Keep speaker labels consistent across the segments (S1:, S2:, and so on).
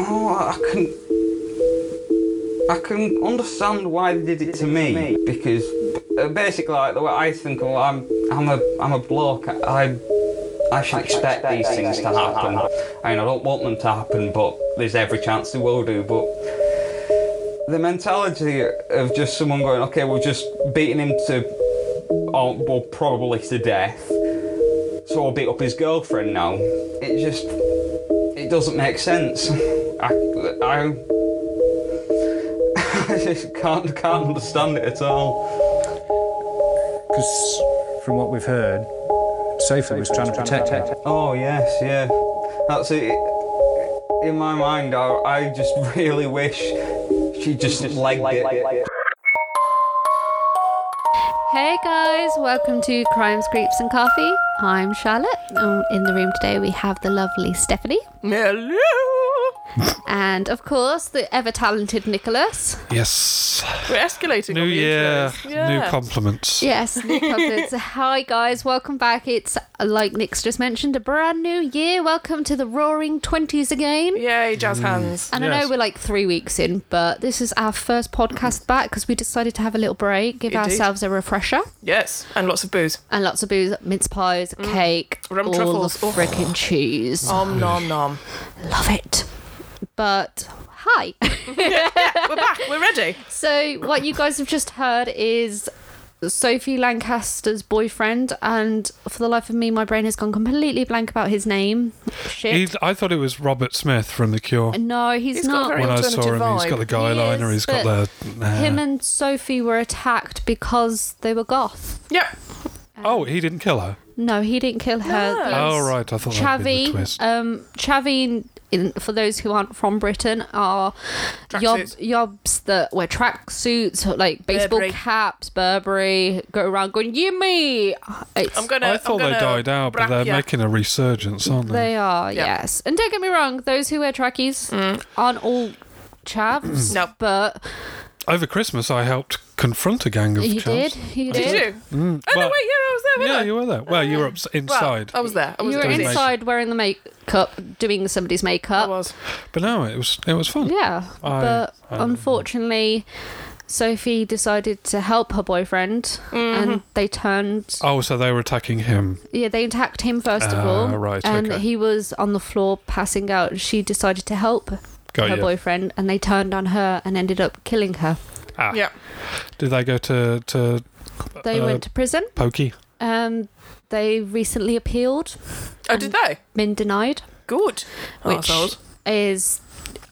S1: Oh, I can I can understand why they did it to me because uh, basically like the way I think well I'm I'm a I'm a bloke I I should expect, these things to happen. I mean I don't want them to happen but there's every chance they will do but the mentality of just someone going okay we're just beating him to oh, well probably to death so I'll beat up his girlfriend now. It just it doesn't make sense. I I, I just can't can't understand it at all.
S2: Because from what we've heard, Sophie was trying to protect her.
S1: Oh yes, yeah. That's it. In my mind, I, I just really wish she just, legged it.
S3: Hey guys, welcome to Crimes, Creeps and Coffee. I'm Charlotte. and In the room today we have the lovely Stephanie
S4: Hello.
S3: and of course the ever talented Nicholas.
S5: Yes.
S4: We're escalating.
S5: New
S4: on the
S5: year,
S4: intros.
S5: new compliments.
S3: Yes, Nick Cousins. Hi guys, welcome back. It's uh, like Nick's just mentioned, a brand new year. Welcome to the roaring twenties again.
S4: Yay,
S5: Mm.
S4: jazz hands.
S3: And I
S5: Yes.
S3: know we're like three weeks in, but this is our first podcast back because we decided to have a little break, give
S4: Indeed.
S3: ourselves a refresher,
S4: Yes, and lots of booze.
S3: and lots of booze, mince pies, cake,
S4: Mm. Rum
S3: all
S4: truffles.
S3: the freaking cheese.
S4: Om nom nom.
S3: Love it. But hi.
S4: We're back. We're ready.
S3: So, what you guys have just heard is Sophie Lancaster's boyfriend, and for the life of me, my brain has gone completely blank about his name.
S5: He,
S3: Shit.
S5: I thought it was Robert Smith from The Cure.
S3: no, he's,
S4: He's got
S3: not.
S4: a very-
S5: When I saw him,
S4: alternative
S5: he's got the
S4: vibe.
S5: guy
S3: He
S5: liner,
S3: is,
S5: he's got
S3: but
S5: the. nah.
S3: Him and Sophie were attacked because they were goth.
S4: Yep.
S5: oh, he didn't kill her.
S3: No, he didn't kill her.
S4: No.
S3: There
S5: Oh,
S3: was
S5: right. I thought that would be the
S3: Chavi,
S5: twist.
S3: um, Chavi, in, for those who aren't from Britain, are yob,
S4: Tracksuits.
S3: yobs that wear tracksuits, like baseball
S4: Burberry.
S3: caps, Burberry, go around going, Yimmy! It's,
S4: I'm gonna.
S5: I
S4: I'm
S5: thought they
S4: gonna
S5: died out, but
S4: wrap
S5: they're
S4: ya.
S5: making a resurgence, aren't they?
S3: they are,
S4: Yeah. Mm.
S3: yes. And don't get me wrong, those who wear trackies aren't all chavs,
S4: Nope.
S3: but
S5: Over Christmas, I helped confront a gang of
S3: you
S5: chaps.
S3: did, you
S4: Did
S3: did.
S4: you? oh no, wait. Yeah, I was there.
S5: yeah,
S4: wasn't I?
S5: you were there. Well, you were ups
S4: Well, oh.
S5: inside.
S4: I was there. I was
S3: You were
S5: doing
S4: there.
S5: makeup.
S3: inside wearing the makeup, doing somebody's
S4: I
S3: makeup.
S4: was.
S5: but no, it was it was fun.
S3: Yeah,
S5: I-
S3: but
S5: I don't know.
S3: unfortunately, Sophie decided to help her boyfriend,
S4: Mm-hmm.
S5: Mm-hmm.
S3: and they turned.
S5: Oh, so they were attacking him.
S3: Yeah, they attacked him first of
S5: Ah,
S3: all,
S5: right,
S3: and
S5: okay.
S3: he was on the floor passing out. She decided to help
S5: Got
S4: Oh,
S3: her
S5: you.
S3: boyfriend, and they turned on her and ended up killing her.
S5: Ah.
S4: Yeah.
S5: Did they go to to
S3: They
S5: Uh,
S3: went to prison.
S5: Pokey?
S3: Um, they recently appealed,
S4: Oh, did they?
S3: been denied,
S4: Good.
S3: which
S4: Arseholes.
S3: is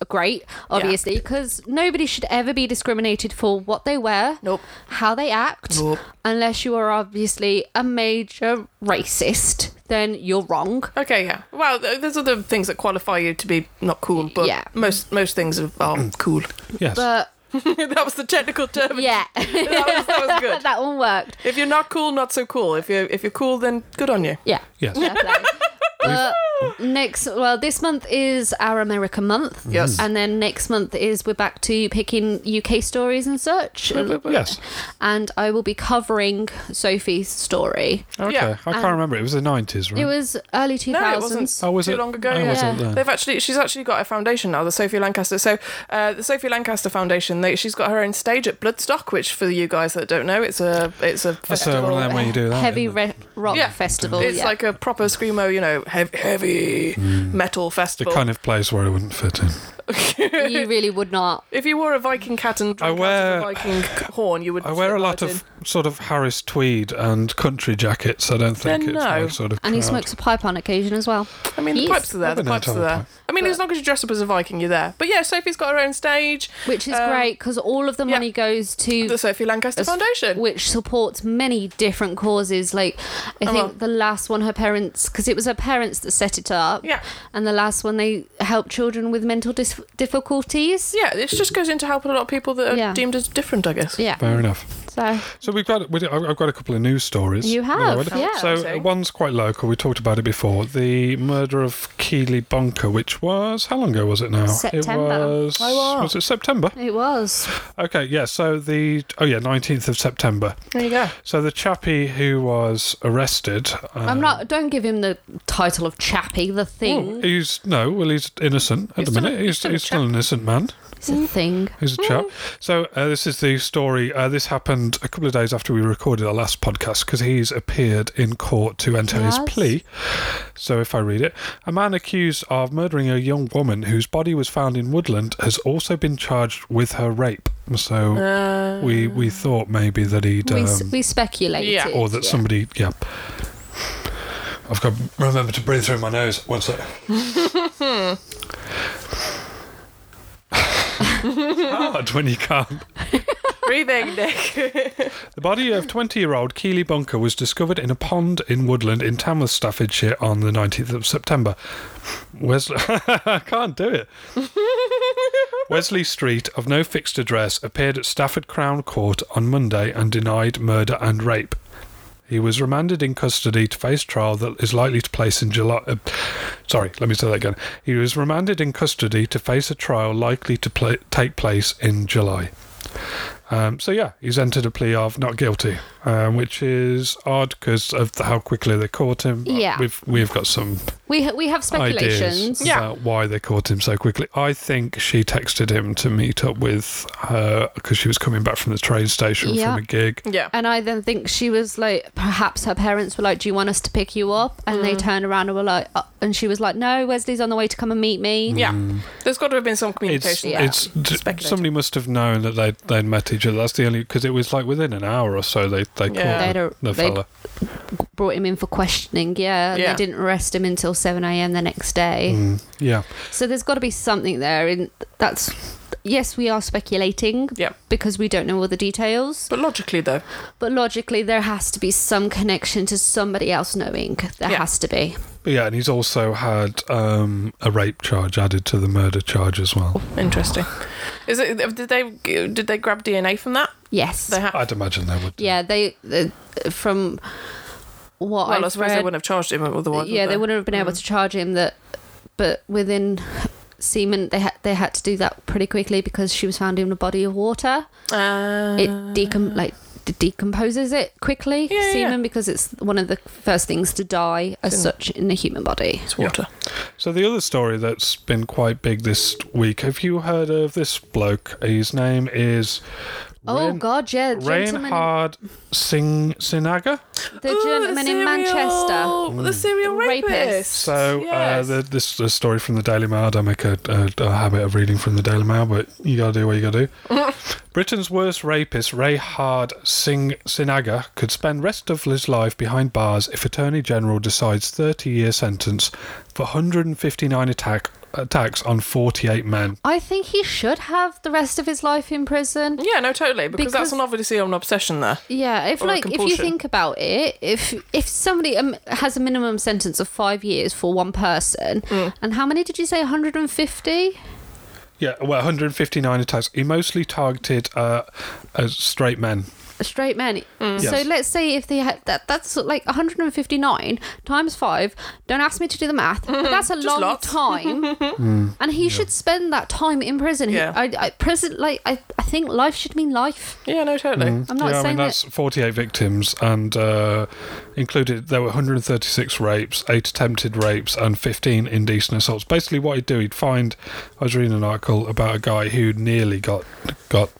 S3: great, obviously, because nobody should ever be discriminated for what they wear,
S4: Nope.
S3: how they act,
S4: Nope.
S3: unless you are obviously a major racist, then you're wrong.
S4: Okay, yeah. Well, th- there's other things that qualify you to be not cool, but
S3: Yeah.
S4: most most things are, are cool.
S5: Yes.
S3: But
S4: that was the technical term.
S3: yeah,
S4: That was, that was good.
S3: that one worked.
S4: If you're not cool, not so cool. If you're if you're cool, then good on you.
S3: Yeah.
S5: yes.
S3: fair play. But next, well, this month is our American month.
S4: Yes.
S3: And then next month is we're back to picking UK stories and such.
S5: Yes.
S3: And I will be covering Sophie's story.
S5: Okay.
S4: Yeah.
S5: I can't remember. It was the nineties, right?
S3: It was early 2000s.
S4: No, it wasn't.
S5: Oh, was
S4: too
S5: it?
S4: long ago.
S5: I
S4: yeah.
S5: wasn't there.
S4: They've actually, she's actually got a foundation now, the Sophie Lancaster. So, uh, the Sophie Lancaster Foundation. They, she's got her own stage at Bloodstock, which for you guys that don't know, it's a it's a
S5: That's uh, one
S4: festival.
S5: of them where you do that.
S3: Heavy
S5: isn't it?
S3: re- rock
S4: Yeah.
S3: festival.
S4: it's
S3: yeah.
S4: like a proper screamo, you know, heavy, heavy metal
S5: Mm. the
S4: festival.
S5: kind of place where I wouldn't fit in.
S3: you really would not.
S4: if you wore a Viking cat and
S5: I
S4: drank
S5: wear-
S4: out of a Viking horn, you would.
S5: I wear a
S4: fit
S5: lot
S4: right
S5: of sort of Harris tweed and country jackets. I don't think
S4: Then
S5: it's
S4: no.
S5: my sort of.
S3: And he
S5: crowd.
S3: smokes a pipe on occasion as well.
S4: in. I mean, the
S3: Yes.
S4: pipes are there. The
S5: I've been out
S4: pipes are
S5: to a
S4: there.
S5: pipe.
S4: I mean, as long as you dress up as a Viking, you're there. But yeah, Sophie's got her own stage.
S3: Which is great
S4: Um,
S3: 'cause great because all of the
S4: yeah.
S3: money goes to
S4: The Sophie Lancaster
S3: s-
S4: Foundation.
S3: which supports many different causes. Like, I think
S4: well.
S3: the last one, her parents, because it was her parents that set it up.
S4: Yeah.
S3: And the last one, they help children with mental dis- difficulties.
S4: Yeah, it just goes into helping a lot of people that are
S3: Yeah.
S4: deemed as different, I guess.
S3: Yeah.
S5: Fair enough.
S3: So
S5: So we've got we, I've I've got a couple of news stories.
S3: You have,
S5: Really.
S3: yeah.
S5: So
S4: Exciting.
S5: one's quite local. We talked about it before. The murder of Keely Bonker, which was how long ago was it now?
S3: September.
S5: It was.
S4: Oh, wow.
S5: Was it September?
S3: it was.
S5: Okay. Yeah. So the oh yeah, nineteenth of September.
S4: There you go.
S5: So the chappie who was arrested.
S3: I'm not. Don't give him the title of Chappie. The thing.
S5: He's no. Well, he's innocent at
S4: He's
S5: the
S4: still a-
S5: minute.
S4: he's
S5: he's
S4: still a
S5: he's still
S4: chap. Mm.
S5: an innocent man.
S3: It's a thing.
S5: He's a chap. So uh, this is the story. Uh, this happened a couple of days after we recorded our last podcast because he's appeared in court to enter his
S3: Yes.
S5: plea. So if I read it, a man accused of murdering a young woman whose body was found in woodland has also been charged with her rape. So we
S4: Uh.
S5: we thought maybe that he'd
S3: we,
S5: um,
S3: s- we speculated.
S4: yeah.
S5: or that
S3: yeah.
S5: somebody yeah. I've got remember to breathe through my nose. One sec. Hard when you can't.
S4: Breathing, Nick.
S5: The body of 20 year old Keely Bunker was discovered in a pond in Woodland in Tamworth, Staffordshire on the 19th of September. Wesley. I can't do it. Wesley Street, of no fixed address, appeared at Stafford Crown Court on Monday and denied murder and rape. He was remanded in custody to face trial that is likely to place in July. Uh, sorry, let me say that again. He was remanded in custody to face a trial likely to pla take place in July. Um, so yeah, he's entered a plea of not guilty, um, which is odd because of the, how quickly they caught him. Uh,
S3: Yeah.
S5: we've we've got some
S3: We ha- we have
S5: ideas
S3: speculations.
S4: Yeah.
S5: about why they caught him so quickly. I think she texted him to meet up with her because she was coming back from the train station
S3: Yeah.
S5: from a gig.
S4: yeah.
S3: And I then think she was like, perhaps her parents were like, "Do you want us to pick you up?" And
S4: Mm.
S3: they turned around and were like, uh, and she was like, "No, Wesley's on the way to come and meet me."
S4: Yeah. There's got to have been some
S5: It's
S4: communication.
S3: Yeah.
S5: it's d-
S4: Speculating.
S5: somebody must have known that they they'd met each other. That's the only because it was like within an hour or so they they
S4: Yeah.
S5: caught
S3: They'd
S5: the,
S3: ar-
S5: the
S3: they'd-
S5: fella.
S3: Brought him in for questioning. Yeah, and
S4: Yeah.
S3: they didn't arrest him until seven a.m. the next day.
S5: Mm, yeah,
S3: So there's got to be something there, and that's yes, we are speculating
S4: Yeah.
S3: because we don't know all the details.
S4: But logically, though,
S3: But logically, there has to be some connection to somebody else knowing. There
S4: Yeah.
S3: has to be.
S5: but yeah, and he's also had um, a rape charge added to the murder charge as well.
S4: interesting. Is it? Did they? Did they grab DNA from that?
S3: Yes.
S4: They ha-
S5: I'd imagine they would.
S3: yeah, they uh, from what
S4: well, I
S3: I've
S4: suppose they
S3: read-
S4: wouldn't have Mm. charged him otherwise.
S3: yeah,
S4: would
S3: they? wouldn't have been able to charge him that. But within semen, they had they had to do that pretty quickly because she was found in a body of water.
S4: Uh,
S3: It decom like d- decomposes it quickly
S4: Yeah, yeah,
S3: semen
S4: yeah.
S3: because it's one of the first things to die as such in the human body.
S4: it's water.
S5: So the other story that's been quite big this week. Have you heard of this bloke? His name is
S3: Oh
S5: Rein-
S3: God, yeah, the gentleman, in,
S5: Reinhard Sing Sinaga.
S3: the gentleman in Manchester.
S4: The serial
S3: Rapist.
S4: rapist.
S5: Mm. So
S4: Yes.
S5: uh, the, this the story from the Daily Mail. I don't make a, a, a habit of reading from the Daily Mail, but you gotta do what you gotta do. Britain's worst rapist, Reinhard Sing Sinaga, could spend rest of his life behind bars if Attorney General decides 30-year sentence for 159 attack attacks on 48 men.
S3: I think he should have the rest of his life in prison.
S4: yeah, no, totally, because,
S3: Because-
S4: that's an obviously an obsession there.
S3: Yeah, if
S4: Or a
S3: like if you
S4: compulsion.
S3: think about it, if if somebody um, has a minimum sentence of five years for one person, and how many did you say? One hundred and fifty.
S5: Yeah, well, 159 attacks. He mostly targeted uh, uh, straight men.
S3: Straight men.
S4: Mm.
S3: So
S5: Yes.
S3: let's say if they had that, that's like 159 times five. Don't ask me to do the math, but that's a long
S4: Mm. lots. Mm.
S3: time. and he should spend that time in prison. He-
S4: Yeah.
S3: I, I, prison, like I, I think life should mean life.
S4: Yeah, no, totally.
S3: I'm
S5: yeah,
S3: not
S5: I mean
S3: saying
S5: that's
S3: that.
S5: 48 victims, and uh, included there were 136 rapes, eight attempted rapes, and 15 indecent assaults. Basically, what he'd do, he'd find. I was reading an article about a guy who nearly got got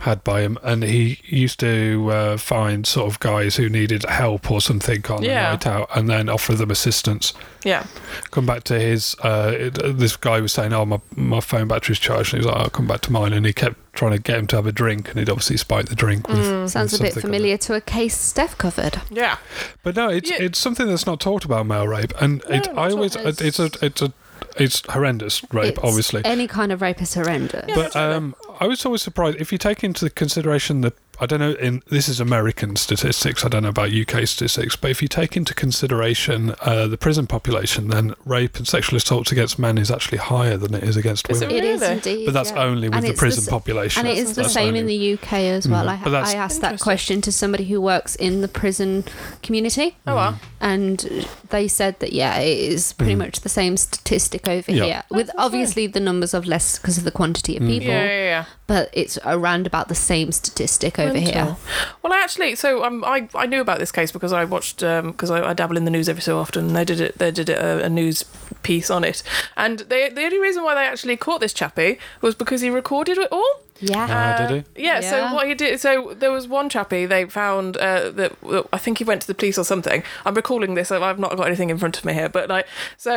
S5: had by him, and he used to uh, find sort of guys who needed help or something on
S4: Yeah.
S5: a night out, and then offer them assistance.
S4: Yeah,
S5: come back to his. Uh, it- this guy was saying, "Oh, my my phone battery's charged," and he was like, "I'll come back to mine." And he kept trying to get him to have a drink, and he'd obviously spiked the drink. With, with
S3: Sounds a bit
S5: something on it.
S3: familiar to a case Steph covered.
S4: yeah.
S5: but no, it's
S4: Yeah.
S5: it's something that's not talked about male rape, and it,
S4: not
S5: I
S4: at
S5: always
S4: all.
S5: it's, a it's a it's horrendous rape,
S3: It's-
S5: obviously.
S3: Any kind of rape is horrendous.
S5: but um, I was always surprised if you take into consideration the I don't know. In this is American statistics. I don't know about UK statistics, but if you take into consideration uh, the prison population, then rape and sexual assault against men is actually higher than it is against
S4: Is it
S5: women.
S3: It is
S4: Really?
S3: indeed.
S5: But that's
S3: yeah.
S5: only with
S3: And
S5: the
S3: it's
S5: prison
S3: s-
S5: population.
S3: And it is the
S5: That's
S3: same
S5: only- Mm-hmm.
S3: in the UK as well. I,
S5: But that's-
S3: I asked that
S4: Interesting.
S3: question to somebody who works in the prison community,
S4: Oh well.
S3: and they said that yeah, it is pretty much the same statistic over
S5: Mm. Yeah. Mm.
S3: here, with obviously the numbers of less because of the quantity of people,
S4: Yeah, yeah, yeah.
S3: but it's around about the same statistic over here.
S4: Mental. Well, I actually, so um, I I knew about this case because I watched because I, I dabble in the news every so often. and They did it. They did a, a news piece on it, and they, the only reason why they actually caught this chappie was because he recorded it all.
S3: Yeah.
S5: Ah, did he?
S4: Uh, Yeah,
S3: Yeah.
S4: So what he did, so there was one chappie they found uh, that that I think he went to the police or something. I'm recalling this. I've not got anything in front of me here, but like, so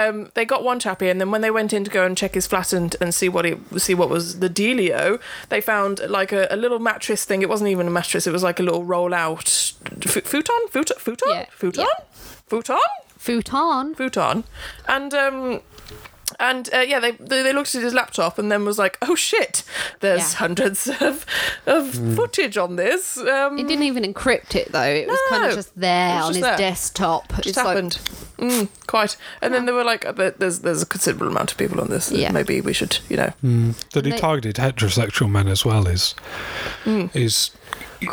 S4: um, they got one chappie, and then when they went in to go and check his flat and, and see what he see what was the dealio, they found like a, a little mattress thing. It wasn't even a mattress. It was like a little roll out fu- futon, futon, futon,
S3: Yeah.
S4: futon,
S3: Yeah.
S4: futon,
S3: Futon.
S4: futon, and um. And uh, yeah, they, they they looked at his laptop and then was like, "Oh shit, there's
S3: Yeah.
S4: hundreds of of
S5: Hmm.
S4: footage on this." Um,
S3: It didn't even encrypt it though. It was kind of
S4: No.
S3: just there
S4: It was
S3: on
S4: just
S3: his
S4: there.
S3: desktop.
S4: just
S3: it's
S4: happened. mm, quite. And then they were like, uh, "There- "There's there's a considerable amount of people on this.
S3: Yeah.
S4: Maybe we should, you know."
S5: that he
S3: They- Mm.
S5: targeted heterosexual men as well is is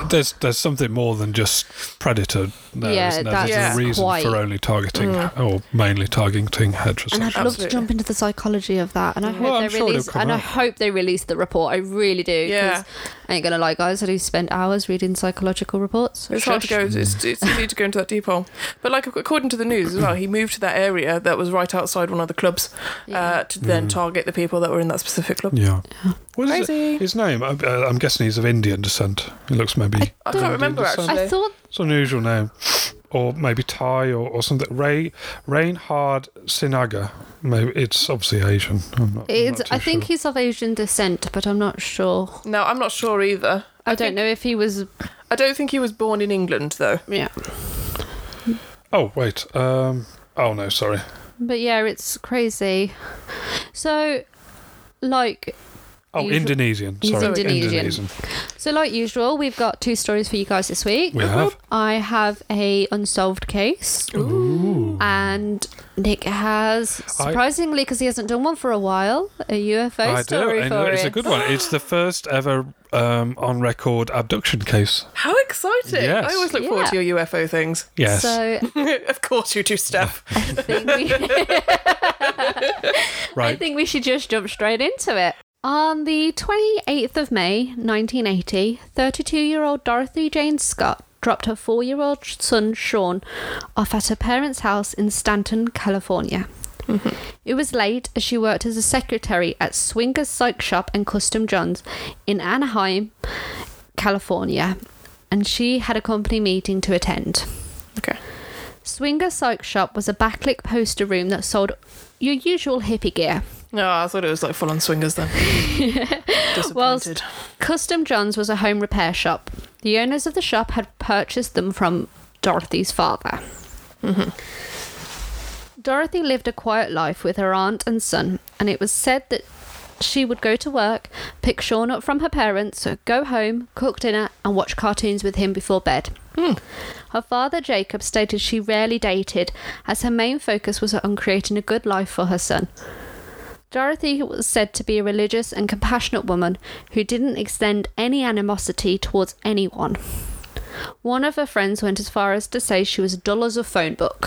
S5: there's there's something more than just predator there
S3: Yeah,
S5: isn't there?
S3: that's
S5: there's
S4: Yeah.
S5: a reason
S3: quite- Mm.
S5: for only targeting or mainly targeting
S3: And I'd
S5: heterosexual
S3: love to
S4: Absolutely.
S3: jump into the psychology of that, and I hope
S5: Well, I'm
S3: they
S5: sure they'll
S3: release.
S5: come
S3: and I
S5: out.
S3: hope they release the report. I really do. 'cause
S4: Yeah.
S3: I ain't gonna lie, guys. I do spend hours reading psychological reports.
S4: It's hard to go. It's, it's easy to go into that deep hole. But like according to the news as well, he moved to that area that was right outside one of the clubs
S3: Yeah.
S4: uh, to then target the people that were in that specific club.
S5: yeah what is
S4: Crazy.
S5: Hmm. it? his name I, uh, i'm guessing he's of indian descent he looks maybe
S4: I
S5: Indian
S4: can't remember
S5: descent.
S4: actually.
S3: I thought
S5: it's an unusual name or maybe thai or, or something ray reinhard sinaga maybe it's obviously asian i'm not, I'm
S3: it's.
S5: not too
S3: I think
S5: sure.
S3: he's of Asian descent, but I'm not sure.
S4: no, I'm not sure either.
S3: I, don't know if he was.
S4: I don't think he was born in England though.
S3: Yeah,
S5: oh wait um oh no sorry
S3: but yeah, it's crazy. So, like,
S5: Oh,
S3: Usual-
S5: Indonesian.
S3: He's
S5: Sorry,
S3: Indonesian. so like usual, we've got two stories for you guys this week. Uh-huh.
S5: We have.
S3: I have a unsolved case.
S5: Ooh.
S3: and Nick has
S5: I-
S3: surprisingly because he hasn't done one for a while a UFO
S5: I do.
S3: story
S5: and
S3: for
S5: it's
S3: it.
S5: a good one. It's the first ever um, on record abduction case.
S4: How exciting!
S5: Yes.
S4: I always look forward
S3: Yeah.
S4: to your UFO things.
S5: Yes.
S3: So
S4: of course you do, Steph.
S3: I think, we, I
S5: right.
S3: think we should just jump straight into it. On the 28th of May 1980, 32 year old Dorothy Jane Scott dropped her four year old son Sean off at her parents' house in Stanton, California. It was late as she worked as a secretary at Swinger's Psych Shop and Custom John's in Anaheim, California, and she had a company meeting to attend.
S4: okay.
S3: Swinger Psych Shop was a backlit poster room that sold your usual hippie gear.
S4: No, I thought it was like full on swingers then. Disappointed.
S3: Custom John's was a home repair shop. The owners of the shop had purchased them from Dorothy's father. Dorothy lived a quiet life with her aunt and son, and it was said that she would go to work, pick Sean up from her parents, go home, cook dinner, and watch cartoons with him before bed. Her father, Jacob, stated she rarely dated, as her main focus was on creating a good life for her son. Dorothy was said to be a religious and compassionate woman who didn't extend any animosity towards anyone. One of her friends went as far as to say she was dull as a phone book,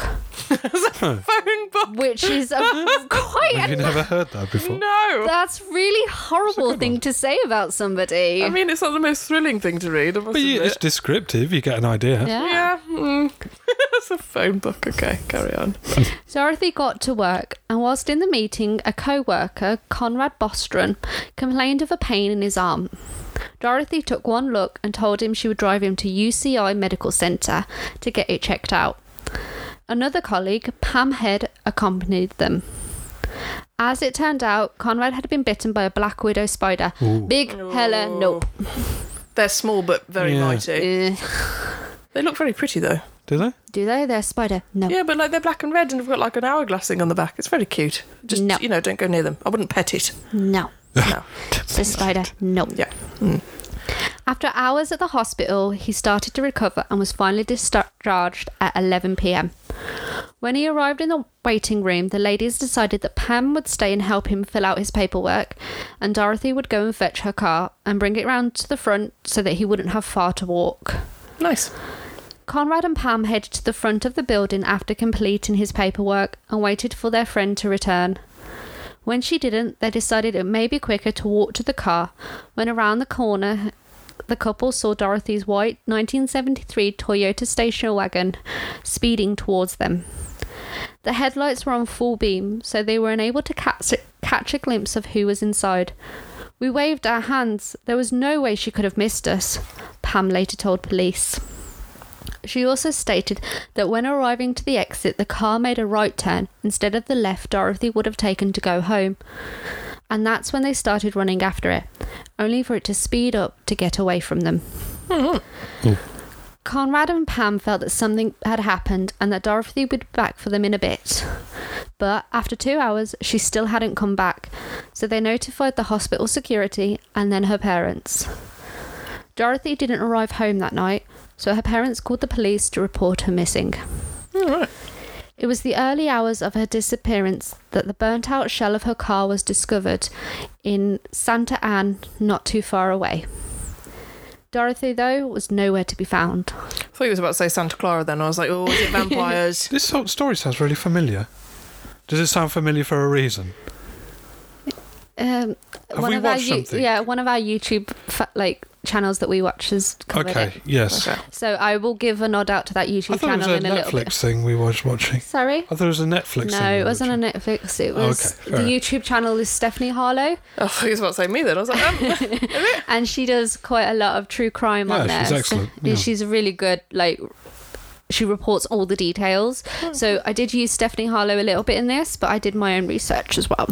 S4: Phone book.
S3: which is a
S5: Have you
S3: quite.
S5: never heard that before?
S4: No.
S3: That's really horrible thing to say about somebody.
S4: I mean, it's not the most thrilling thing to read. I must
S5: But you,
S4: admit.
S5: it's descriptive. You get an idea.
S3: yeah.
S4: yeah. Mm. it's a phone book. Okay, carry on.
S3: Dorothy got to work, and whilst in the meeting, a co worker, Conrad Bostron, complained of a pain in his arm. Dorothy took one look and told him she would drive him to UCI Medical Centre to get it checked out. Another colleague, Pam Head, accompanied them. As it turned out, Conrad had been bitten by a black widow spider. Big hella nope.
S4: They're small but very
S5: Yeah.
S4: mighty.
S3: Eh,
S4: They look very pretty though.
S5: Do they?
S3: do they? They're spider. No.
S4: Yeah, but like they're black and red and have got like an hourglass thing on the back. It's very cute. Just
S3: No.
S4: you know, don't go near them. I wouldn't pet it.
S3: No.
S4: No.
S3: The spider. No.
S4: Yeah.
S3: After hours at the hospital, he started to recover and was finally discharged at 11 pm. When he arrived in the waiting room, the ladies decided that Pam would stay and help him fill out his paperwork, and Dorothy would go and fetch her car and bring it round to the front so that he wouldn't have far to walk.
S4: Nice.
S3: Conrad and Pam headed to the front of the building after completing his paperwork and waited for their friend to return. When she didn't, they decided it may be quicker to walk to the car. When around the corner, the couple saw Dorothy's white 1973 Toyota station wagon speeding towards them. The headlights were on full beam, so they were unable to catch, catch a glimpse of who was inside. We waved our hands. There was no way she could have missed us, Pam later told police. She also stated that when arriving to the exit, the car made a right turn instead of the left Dorothy would have taken to go home. And that's when they started running after it, only for it to speed up to get away from them. Conrad and Pam felt that something had happened and that Dorothy would be back for them in a bit. But after two hours, she still hadn't come back, so they notified the hospital security and then her parents. Dorothy didn't arrive home that night, so her parents called the police to report her missing. It was the early hours of her disappearance that the burnt out shell of her car was discovered in Santa Anne, not too far away. Dorothy, though, was nowhere to be found.
S4: I thought he was about to say Santa Clara then. I was like, oh, is it vampires?
S5: This sort of story sounds really familiar. Does it sound familiar for a reason?
S3: Um,
S5: Have
S3: one
S5: we
S3: of our
S5: watched
S3: Yo-
S5: something?
S3: yeah, one of our YouTube fa- like channels that we watch has covered
S5: Okay,
S3: it.
S5: yes.
S4: Okay.
S3: So I will give a nod out to that
S5: I
S3: YouTube
S5: thought it was
S3: channel
S5: a
S3: in a little
S5: Netflix
S3: bit.
S5: thing we was watching.
S3: Sorry.
S5: I thought it was a Netflix thing.
S3: No,
S5: we
S3: it wasn't
S5: watched.
S3: on Netflix. It
S5: Oh,
S3: was
S5: okay,
S3: the
S5: fair.
S3: YouTube channel is Stephanie Harlow,
S4: I thought Oh, he was about to say me then. I was like, um,
S3: and she does quite a lot of true crime on
S5: Yeah,
S3: there.
S5: she's excellent,
S3: So-
S5: yeah.
S3: She's really good. Like she reports all the details. So I did use Stephanie Harlow a little bit in this, but I did my own research as well.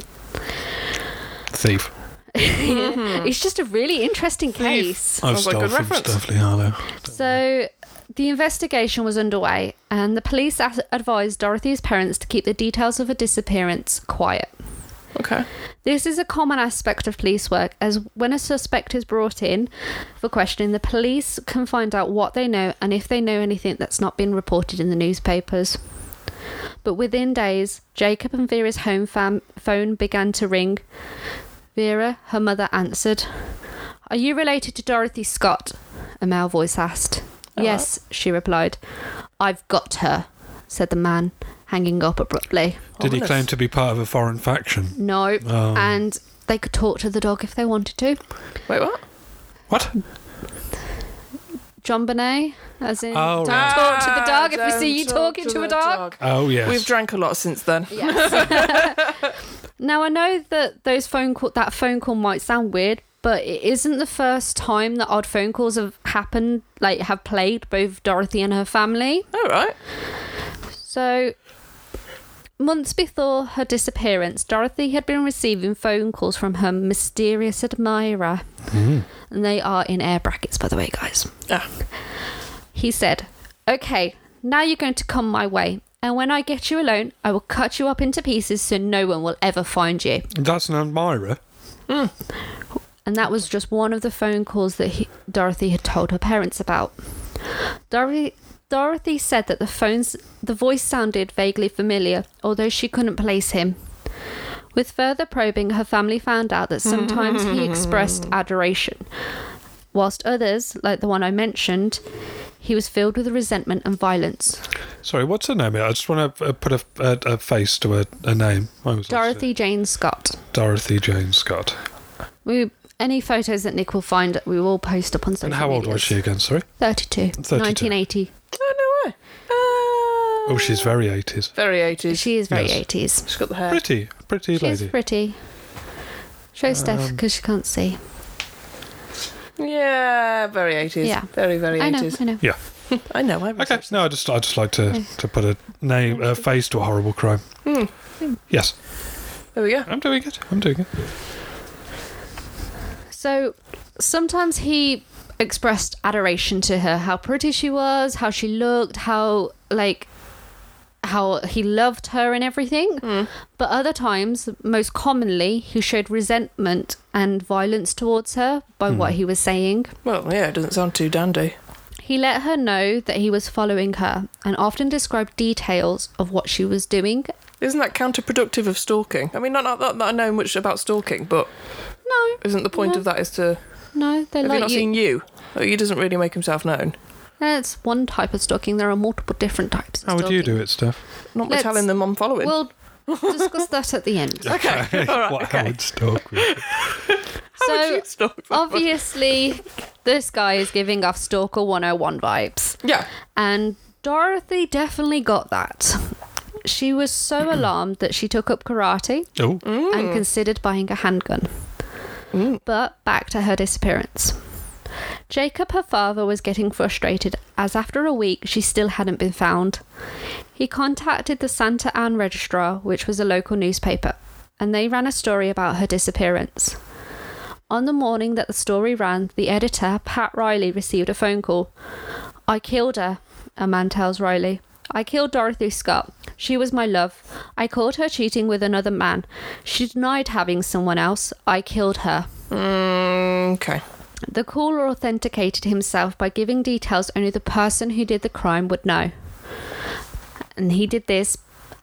S5: Thief.
S3: It's just a really interesting case.
S5: I've
S4: Sounds like
S5: stolen
S4: good
S5: from
S4: reference.
S5: Stephanie Harlow.
S3: So the investigation was underway, and the police as- advised Dorothy's parents to keep the details of her disappearance quiet.
S4: okay.
S3: This is a common aspect of police work, as when a suspect is brought in for questioning, the police can find out what they know and if they know anything that's not been reported in the newspapers. But within days, Jacob and Vera's home fam- phone began to ring. Vera, her mother, answered. Are you related to Dorothy Scott? A male voice asked. Yes, she replied. I've got her, said the man, hanging up abruptly.
S5: Did he
S4: Ominous.
S5: claim to be part of a foreign faction?
S3: No.
S5: Oh.
S3: And they could talk to the dog if they wanted to.
S4: Wait, what?
S5: What?
S3: John Bonet, as in,
S5: Oh,
S3: don't
S5: right.
S3: talk to the dog if we
S4: Don't
S3: see you
S4: talk
S3: talking to, a
S4: the
S3: dog.
S5: Oh, yes.
S4: We've drank a lot since then.
S3: Now I know that those phone call that phone call might sound weird, but it isn't the first time that odd phone calls have happened, like have plagued both Dorothy and her family.
S4: All right.
S3: So, months before her disappearance, Dorothy had been receiving phone calls from her mysterious admirer.
S5: Mm-hmm.
S3: And they are in air brackets, by the way, guys.
S4: Ah.
S3: He said, Okay, now you're going to come my way. And when I get you alone, I will cut you up into pieces so no one will ever find you.
S5: That's an admirer.
S3: and that was just one of the phone calls that he, Dorothy had told her parents about. Dorothy, Dorothy said that the phones, the voice sounded vaguely familiar, although she couldn't place him. With further probing, her family found out that sometimes he expressed adoration, whilst others, like the one I mentioned, he was filled with resentment and violence.
S5: Sorry, what's her name? I just want to uh, put a, a, a face to a, a name. I was
S3: Dorothy Jane Scott.
S5: Dorothy Jane Scott.
S3: We any photos that Nick will find, we will post up on social
S5: And how old was
S3: medias.
S5: she again? Sorry.
S3: 32,
S5: 32.
S3: 1980.
S4: Oh, no way. Uh,
S5: Oh, she's very 80s.
S4: very 80s.
S3: She is very
S5: Yes.
S3: 80s.
S4: She's got the hair.
S5: Pretty, pretty
S3: Uh, She's
S5: lady.
S3: pretty.
S5: Um,
S3: Show Steph because she can't see.
S4: Yeah, very 80s.
S3: Yeah.
S4: Very, very
S3: I know,
S4: 80s.
S3: I know.
S5: yeah.
S4: I know. I
S5: Okay. No, I just I just like to,
S3: Hmm.
S5: to put a name a face to a horrible crime.
S3: Hmm.
S5: Yes,
S4: There we go.
S5: I'm doing it. I'm doing it.
S3: So sometimes he expressed adoration to her, how pretty she was, how she looked, how like how he loved her and everything. But other times, most commonly, he showed resentment and violence towards her by what
S5: Hmm.
S3: he was saying.
S4: Well, yeah, it doesn't sound too dandy.
S3: He let her know that he was following her and often described details of what she was doing.
S4: Isn't that counterproductive of stalking? I mean, not, not, not that I know much about stalking, but
S3: No,
S4: isn't the point
S3: No.
S4: of that is to
S3: no, they
S4: have you
S3: like
S4: not
S3: you.
S4: seen you? Like, he doesn't really make himself known.
S3: That's one type of stalking. There are multiple different types. Of
S5: How would you
S3: stalking.
S5: do it, Steph?
S4: Not by
S3: Let's-
S4: telling them I'm following.
S3: We'll discuss that at the end.
S4: okay, all right.
S5: what
S4: okay.
S5: I would stalk with.
S4: How would
S3: so
S4: you stalk? someone?
S3: obviously, this guy is giving off Stalker 101 vibes.
S4: Yeah.
S3: And Dorothy definitely got that. She was so alarmed that she took up karate
S5: Oh,
S3: and considered buying a handgun. But back to her disappearance. Jacob, her father, was getting frustrated as after a week she still hadn't been found. He contacted the Santa Anne Registrar, which was a local newspaper, and they ran a story about her disappearance. On the morning that the story ran, the editor, Pat Riley, received a phone call. I killed her, a man tells Riley. I killed Dorothy Scott. She was my love. I caught her cheating with another man. She denied having someone else. I killed her.
S4: Mm, Okay.
S3: The caller authenticated himself by giving details only the person who did the crime would know. And he did this,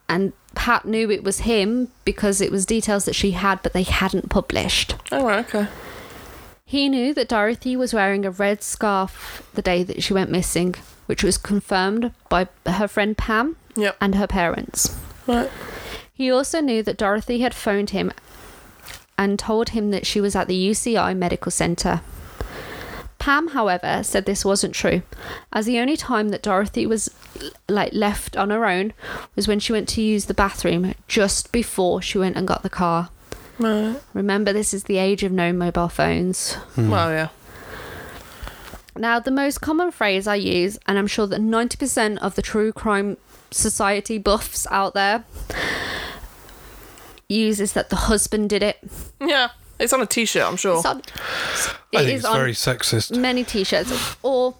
S3: and Pat knew it was him because it was details that she had, but they hadn't published.
S4: All right. Okay.
S3: He knew that Dorothy was wearing a red scarf the day that she went missing, which was confirmed by her friend Pam
S4: Yep.
S3: and her parents.
S4: Right.
S3: He also knew that Dorothy had phoned him and told him that she was at the UCI Medical Centre. Pam, however, said this wasn't true, as the only time that Dorothy was like left on her own was when she went to use the bathroom just before she went and got the car.
S4: Right.
S3: Remember, this is the age of no mobile phones.
S5: Hmm.
S4: Well, yeah.
S3: Now, the most common phrase I use, and I'm sure that 90% of the true crime society buffs out there use, is that the husband did it.
S4: Yeah. It's on a T-shirt, I'm sure.
S3: It's on,
S5: I
S3: it
S5: think
S3: is
S5: it's
S3: on
S5: very sexist.
S3: many T-shirts, or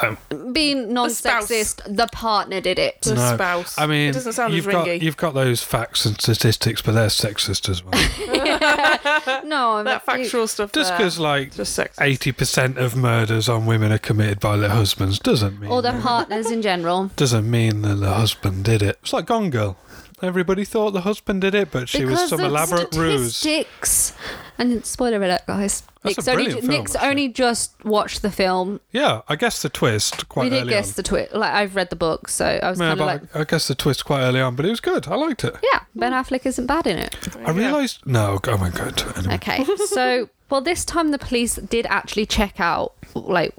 S5: Um,
S3: being non-sexist, the, partner did it.
S4: The spouse.
S5: I mean,
S4: it doesn't sound
S5: you've
S4: as
S5: got
S4: ringy.
S5: you've got those facts and statistics, but they're sexist as well.
S3: No, I'm
S4: that factual stuff.
S5: Just
S4: there.
S5: because like
S4: Just sex.
S5: eighty percent of murders on women are committed by their husbands doesn't mean
S3: or their partners in general.
S5: doesn't mean that the husband did it. It's like Gone Girl. Everybody thought the husband did it, but she was
S3: because
S5: some
S3: of
S5: elaborate ruse.
S3: statistics. And spoiler alert, guys.
S5: That's a
S3: Nick's, only,
S5: brilliant film,
S3: Nick's
S5: actually.
S3: only just watched the film.
S5: Yeah, I guess the twist
S3: We
S5: quite
S3: did
S5: early
S3: guess
S5: on.
S3: the twist. Like I've read the book, so I was
S5: Yeah,
S3: kind of
S5: but
S3: like,
S5: I, I guess the twist quite early on, but it was good. I liked it.
S3: yeah, Ben Affleck isn't bad in it.
S5: I realised. No, I won't go into it anyway.
S3: Okay, so well, this time the police did actually check out like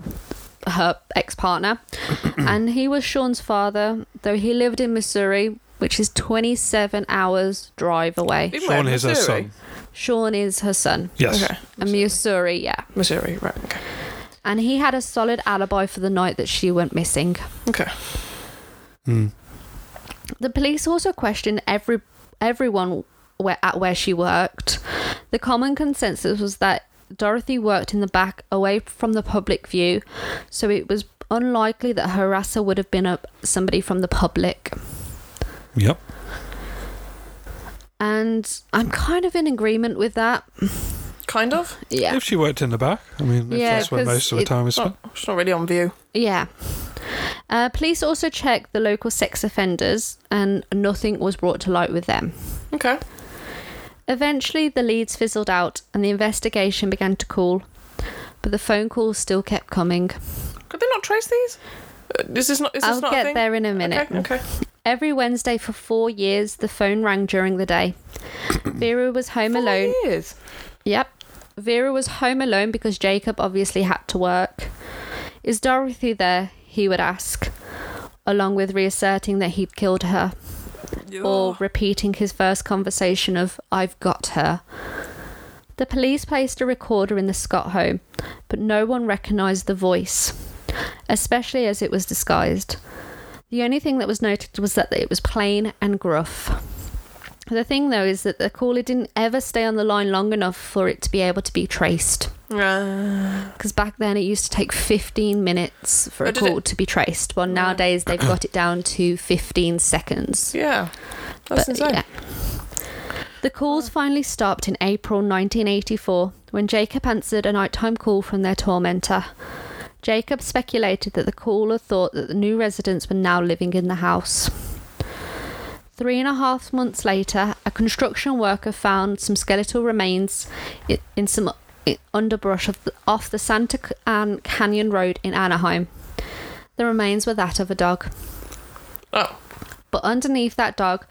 S3: her ex-partner, and he was Sean's father, though he lived in Missouri, which is 27 hours drive away.
S4: Even
S5: Sean
S4: where?
S5: is her
S4: Missouri.
S5: son.
S3: Sean is her son.
S5: Yes.
S4: Okay.
S3: And Missouri, yeah.
S4: Missouri. Right. Okay.
S3: And he had a solid alibi for the night that she went missing.
S4: Okay.
S3: The police also questioned every everyone where, at where she worked. The common consensus was that Dorothy worked in the back, away from the public view, so it was unlikely that her harasser would have been a, somebody from the public.
S5: Yep.
S3: And I'm kind of in agreement with that.
S4: Kind of.
S3: Yeah.
S5: If she worked in the back, I mean, if
S3: Yeah,
S5: that's where
S3: 'cause
S5: most of her
S3: it-
S5: time is spent.
S4: It's not really on view.
S3: Yeah. Uh, police also checked the local sex offenders, and nothing was brought to light with them.
S4: Okay.
S3: Eventually, the leads fizzled out and the investigation began to cool, but the phone calls still kept coming.
S4: Could they not trace these? Uh, Is this not? Is this
S3: I'll
S4: not a
S3: get
S4: thing?
S3: there in a minute.
S4: Okay. okay.
S3: Every Wednesday for four years, the phone rang during the day. Vera was home alone.
S4: Four years.
S3: Yep. Vera was home alone because Jacob obviously had to work. Is Dorothy there? He would ask, along with reasserting that he'd killed her. or repeating his first conversation of I've got her. The police placed a recorder in the Scott home, but no one recognised the voice, especially as it was disguised. The only thing that was noted was that it was plain and gruff. The thing though is that the caller didn't ever stay on the line long enough for it to be able to be traced.
S4: Uh,
S3: Because back then it used to take 15 minutes for
S4: Oh,
S3: a
S4: did
S3: call
S4: it?
S3: to be traced. Well, nowadays they've got it down to 15 seconds.
S4: yeah. That's insane.
S3: The calls finally stopped in April 1984 when Jacob answered a nighttime call from their tormentor. Jacob speculated that the caller thought that the new residents were now living in the house. Three and a half months later, a construction worker found some skeletal remains i- in some i- underbrush of the, off the Santa C- Ann Canyon Road in Anaheim. The remains were that of a dog
S4: Oh,
S3: but underneath that dog,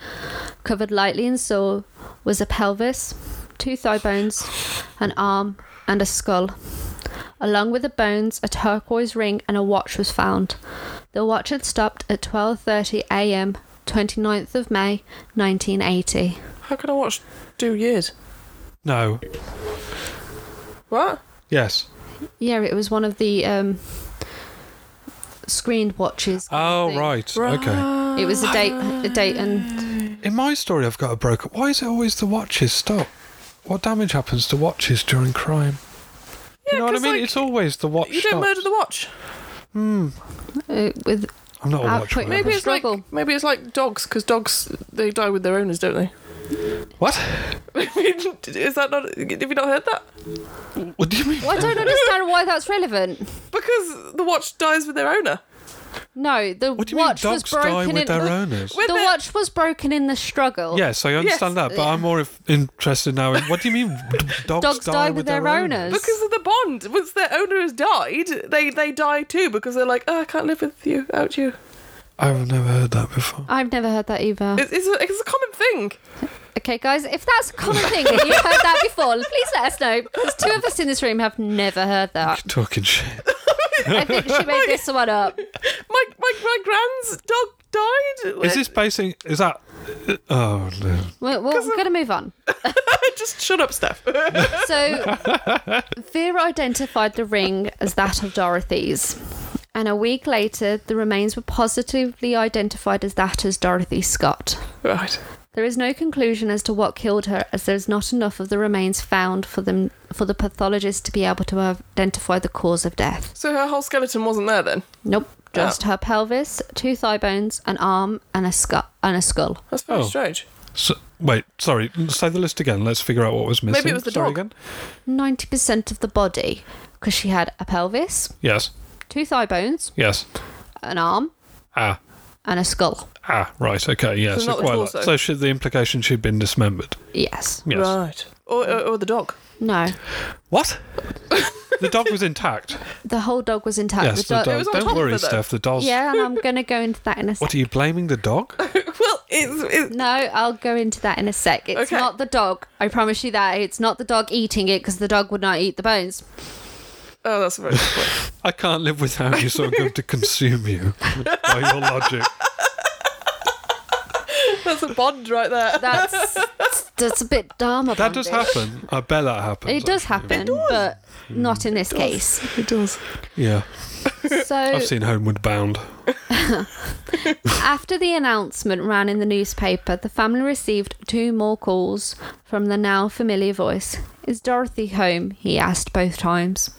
S3: covered lightly in soil, was a pelvis, two thigh bones, an arm, and a skull. Along with the bones, a turquoise ring and a watch was found. The watch had stopped at 12:30 a.m. 29th of May 1980.
S4: how can I watch two years?
S5: No.
S4: What?
S5: Yes.
S3: Yeah, it was one of the um, screened watches.
S5: Oh,
S3: Thing.
S5: right. Okay.
S4: Uh,
S3: It was a date, a date, and
S5: In my story, I've got a broker. Why is it always the watches? Stop. What damage happens to watches during crime? you know what I
S4: 'cause,
S5: mean?
S4: like,
S5: it's always the watch.
S4: You don't
S5: stops.
S4: murder the watch.
S3: uh, with
S5: I'm not a watch. murderer.
S3: output.
S4: Maybe it's like
S3: Struggle.
S4: maybe it's like dogs because dogs they die with their owners, don't they?
S5: What?
S4: Is that not? Have you not heard that?
S5: What do you mean?
S3: well, I don't understand why that's relevant.
S4: Because the watch dies with their owner.
S3: No, the
S5: What do you mean
S3: watch was
S5: dogs die
S3: broken
S5: with
S3: in
S5: their
S3: the,
S5: owners?
S3: The
S4: With it-
S3: watch was broken in the struggle.
S5: Yes, I understand that, but I'm more if- interested now in what do you mean? d- Dogs,
S3: Dogs die with their owners.
S4: Because of the bond. Once their owner has died, they they die too because they're like, oh, I can't live with you, out you.
S5: I've never heard that before.
S3: I've never heard that either.
S4: It's, it's, a, it's a common thing.
S3: okay, guys, if that's a common thing and you've heard that before, please let us know because two of us in this room have never heard that.
S5: Talking shit.
S3: I think she made this one up.
S4: My my my grand's dog died.
S5: Is this basing? Is that? Oh no.
S3: We're, we're going to move on.
S4: just shut up, Steph?
S3: So, Vera identified the ring as that of Dorothy's. And a week later, the remains were positively identified as that as Dorothy Scott.
S4: right.
S3: There is no conclusion as to what killed her, as there is not enough of the remains found for them for the pathologist to be able to identify the cause of death.
S4: So her whole skeleton wasn't there then.
S5: Uh.
S3: Nope, just her pelvis, two thigh bones, an arm, and a skull. And a skull.
S4: That's very
S5: Oh.
S4: strange.
S5: So, wait, sorry. Say the list again. Let's figure out what was missing.
S4: it was the
S5: sorry
S4: dog.
S5: again.
S3: Ninety percent of the body, because she had a pelvis,
S5: Yes.
S3: two thigh bones,
S5: Yes.
S3: an arm,
S5: Ah.
S3: and a skull.
S5: Ah. Right. Okay. Yes.
S4: So not the
S5: quite like-
S4: torso.
S5: so should the implication she'd been dismembered?
S3: Yes.
S5: Yes.
S4: Right. Or, or, or the dog.
S3: No.
S5: What? the dog was intact.
S3: The whole dog was intact.
S5: Yes. The
S3: dog-
S5: dog.
S4: was on top
S5: Don't
S4: of
S5: worry,
S4: it, though.
S5: Steph. The dog.
S3: Yeah, and I'm gonna go into that in a sec.
S5: What are you blaming the dog?
S4: Well, it's, it's
S3: No, I'll go into that in a sec. It's
S4: Okay.
S3: not the dog. I promise you that. It's not the dog eating it because the dog would not eat the bones.
S4: oh, that's a very good point.
S5: I can't live without you, so I'm going to consume you by your logic.
S4: That's a bond right there.
S3: That's that's a bit Dharma.
S5: That does
S3: bondage.
S5: happen. I bet that happens.
S3: It does
S5: actually.
S3: happen, but not in this case.
S4: It does.
S5: Yeah.
S3: So
S5: I've seen Homeward Bound.
S3: after the announcement ran in the newspaper, the family received two more calls from the now familiar voice. Is Dorothy home? he asked both times.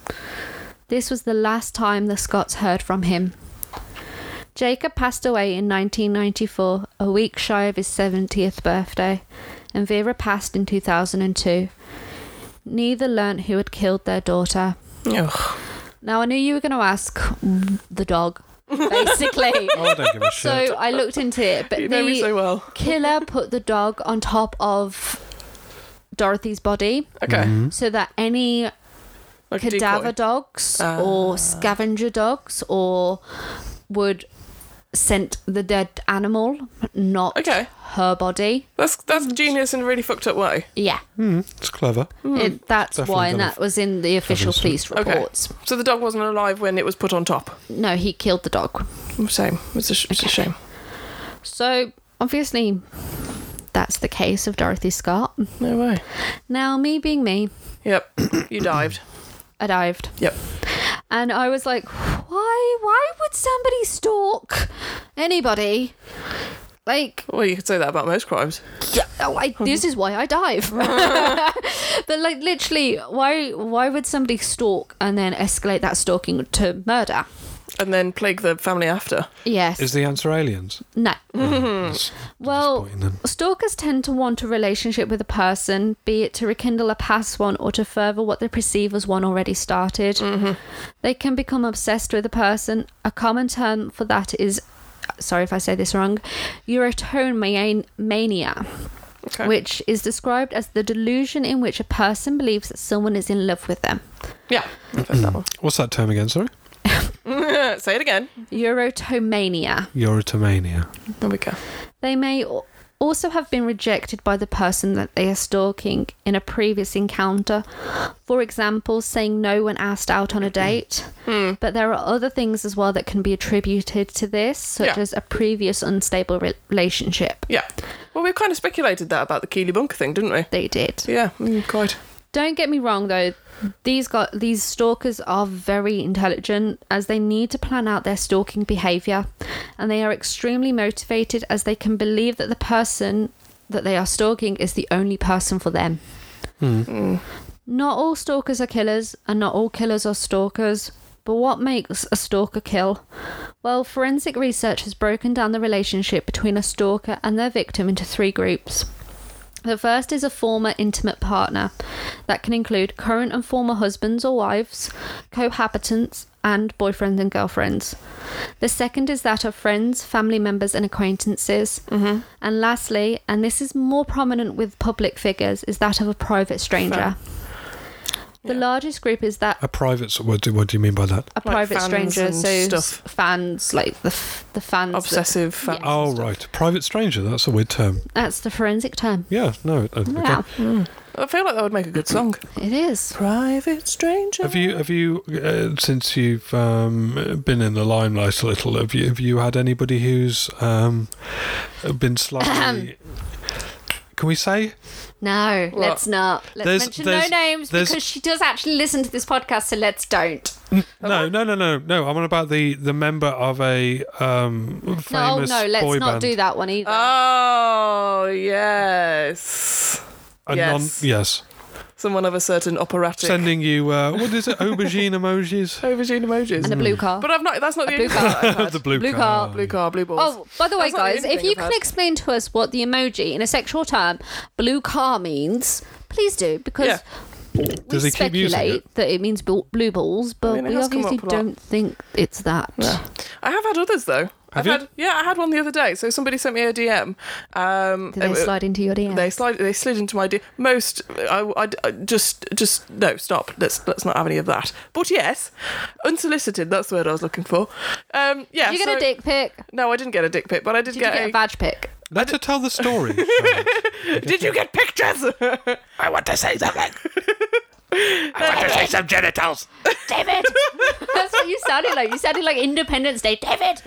S3: This was the last time the Scots heard from him. Jacob passed away in 1994, a week shy of his 70th birthday, and Vera passed in 2002. Neither learnt who had killed their daughter.
S4: Ugh.
S3: Now, I knew you were going to ask mm, the dog, basically.
S5: Oh, I don't give a shit.
S3: So I looked into it, but
S4: You know
S3: the
S4: me so well.
S3: killer put the dog on top of Dorothy's body
S4: Okay.
S5: Mm-hmm. Hmm?
S3: so that any
S4: Like a
S3: cadaver
S4: decoy. Ah.
S3: dogs or scavenger dogs or would scent the dead animal, not
S4: Okay.
S3: her body.
S4: That's that's genius in a really fucked up way.
S3: Yeah,
S5: Hmm, it's clever.
S3: it, that's
S5: Definitely
S3: why, and
S5: gonna
S3: that was in the official
S5: some-
S3: police
S4: Hmm. Okay.
S3: reports.
S4: So the dog wasn't alive when it was put on top.
S3: No, he killed the dog.
S4: Same. It's a, sh- it's a shame.
S3: So obviously, that's the case of Dorothy Scott.
S4: No way.
S3: Now, me being me,
S4: Yep. You dived.
S3: I dived.
S4: Yep.
S3: And I was like, why why would somebody stalk anybody? Like,
S4: Well, you could say that about most crimes.
S3: yeah, oh, I, this is why I dive. but like, literally, why why would somebody stalk and then escalate that stalking to murder?
S4: And then plague the family after.
S3: Yes.
S5: Is the answer aliens?
S3: no.
S5: That's
S3: Mm-hmm. Well,
S5: disappointing then.
S3: Stalkers tend to want a relationship with a person, be it to rekindle a past one or to further what they perceive as one already started. They can become obsessed with a person. A common term for that is, sorry if I say this wrong, Eurotomania,
S4: Okay.
S3: which is described as the delusion in which a person believes that someone is in love with them.
S4: Yeah. I've heard that one.
S5: What's that term again? Sorry,
S4: say it again.
S3: Eurotomania.
S5: Eurotomania.
S4: There we go.
S3: They may al- also have been rejected by the person that they are stalking in a previous encounter. For example, saying no when asked out on a date. But there are other things as well that can be attributed to this, such
S4: Yeah.
S3: as a previous unstable re- relationship.
S4: Yeah. Well, we kind of speculated that about the Keely Bunker thing, didn't we?
S3: They did.
S4: Yeah, mm, quite.
S3: Don't get me wrong though, these got these stalkers are very intelligent as they need to plan out their stalking behavior and they are extremely motivated as they can believe that the person that they are stalking is the only person for them.
S4: Mm,
S3: Not all stalkers are killers and not all killers are stalkers. But what makes a stalker kill? Well, forensic research has broken down the relationship between a stalker and their victim into three groups. The first is a former intimate partner. That can include current and former husbands or wives, cohabitants, and boyfriends and girlfriends. The second is that of friends, family members, and acquaintances. Mm-hmm. And lastly, and this is more prominent with public figures, is that of a private stranger. The largest group is that
S5: A private. so What do, what do you mean by that?
S3: a
S4: Uh, Like
S3: private
S4: fans
S3: stranger,
S4: and
S3: so s-
S4: stuff.
S3: fans like the f- the fans. that-
S4: Obsessive fans.
S3: Yeah,
S5: Oh right, private stranger. That's a weird term.
S3: that's the forensic term.
S5: Yeah. No. uh, Okay.
S3: Yeah,
S4: I feel like that would make a good song.
S3: it is.
S4: Private stranger.
S5: Have you have you uh, since you've um, been in the limelight a little? Have you have you had anybody who's um, been slightly? Can we say
S3: No,
S4: What?
S3: let's not. Let's
S5: There's-
S3: mention
S5: there's-
S3: no names
S5: there's-
S3: because she does actually listen to this podcast, so let's don't.
S5: no? No, no, no, no. I'm on about the, the member of a um,
S3: No,
S5: famous
S3: no, let's
S5: boy
S3: not
S5: band.
S3: do that one
S4: Uh,
S3: either.
S4: Oh, yes.
S5: A
S4: Yes.
S5: Non, yes.
S4: Someone of a certain operatic.
S5: Sending you uh, what is it? Aubergine emojis.
S4: Aubergine emojis.
S3: and a blue car.
S4: But I've not. That's not the
S3: blue
S4: only thing that I've had.
S5: the blue,
S3: Blue
S5: card.
S3: card.
S4: blue car, blue balls.
S3: Oh, by the way,
S4: That's not the
S3: guys,
S4: only
S3: if
S4: thing
S3: you
S4: I've
S3: can
S4: had.
S3: explain to us what the emoji in a sexual term blue car means, please do because
S4: Yeah.
S3: we
S5: Does he keep
S3: speculate
S5: using
S3: that it means bl- blue balls, but
S4: mean, it
S3: we
S4: has come
S3: obviously
S4: up a lot.
S3: don't think it's that.
S4: I have had others though. I've
S5: you?
S4: had yeah, I had one the other day. So somebody sent me a DM. Um,
S3: Did they
S4: it-
S3: slide into your DM?
S4: They slid. They slid into my DM. Most. I, I- I- Just. Just. No. Stop. Let's. Let's not have any of that. But yes, unsolicited. That's the word I was looking for. Um. Yeah.
S3: Did you get
S4: so-
S3: a dick pic?
S4: No, I didn't get a dick pic, but I did,
S3: Did
S4: get,
S3: you get
S4: a.
S3: a badge pic?
S5: Let her tell the story. Charlotte.
S4: did you get pictures?
S6: I want to say something. I want to say some genitals.
S3: David! That's what you sounded like. You sounded like Independence Day. David!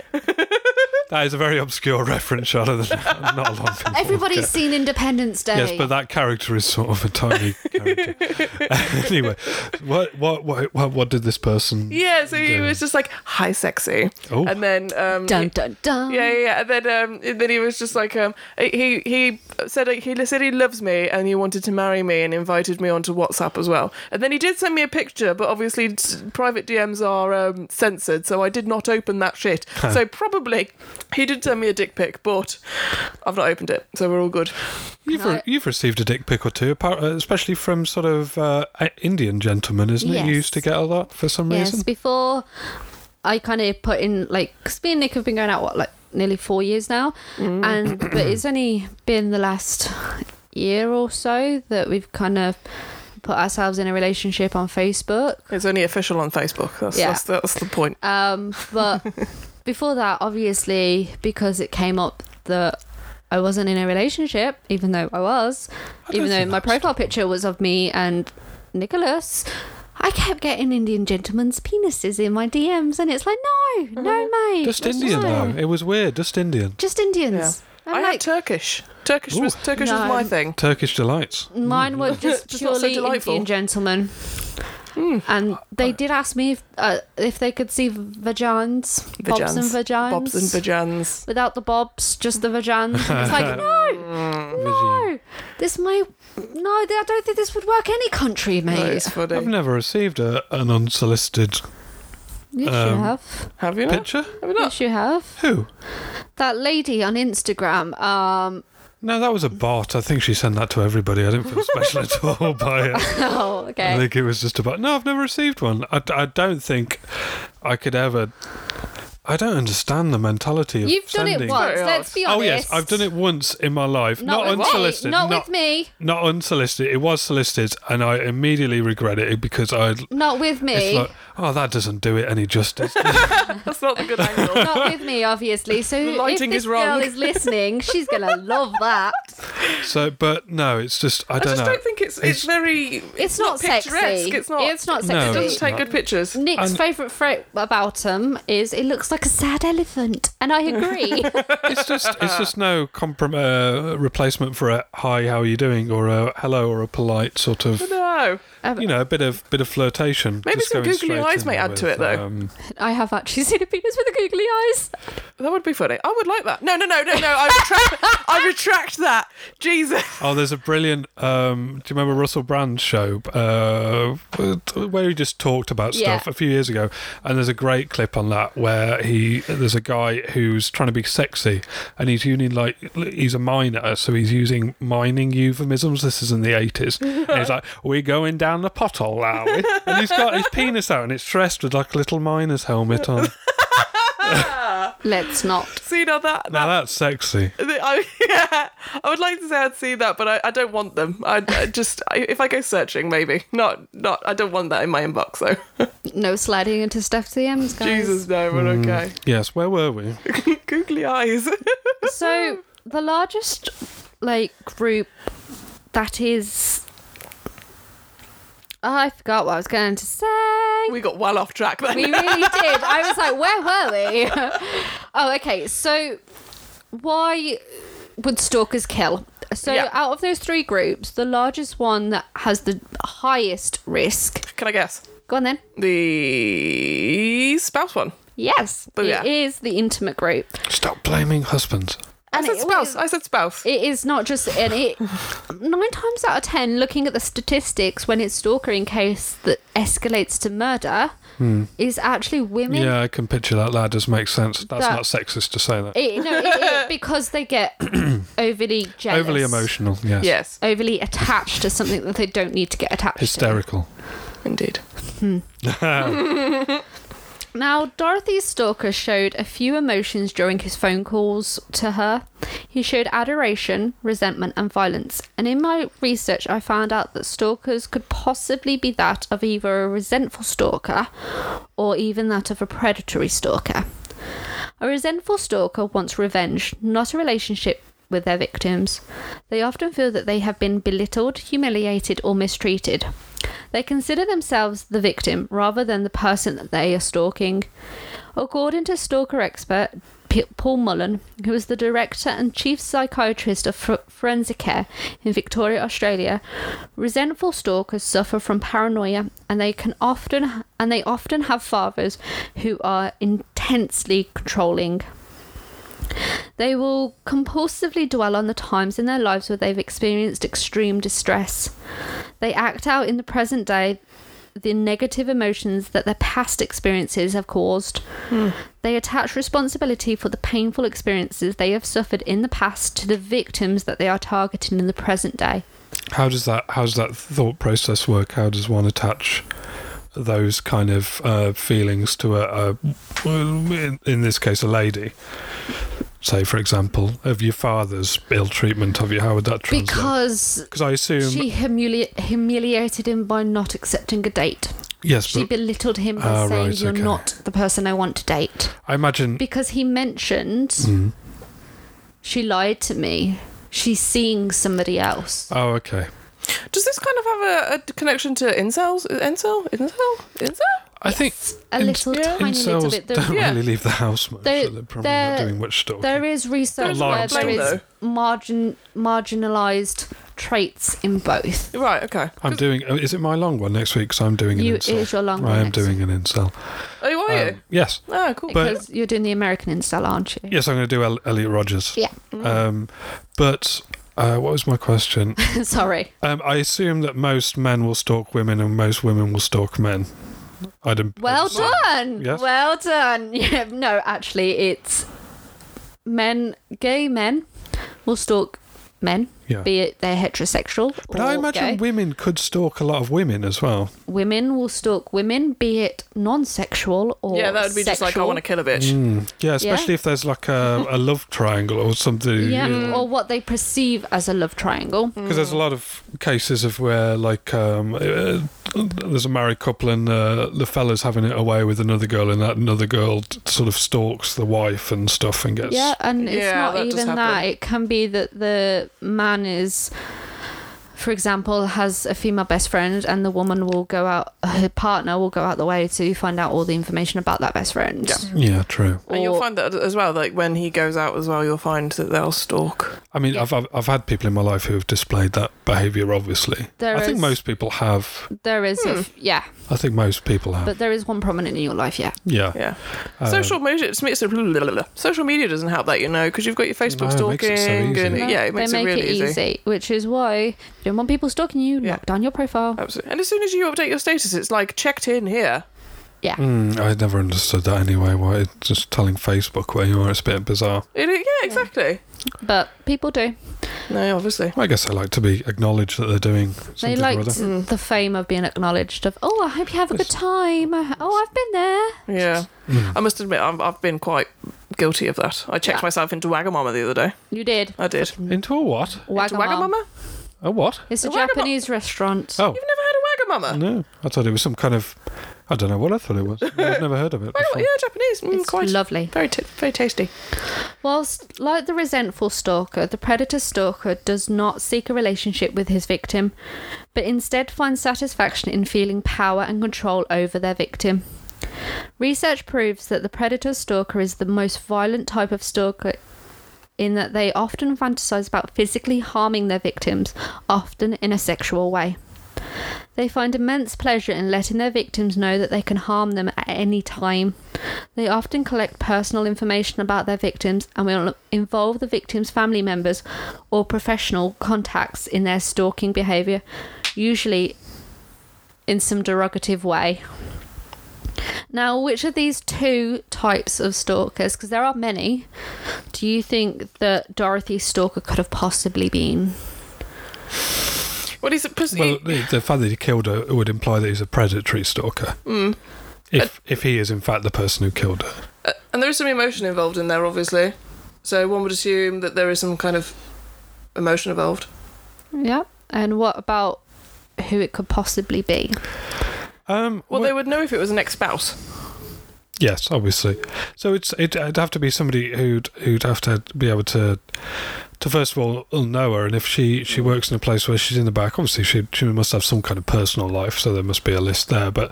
S5: that is a very obscure reference, Charlotte. Not a lot of people
S3: Everybody's
S5: get.
S3: seen Independence Day.
S5: Yes, but that character is sort of a tiny character. anyway, what, what what what what did this person?
S4: yeah. So he was just like, "Hi, sexy,"
S5: Oh.
S4: and then um,
S3: dun dun dun.
S4: Yeah, yeah, yeah. And then, um, and then he was just like, um, he he said he said he loves me and he wanted to marry me and invited me onto WhatsApp as well. And then he did send me a picture, but obviously s- private DMs are um, censored, so I did not open that shit. so probably he did send me a dick pic, but I've not opened it, so we're all good.
S5: You've, re- you've received a dick pic or two, apart- uh, especially from sort of uh, uh, Indian gentlemen, isn't it? You
S3: Yes.
S5: used to get a lot for some
S3: Yes,
S5: reason.
S3: before I kind of put in, like, 'cause me and Nick have been going out, what, like nearly four years now? And, but it's only been the last year or so that we've kind of put ourselves in a relationship on Facebook.
S4: It's only official on Facebook. That's
S3: Yeah.
S4: that's, that's the point.
S3: Um, but before that, obviously, because it came up that I wasn't in a relationship, even though I was,
S5: don't
S3: even though
S5: think
S3: my
S5: that's
S3: profile picture was of me and Nicholas. I kept getting Indian gentlemen's penises in my DMs, and it's like, no,
S4: Uh-huh.
S3: no, mate.
S5: Just
S3: that's
S5: Indian,
S3: fine.
S5: though. It was weird. Just Indian.
S3: Just
S4: Yeah.
S3: Indians. I'm
S4: I had
S3: like,
S4: Turkish. Turkish was
S5: Ooh.
S4: Turkish was
S3: No.
S4: my thing.
S5: Turkish delights.
S3: mine were just
S4: Just not so
S3: purely
S4: delightful. Hmm.
S3: Indian gentlemen. And they did ask me if, uh, if they could see vagines, bobs and vagines,
S4: Bobs and vagines.
S3: without the bobs, just the vagines. And it's like no, no, this may no. I don't think this would work any country, mate.
S4: That is funny.
S5: I've never received a, an unsolicited
S3: Yes, you
S5: Um,
S3: have.
S4: Have you not?
S5: picture.
S4: Have you not?
S3: Yes, you have.
S5: Who?
S3: That lady on Instagram. Um,
S5: No, that was a bot. I think she sent that to everybody. I didn't feel special at all by it.
S3: oh,
S5: I
S3: okay.
S5: think it was just about. No, I've never received one. I, I don't think I could ever. I don't understand the mentality of
S3: You've done
S5: sending.
S3: it once.
S4: Very
S3: Let's
S4: odd.
S3: be honest.
S5: Oh yes, I've done it once in my life. Not,
S3: with me.
S5: unsolicited.
S3: Not, with me.
S5: Not unsolicited. It was solicited, and I immediately regret it because I.
S3: Not with
S5: It's
S3: me.
S5: like, oh, that doesn't do it any justice.
S4: That's not the good angle.
S3: Not with me, obviously. So if
S4: lighting
S3: this
S4: is wrong.
S3: girl is listening, she's gonna love that.
S5: so, but no, it's just I
S4: I
S5: don't
S4: just
S5: know.
S4: don't think it's
S5: It's-
S4: it's very
S3: It's not sexy.
S4: picturesque. It's not.
S3: It's not
S5: No,
S4: It
S3: sexy.
S4: doesn't
S5: it's
S4: take
S5: not.
S4: good pictures.
S3: Nick's
S5: And-
S3: favourite trait about him is it looks like a sad elephant, and I agree.
S5: it's just it's just no comprom- uh, replacement for a hi, how are you doing, or a hello, or a polite sort of
S4: No.
S3: Um,
S5: you know a bit of bit of flirtation.
S4: Maybe
S5: Just
S4: some
S5: going
S4: googly
S5: straight
S4: eyes
S5: in
S4: may add to
S5: with,
S4: it, though.
S5: um,
S3: I have actually seen a penis with a googly eyes.
S4: That would be funny. I would like that. No, no, no, no, no. I retract. I retract that. Jesus.
S5: oh, there's a brilliant. Um, do you remember Russell Brand's show uh, where he just talked about
S3: Yeah.
S5: stuff a few years ago? And there's a great clip on that where he there's a guy who's trying to be sexy, and he's using like he's a miner, so he's using mining euphemisms. This is in the 80s, and he's like, "We're going down the pothole, are we?" And he's got his penis out, and it's dressed with like a little miner's helmet on.
S3: Let's not.
S4: See now that.
S5: Now that's sexy.
S4: that- I, yeah, I would like to say I'd seen that, but I, I don't want them. I, I just I, if I go searching, maybe not. Not I don't want that in my inbox though.
S3: No sliding into Steph's DMs, guys.
S4: Jesus, no, we're okay.
S5: Yes, where were we?
S4: Googly eyes.
S3: So the largest like group that is I forgot what I was going to say.
S4: we got well off track then.
S3: We really did. I was like, where were we? oh, okay. So why would stalkers kill? So
S4: Yeah.
S3: out of those three groups, the largest one that has the highest risk.
S4: Can I guess
S3: Go on then.
S4: the spouse one?
S3: Yes,
S4: But
S3: it is
S4: yeah.
S3: the intimate group.
S5: Stop blaming husbands.
S4: I said
S3: it
S4: spouse. I said spouse.
S3: It is not just, and it nine times out of ten, looking at the statistics, when it's stalkering case that escalates to murder, is actually women.
S5: Yeah, I can picture that. That does make sense. That's
S3: That-
S5: not sexist to say that.
S3: It, no, it, it- because they get overly jealous,
S5: Overly emotional, yes.
S4: yes,
S3: overly attached to something that they don't need to get attached
S5: Hysterical.
S4: indeed.
S3: to. Now, Dorothy's stalker showed a few emotions during his phone calls to her. He showed adoration, resentment, and violence. And in my research, I found out that stalkers could possibly be that of either a resentful stalker or even that of a predatory stalker. A resentful stalker wants revenge, not a relationship with their victims. They often feel that they have been belittled, humiliated, or mistreated. They consider themselves the victim rather than the person that they are stalking. According to stalker expert P- Paul Mullen, who is the director and chief psychiatrist of Fr- forensic care in Victoria, Australia, resentful stalkers suffer from paranoia, and they can often and they often have fathers who are intensely controlling. They will compulsively dwell on the times in their lives where they've experienced extreme distress. They act out in the present day the negative emotions that their past experiences have caused. They attach responsibility for the painful experiences they have suffered in the past to the victims that they are targeting in the present day.
S5: How does that how does that thought process work? How does one attach those kind of uh, feelings to a, a well, in, in this case a lady? Say for example, of your father's ill treatment of you, how would that translate?
S3: Because
S5: 'Cause I assume
S3: she humili- humiliated him by not accepting a date.
S5: yes,
S3: She
S5: but
S3: belittled him by
S5: Ah,
S3: saying,
S5: right,
S3: You're
S5: okay.
S3: not the person I want to date.
S5: I imagine
S3: Because he mentioned
S5: Mm-hmm.
S3: she lied to me. She's seeing somebody else.
S5: Oh okay.
S4: Does this kind of have a, a connection to incels? Incel? Incel? Incel?
S5: I think
S3: a
S5: in-
S3: little tiny little
S5: incels
S3: bit. There-
S5: don't
S4: Yeah.
S5: really leave the house much,
S3: There-
S5: so they're probably not
S3: there-
S5: doing much stalking.
S3: There is research
S5: There's
S3: where
S5: lots
S3: there
S5: of
S3: is
S4: them.
S3: margin marginalized traits in both.
S4: Right. Okay.
S5: I'm doing. oh, Is it my long one next week? Because I'm doing an
S3: You- it
S5: incel.
S3: is your long one
S5: I am
S3: next
S5: doing an incel.
S4: Oh, are you?
S5: Um, yes,
S4: Oh, cool.
S5: but-
S3: Because you're doing the American install, aren't you?
S5: yes, I'm going to do El- Elliot Rogers.
S3: Yeah.
S4: mm.
S5: Um, but uh, what was my question?
S3: Sorry.
S5: um, I assume that most men will stalk women and most women will stalk men. I'd. im-
S3: Well
S5: I'd assume.
S3: done.
S5: Yes.
S3: Well done. Yeah, no, actually, it's men, gay men will stalk men,
S5: Yeah.
S3: be it they're heterosexual.
S5: But
S3: or
S5: I imagine
S3: gay.
S5: women could stalk a lot of women as well.
S3: women will stalk women, be it non sexual or
S4: yeah, that would be just like I
S3: sexual.
S4: want to kill a bitch.
S5: Hmm. Yeah, especially if there's like a, a love triangle or something.
S3: Yeah, or what they perceive as a love triangle.
S4: Mm.
S5: Because there's a lot of cases of where, like, um, uh, there's a married couple and uh, the fella's having it away with another girl, and that another girl t- sort of stalks the wife and stuff and gets.
S3: Yeah, and it's
S4: Yeah,
S3: not
S4: that does
S3: even that.
S4: happen.
S3: It can be that the man is, for example, has a female best friend, and the woman will go out, her partner will go out the way to find out all the information about that best friend.
S4: Yeah.
S5: Yeah, true.
S4: And you'll
S3: Or-
S4: find that as well. Like when he goes out as well, you'll find that they'll stalk.
S5: I mean, I've, I've I've had people in my life who have displayed that behaviour. Obviously,
S3: There
S5: I think
S3: is-
S5: most people have.
S3: There is,
S4: Hmm.
S3: a, yeah,
S5: I think most people have.
S3: but there is one prominent in your life, yeah.
S5: yeah. Uh,
S4: Yeah. social media. it's- it's- blah, blah, blah, blah. Social media doesn't help that, you know, because you've got your Facebook
S5: No, it makes
S4: stalking.
S5: it so easy.
S4: and,
S5: No,
S4: yeah, it makes
S3: they
S4: it
S3: make
S4: really
S3: it easy, which is why you don't want people stalking you.
S4: Yeah.
S3: Lock down your profile.
S4: Absolutely. And as soon as you update your status, it's like checked in here.
S3: Yeah,
S5: Mm, I never understood that anyway. Why it's just telling Facebook where you are? It's a bit bizarre.
S4: It, yeah, exactly.
S3: but people do.
S4: No, obviously.
S5: I guess they like to be acknowledged that they're doing.
S3: They
S5: Something or
S3: like
S5: other.
S3: the fame of being acknowledged. Of oh, I hope you have a good time. I- Oh, I've been there.
S4: Yeah.
S5: Mm.
S4: I must admit, I've, I've been quite guilty of that. I checked
S3: Yeah.
S4: myself into Wagamama the other day.
S3: You did.
S4: I did.
S5: Into a what?
S4: Into Wagamama?
S5: A what?
S3: It's a
S4: Why not?
S3: Japanese restaurant.
S5: Oh,
S4: You've never had a Wagamama?
S5: no. I thought it was some kind of. I don't know what I thought it was. I've never heard of it.
S4: Wagamama,
S5: before.
S4: Yeah, Japanese. Mm,
S3: It's
S4: quite
S3: lovely.
S4: Very, t- very tasty.
S3: Whilst, like the resentful stalker, the predator stalker does not seek a relationship with his victim, but instead finds satisfaction in feeling power and control over their victim. Research proves that the predator stalker is the most violent type of stalker in that they often fantasize about physically harming their victims, often in a sexual way. They find immense pleasure in letting their victims know that they can harm them at any time. They often collect personal information about their victims and will involve the victim's family members or professional contacts in their stalking behaviour, usually in some derogative way. Now, which of these two types of stalkers, because there are many, do you think that Dorothy's stalker could have possibly been?
S4: Well, he's a pussy.
S5: Well, the, the fact that he killed her would imply that he's a predatory stalker.
S4: Hmm.
S5: If if he is in fact the person who killed her.
S4: Uh, and there is some emotion involved in there, obviously. So one would assume that there is some kind of emotion involved.
S3: Yeah. And what about who it could possibly be?
S5: Um,
S4: Well,
S5: wh-
S4: they would know if it was an ex-spouse.
S5: Yes, obviously. So it's it, it'd have to be somebody who'd who'd have to be able to to first of all all know her, and if she
S4: Hmm.
S5: she works in a place where she's in the back, obviously she she must have some kind of personal life, so there must be a list there. But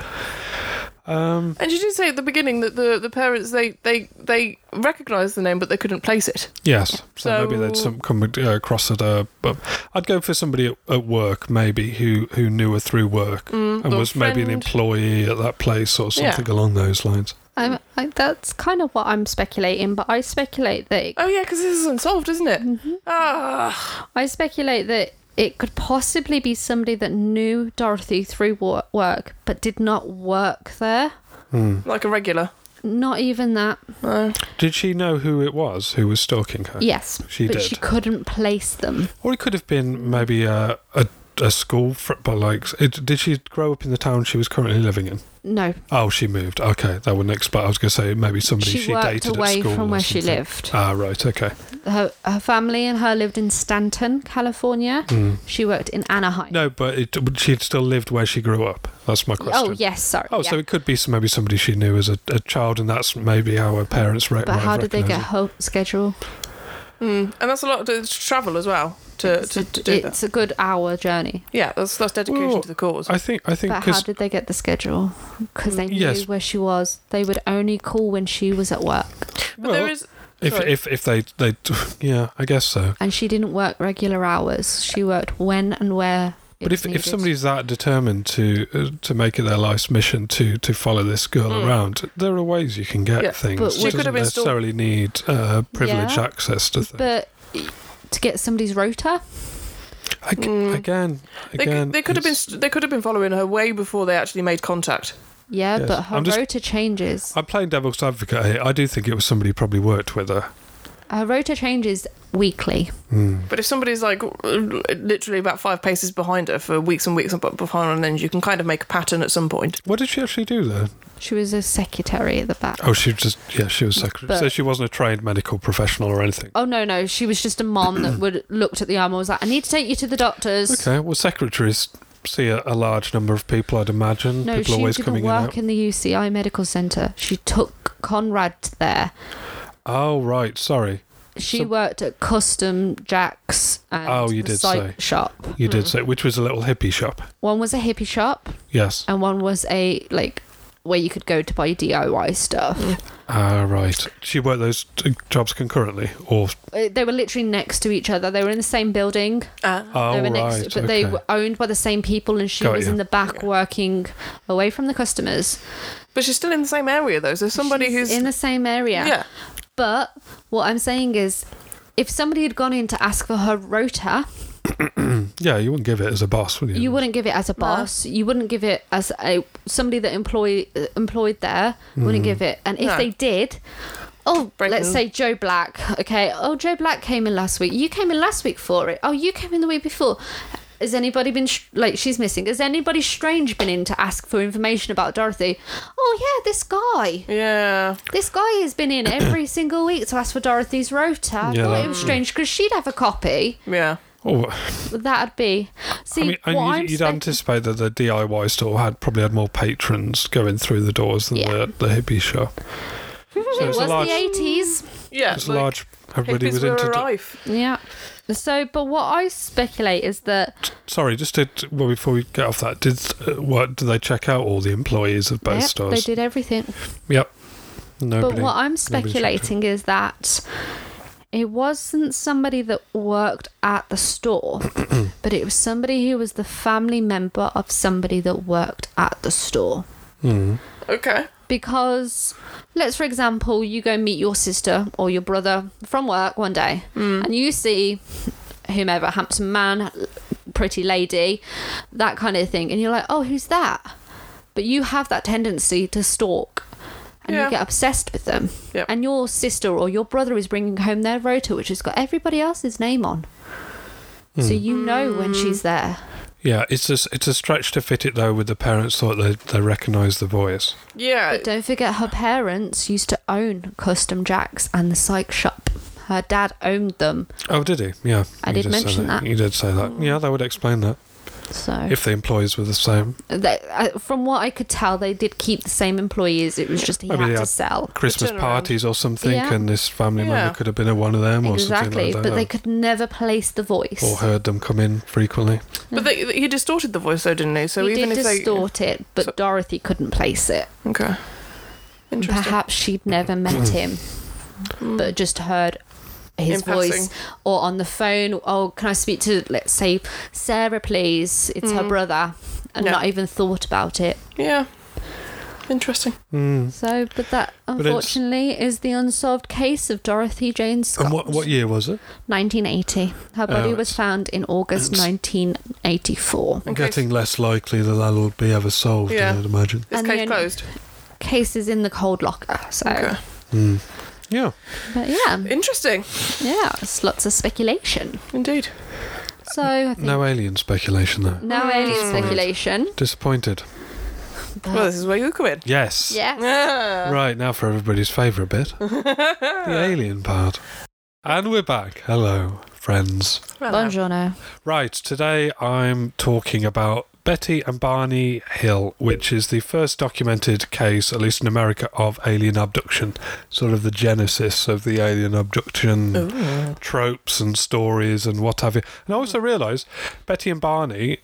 S5: um,
S4: And you did say at the beginning that the, the parents they they they recognised the name but they couldn't place it.
S5: yes, so, maybe they'd
S4: So-
S5: some come uh, across at her. But I'd go for somebody at, at work, maybe who who knew her through work and
S3: Mm,
S4: or
S5: was maybe an
S4: friend.
S5: employee at that place or
S4: Yeah.
S5: something along those lines.
S3: I'm, I, that's kind of what I'm speculating, but I speculate that it,
S4: Oh yeah, because this is unsolved, isn't it? Ah,
S3: I speculate that it could possibly be somebody that knew Dorothy through wor- work, but did not work there.
S4: like a regular.
S3: Not even that.
S4: No.
S5: Did she know who it was who was stalking her?
S3: Yes,
S5: She
S3: but
S5: did.
S3: she couldn't place them.
S5: Or it could have been maybe a a, a school, fr- but like, it, did she grow up in the town she was currently living in?
S3: No,
S5: Oh, she moved. Okay, that wouldn't explain. I was going to say maybe somebody
S3: she,
S5: she,
S3: worked
S5: dated at
S3: away
S5: school
S3: from
S5: or
S3: where she
S5: something.
S3: lived.
S5: Ah, right. Okay.
S3: Her, her family and her lived in Stanton, California.
S5: Hmm.
S3: She worked in Anaheim.
S5: No, but it, but she'd still lived where she grew up. That's my question.
S3: oh yes, sorry.
S5: Oh,
S3: yeah.
S5: so it could be some- maybe somebody she knew as a, a child, and that's maybe how her parents. Re-
S3: but how did they get home schedule?
S4: Mm. and that's a lot to travel as well to,
S3: It's,
S4: to,
S3: a,
S4: to do that.
S3: it's a good hour journey.
S4: Yeah, that's that's dedication
S5: Well,
S4: to the cause.
S5: I think I think
S3: But how
S5: because
S3: did they get the schedule? Because they knew
S5: Yes.
S3: where she was. They would only call when she was at work,
S4: but there is
S5: if,
S4: sorry.
S5: if if they they yeah I guess so.
S3: and she didn't work regular hours. She worked when and where. it
S5: But
S3: was
S5: if, if
S3: needed.
S5: somebody's that determined to uh, to make it their life's mission to to follow this girl around, there are ways you can get
S4: Hmm. Yeah,
S5: things. It
S3: but we- She
S5: doesn't
S4: could have installed-
S5: necessarily need uh, privileged
S3: Yeah.
S5: access to things.
S3: but to get somebody's rota,
S5: I g
S4: Mm.
S5: Again,
S4: they,
S5: again,
S4: could, they could have been
S5: it's-
S4: they could have been following her way before they actually made contact.
S3: yeah,
S5: Yes.
S3: but her
S5: I'm just-
S3: rota changes.
S5: I'm playing devil's advocate here. I do think it was somebody who probably worked with her.
S3: Her rota changes weekly.
S4: But if somebody's like literally about five paces behind her for weeks and weeks behind, and then you can kind of make a pattern at some point.
S5: What did she actually do though?
S3: She was a secretary at the back.
S5: Oh, she just yeah, she was secretary. so
S3: But-
S5: she wasn't a trained medical professional or anything.
S3: Oh no, no, she was just a mom that would looked at the arm and was like, "I need to take you to the doctors."
S5: Okay, well, secretaries see a, a large number of people, I'd imagine.
S3: No,
S5: people
S3: she
S5: always
S3: didn't
S5: coming in.
S3: work
S5: Out.
S3: in the UCI Medical Centre. She took Conrad there.
S5: Oh, right, sorry,
S3: She
S5: So-
S3: worked at Custom Jacks and
S5: Oh, you
S3: the
S5: did
S3: site shop.
S5: you did say which was a little hippie shop.
S3: One was a hippie shop,
S5: Yes.
S3: and one was a like where you could go to buy DIY stuff.
S5: Ah, right. She worked those t- jobs concurrently, or
S3: Uh, They were literally next to each other. They were in the same building.
S5: oh,
S3: they were
S5: right,
S3: next, but
S5: okay.
S3: they were owned by the same people, and she
S5: Got
S3: was
S5: you.
S3: in the back working away from the customers.
S4: But she's still in the same area though. So somebody
S3: She's
S4: who's
S3: in the same area.
S4: yeah,
S3: But what I'm saying is, if somebody had gone in to ask for her rota,
S5: yeah, you wouldn't give it as a boss, would you?
S3: you wouldn't give it as a boss. You wouldn't give it as a somebody that employ uh, employed there
S5: Mm.
S3: wouldn't give it. And if
S4: No.
S3: they did, oh,
S4: Breaking-
S3: let's say Joe Black. Okay, oh Joe Black came in last week. You came in last week for it. Oh, you came in the week before. Has anybody been sh- like she's missing? Has anybody strange been in to ask for information about Dorothy? Oh yeah, this guy.
S4: yeah.
S3: This guy has been in every single week to ask for Dorothy's rota. I
S5: Yeah,
S3: thought
S5: that-
S3: it was strange because she'd have a copy.
S4: Yeah.
S5: Oh,
S3: That'd be. See,
S5: I mean, and
S3: what
S5: you'd,
S3: I'm
S5: you'd
S3: spec-
S5: anticipate that the DIY store had probably had more patrons going through the doors than
S3: Yeah.
S5: the, the hippie shop. So
S3: It
S5: it's
S3: was
S5: a large,
S3: the 80s.
S4: Yeah.
S5: it's a
S4: like,
S5: large. Everybody
S4: hippies
S5: was
S4: were
S5: into.
S4: rife.
S3: Yeah. So, but what I speculate is that
S5: Sorry, just to, well before we get off that, did uh, what did they check out all the employees of both
S3: Yep, they
S5: stores?
S3: did everything.
S5: Yep. Nobody.
S3: but what I'm
S5: nobody checked it.
S3: speculating is that it wasn't somebody that worked at the store, but it was somebody who was the family member of somebody that worked at the store.
S5: Hmm.
S4: Okay.
S3: because let's for example you go meet your sister or your brother from work one day
S4: Mm.
S3: and you see whomever handsome man pretty lady that kind of thing and you're like oh who's that but you have that tendency to stalk and
S4: Yeah.
S3: you get obsessed with them
S4: Yep.
S3: and your sister or your brother is bringing home their rota which has got everybody else's name on so you know when
S4: Mm.
S3: she's there
S5: Yeah, it's a, it's a stretch to fit it though. With the parents thought they they recognised the voice.
S4: Yeah.
S3: But uh, don't forget, her parents used to own Custom Jacks and the psych shop. Her dad owned them,
S5: Oh, did he? Yeah,
S3: I
S5: you
S3: did
S5: say
S3: mention that. Mm.
S5: You did say that. Yeah, that would explain that
S3: so
S5: if the employees were the same.
S3: they, I, from what I could tell, they did keep the same employees. It was just he
S5: Maybe
S3: had
S5: they
S3: to
S5: had
S3: sell.
S5: Christmas
S4: turnaround.
S5: parties or something,
S3: Yeah.
S5: and this family
S4: Yeah.
S5: member could have been a one of them or
S3: Exactly,
S5: something like
S3: but they
S5: that.
S3: could never place the voice.
S5: or heard them come in frequently.
S4: But they, he distorted the voice though, didn't he? So
S3: he
S4: even
S3: did
S4: if they
S3: distort it, but
S4: So-
S3: Dorothy couldn't place it.
S4: okay. Interesting. Hmm.
S3: Perhaps she'd never
S5: Mm.
S3: met him, but just heard his
S4: In
S3: voice
S4: passing.
S3: or on the phone. Oh, can I speak to, let's say, Sarah, please? It's
S4: Mm.
S3: her brother, and
S4: Yeah.
S3: not even thought about it.
S4: Yeah. Interesting.
S5: Hmm.
S3: So, but that
S5: it's-
S3: unfortunately is the unsolved case of Dorothy Jane Scott.
S5: And what what year was it?
S3: 1980. Her body
S5: Oh,
S3: was
S5: it's-
S3: found in August 1984.
S4: Okay.
S5: Getting less likely that that will be ever solved.
S4: Yeah.
S5: I'd imagine.
S4: This
S3: And
S4: case
S3: then-
S4: closed.
S3: Case is in the cold locker. So,
S4: Okay.
S5: Hmm. Yeah.
S3: but yeah,
S4: Interesting.
S3: yeah, it's lots of speculation.
S4: Indeed.
S3: So, I think
S5: No Mm. alien speculation though.
S3: no alien speculation.
S5: Disappointed.
S4: Well,
S3: But
S4: this is where you come in.
S5: Yes.
S3: yeah,
S4: Yeah.
S5: Right now for everybody's favourite bit, the alien part. And we're back. Hello, friends.
S3: buongiorno.
S5: Right, today I'm talking about Betty and Barney Hill, which is the first documented case, at least in America, of alien abduction. Sort of the genesis of the alien abduction tropes and stories and what have you. And I also realised Betty and Barney.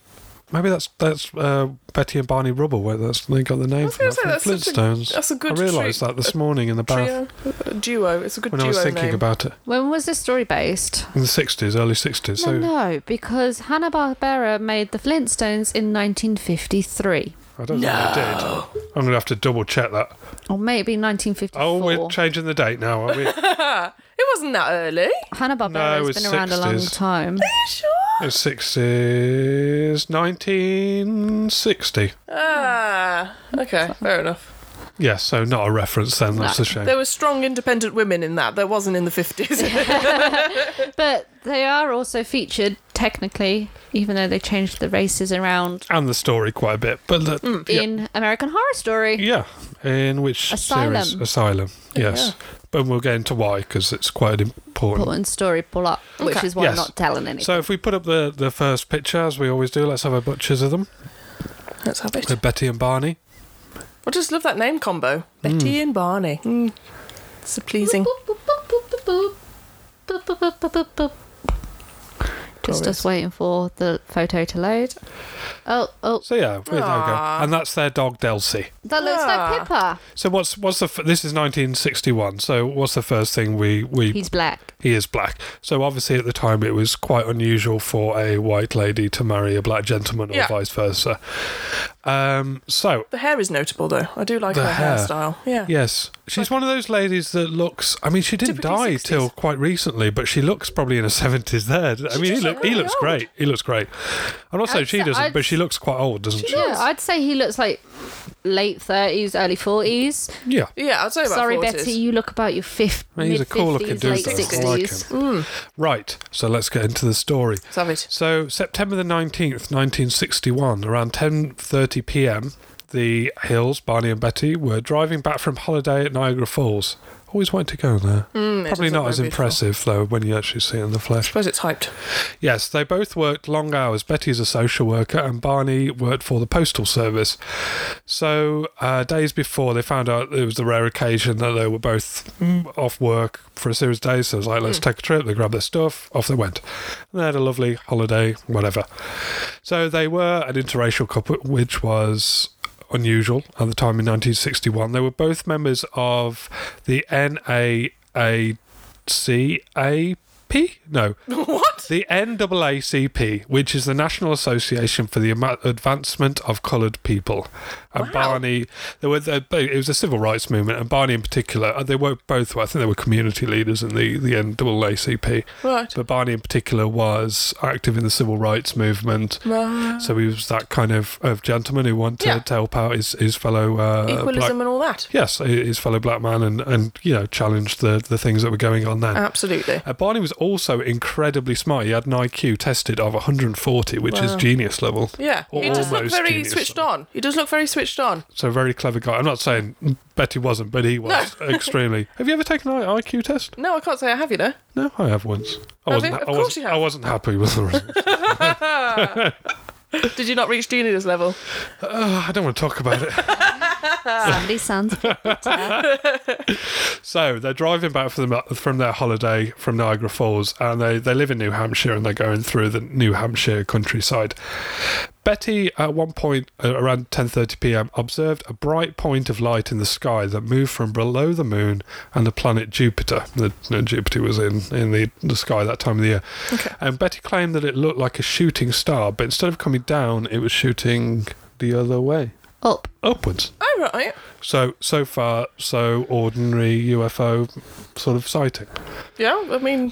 S5: Maybe that's that's uh, Betty and Barney Rubble. Where that's they got the name
S4: was
S5: from,
S4: gonna
S5: that, from
S4: say, that's such a-
S5: Flintstones.
S4: that's a good
S5: I realised
S4: tri-
S5: that this morning in the bath
S4: Trio? A duo. It's a good
S5: when I
S4: duo
S5: was thinking
S4: name.
S5: about it
S3: When was this story based?
S5: in the sixties, early sixties.
S3: No,
S5: so
S3: no, because Hanna Barbera made the Flintstones in 1953,
S5: I don't know what I did. I'm gonna have to double check that.
S3: or maybe 1954.
S5: Oh, we're changing the date now, are we?
S4: it wasn't that early.
S3: Hanna Barbera
S5: No,
S3: has
S5: it's
S3: been around a long
S5: 60s.
S3: time.
S4: Sure.
S5: It's sixties, nineteen sixty.
S4: Ah,
S3: Hmm.
S4: okay, fair enough.
S5: Yes, so not a reference then. That's
S3: No.
S5: a shame.
S4: There were strong, independent women in that. There wasn't in the fifties.
S3: But they are also featured technically, even though they changed the races around
S5: and the story quite a bit, but the,
S3: Hmm,
S5: yeah,
S3: in American Horror Story.
S5: yeah, in which series?
S3: Asylum.
S5: Asylum. Yes, but we'll get into why because it's quite important.
S3: Important story pull up, which
S4: Okay.
S3: is why
S5: Yes.
S3: I'm not telling anything.
S5: So if we put up the the first picture as we always do, let's have a butchers of them.
S4: Let's have it.
S5: They're Betty and Barney.
S4: I just love that name combo, Betty
S5: Hmm.
S4: and Barney.
S3: Hmm.
S4: Mm. So pleasing.
S3: Just us waiting for the photo to load. Oh, oh,
S5: So yeah, there we go. And that's their dog Delcy.
S3: that looks
S4: Ah.
S3: like Pippa.
S5: So what's what's the f- this is 1961. So what's the first thing we we
S3: He's black.
S5: he is black. So obviously at the time it was quite unusual for a white lady to marry a black gentleman or
S4: Yeah.
S5: vice versa. Um, so
S4: The hair is notable though. I do like
S5: The
S4: her
S5: hair.
S4: hairstyle. Yeah.
S5: yes, she's one of those ladies that looks. I mean, she didn't
S4: Typically
S5: die
S4: 60s.
S5: till quite recently, but she looks probably in her 70s. There, I mean, he,
S4: does
S5: look,
S4: look
S5: he
S4: really
S5: looks
S4: old.
S5: great. He looks great. I'm not saying
S3: I'd
S5: she
S3: say-
S5: doesn't,
S3: I'd-
S5: but she looks quite old, doesn't she?
S3: Yeah, I'd say he looks like late 30s, early 40s.
S5: Yeah.
S4: Yeah, I'd say about
S3: Sorry,
S4: 40s.
S3: Betty, you look about your 50s.
S5: He's a cool looking dude.
S3: late
S5: though. I like him.
S3: 60s.
S4: Mm.
S5: Right, so let's get into the story.
S4: Let's have it.
S5: So September the nineteenth, nineteen sixty-one, around ten thirty p.m., the Hills, Barney and Betty, were driving back from holiday at Niagara Falls. Always wanted to go there.
S4: Mm, it
S5: Probably
S4: does
S5: not
S4: look
S5: as
S4: very beautiful.
S5: impressive though when you actually see it in the flesh.
S4: suppose it's hyped.
S5: Yes, they both worked long hours. Betty's a social worker, and Barney worked for the postal service. So uh, days before, they found out it was the rare occasion that they were both mm, off work for a series of days. So it was like, let's take a trip. They grabbed their stuff, off they went. And they had a lovely holiday, whatever. So they were an interracial couple, which was unusual at the time in 1961. They were both members of the NAACAP. No,
S4: What?
S5: the NAACP, which is the National Association for the Ama- Advancement of Coloured People, and Barney, there were there, it was a civil rights movement, and Barney in particular, uh, they were both. were- I think they were community leaders in the the NAACP,
S4: Right.
S5: but Barney in particular was active in the civil rights movement.
S4: Right.
S5: So he was that kind of, of gentleman who wanted
S4: Yeah.
S5: to help out his, his fellow uh,
S4: Equalism
S5: black,
S4: and all that.
S5: yes, his fellow black man, and, and you know challenge the, the things that were going on then.
S4: Absolutely.
S5: Uh, Barney was also incredibly smart. He had an IQ tested of 140, which is genius level.
S4: Yeah.
S5: Or
S4: he does look
S5: almost
S4: very
S5: genius
S4: switched
S5: level.
S4: on. He does look very switched on.
S5: So very clever guy. I'm not saying Betty wasn't, but he was extremely. Have you ever taken an IQ test?
S4: No, I can't say I have, you know.
S5: No, I have once. I
S4: Have
S5: wasn't.
S4: you?
S5: ha-
S4: Of
S5: I
S4: course
S5: wasn't,
S4: you have.
S5: I wasn't happy with the result.
S4: Did you not reach genius level?
S5: Ah, I don't want to talk about it.
S3: Sandy sounds
S5: So they're driving back from, the, from their holiday from Niagara Falls, and they, they live in New Hampshire, and they're going through the New Hampshire countryside. Betty, at one point uh, around 10:30 p.m., observed a bright point of light in the sky that moved from below the moon and the planet Jupiter. The, no, Jupiter was in in the, the sky that time of the year, and Betty claimed that it looked like a shooting star, but instead of coming down, it was shooting the other way,
S3: up.
S5: upwards.
S4: Oh, right.
S5: So so far, so ordinary UFO sort of sighting.
S4: Yeah, I mean,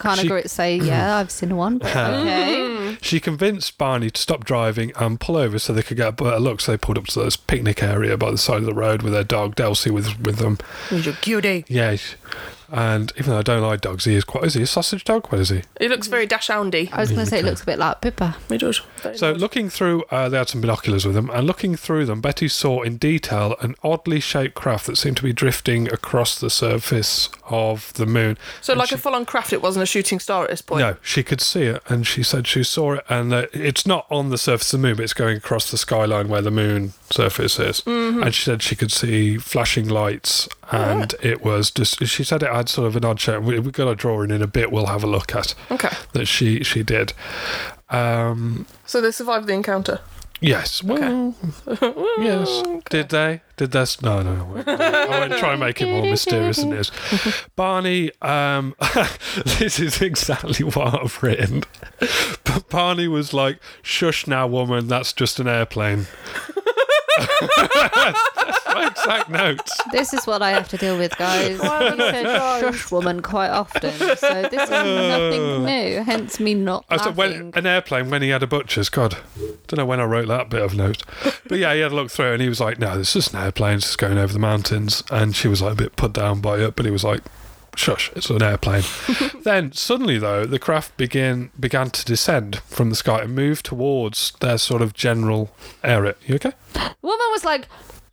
S3: Can't
S5: She-
S3: agree to say, yeah, I've seen one. But
S4: Mm.
S3: okay.
S4: Mm-hmm.
S5: She convinced Barney to stop driving and pull over so they could get a better look. So they pulled up to this picnic area by the side of the road with their dog Delcy with with them.
S4: with your cutie.
S5: Yes. And even though I don't like dogs, he is quite. Is he a sausage dog? What is he?
S4: It looks very dashhoundy.
S3: I was going to say it looks a bit like Pippa.
S4: It does.
S5: So, looking through, uh, they had some binoculars with them, and looking through them, Betty saw in detail an oddly shaped craft that seemed to be drifting across the surface of the moon.
S4: So like a full-on craft, it wasn't a shooting star at this point.
S5: No, she could see it, and she said she saw it, and uh, it's not on the surface of the moon, but it's going across the skyline where the moon surface is. And she said she could see flashing lights, and it was just. She said it had sort of an odd shape. We, we've got a drawing in a bit. We'll have a look at
S4: Okay.
S5: that. She she did. Um,
S4: So they survived the encounter.
S5: yes. Well. yes. Did they? Did this? No, no. I won't, I won't try and make it more mysterious than it is. Barney, um, this is exactly what I've written. But Barney was like, "Shush now, woman. That's just an airplane." That's my exact notes.
S3: This is what I have to deal with, guys. You said shush woman quite often, so this is nothing new. Hence me not
S5: Uh. I said when
S3: laughing.
S5: an airplane when he had a butcher's. God, don't know when I wrote that bit of note, but yeah, he had a look through and he was like, "No, this is an airplane. It's just going over the mountains." And she was like a bit put down by it, but he was like, "Shush, it's an airplane." then suddenly, though, the craft began began to descend from the sky and move towards their sort of general area. You okay?
S3: Woman was like,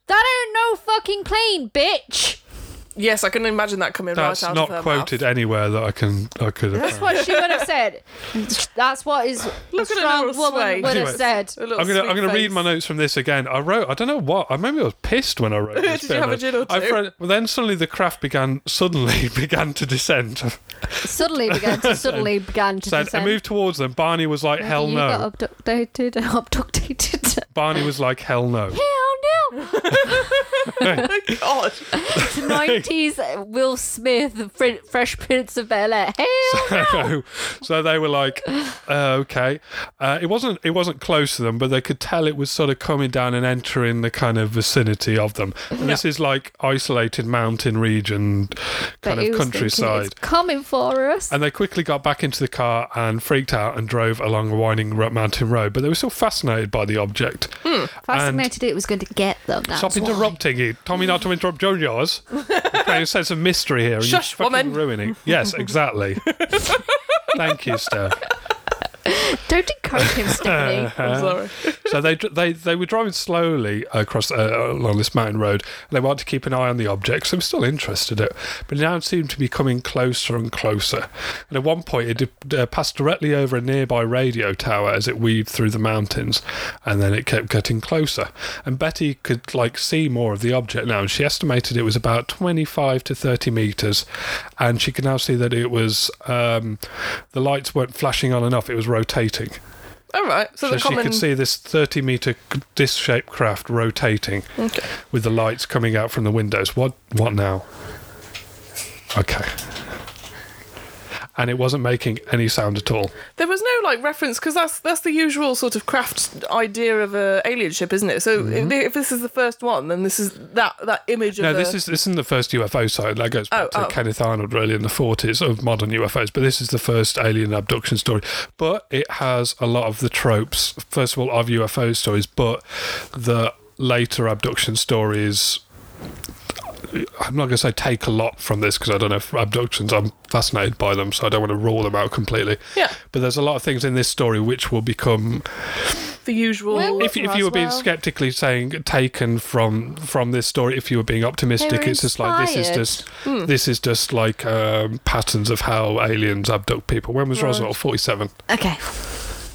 S3: "That ain't no fucking plane, bitch."
S4: Yes, I can imagine that coming
S5: That's
S4: right out
S5: not
S4: of her
S5: quoted anywhere that I can I could. Have
S3: That's what she would have said. That's what is a
S4: Look at her
S3: strong
S4: little
S3: woman
S4: sway.
S3: would have
S5: Anyway.
S3: said.
S4: Mouth. A little
S5: I'm gonna
S4: sweet
S5: I'm gonna read
S4: face.
S5: my notes from this again. I wrote I don't know what I maybe I was pissed when I wrote. This
S4: Did you
S5: bit of
S4: have a
S5: notes.
S4: gin or
S5: I
S4: two?
S5: fro- well, then suddenly the craft began suddenly began to descend.
S3: Suddenly began to suddenly began to
S5: Said I
S3: descend.
S5: moved towards them. Barney was like hell
S3: you
S5: no.
S3: got abducted, abducted.
S5: Barney was like hell no.
S3: Hell no!
S4: Oh God.
S3: 90s uh, Will Smith, Fr- Fresh Prince of Bel Air. Hell!
S5: so, so they were like, uh, okay. Uh, it wasn't it wasn't close to them, but they could tell it was sort of coming down and entering the kind of vicinity of them. And This is like isolated mountain region,
S3: But
S5: kind
S3: he
S5: of
S3: was thinking, "It's
S5: countryside.
S3: coming for us.
S5: And they quickly got back into the car and freaked out and drove along a winding ro- mountain road. But they were still fascinated by the object.
S4: Hmm.
S3: Fascinated it was going to get them. That's
S5: Stop
S3: why.
S5: interrupting you. Tommy, not to interrupt Jojo's. Okay, a sense of mystery here. and you're
S4: Shush,
S5: fucking
S4: woman.
S5: ruining. Yes, exactly. Thank you, Steph.
S3: Don't encourage him, Stephanie.
S5: Uh,
S4: I'm sorry.
S5: So they dr- they they were driving slowly across uh, along this mountain road, and they wanted to keep an eye on the object. So they were still interested in it, but it now seemed to be coming closer and closer. And at one point, it did, uh, passed directly over a nearby radio tower as it weaved through the mountains, and then it kept getting closer. And Betty could like see more of the object now, and she estimated it was about twenty five to thirty meters, and she could now see that it was um, the lights weren't flashing on and off; it was rotating.
S4: All right. So,
S5: So
S4: the
S5: she
S4: common.
S5: could see this 30 meter disc shaped craft rotating
S4: Okay.
S5: with the lights coming out from the windows. What what now? Okay. And it wasn't making any sound at all.
S4: There was no like reference because that's that's the usual sort of craft idea of a alien ship, isn't it? So if, if this is the first one, then this is that that image
S5: Mm-hmm. No,
S4: of.
S5: this
S4: a-
S5: is this isn't the first UFO sighting. That goes back
S4: Oh,
S5: to
S4: oh.
S5: Kenneth Arnold really in the forties of modern UFOs. But this is the first alien abduction story. But it has a lot of the tropes. First of all, of UFO stories, but the later abduction stories. I'm not going to say take a lot from this because I don't know if abductions. I'm fascinated by them, so I don't want to rule them out completely.
S4: Yeah.
S5: But there's a lot of things in this story which will become
S4: the usual.
S3: Well,
S5: if, if you were being
S3: Roswell.
S5: skeptically saying taken from from this story, if you were being optimistic,
S3: They were
S5: it's just like this is
S3: inspired. Hmm.
S5: just this is just like um, patterns of how aliens abduct people. When was Roswell? Forty seven.
S3: okay.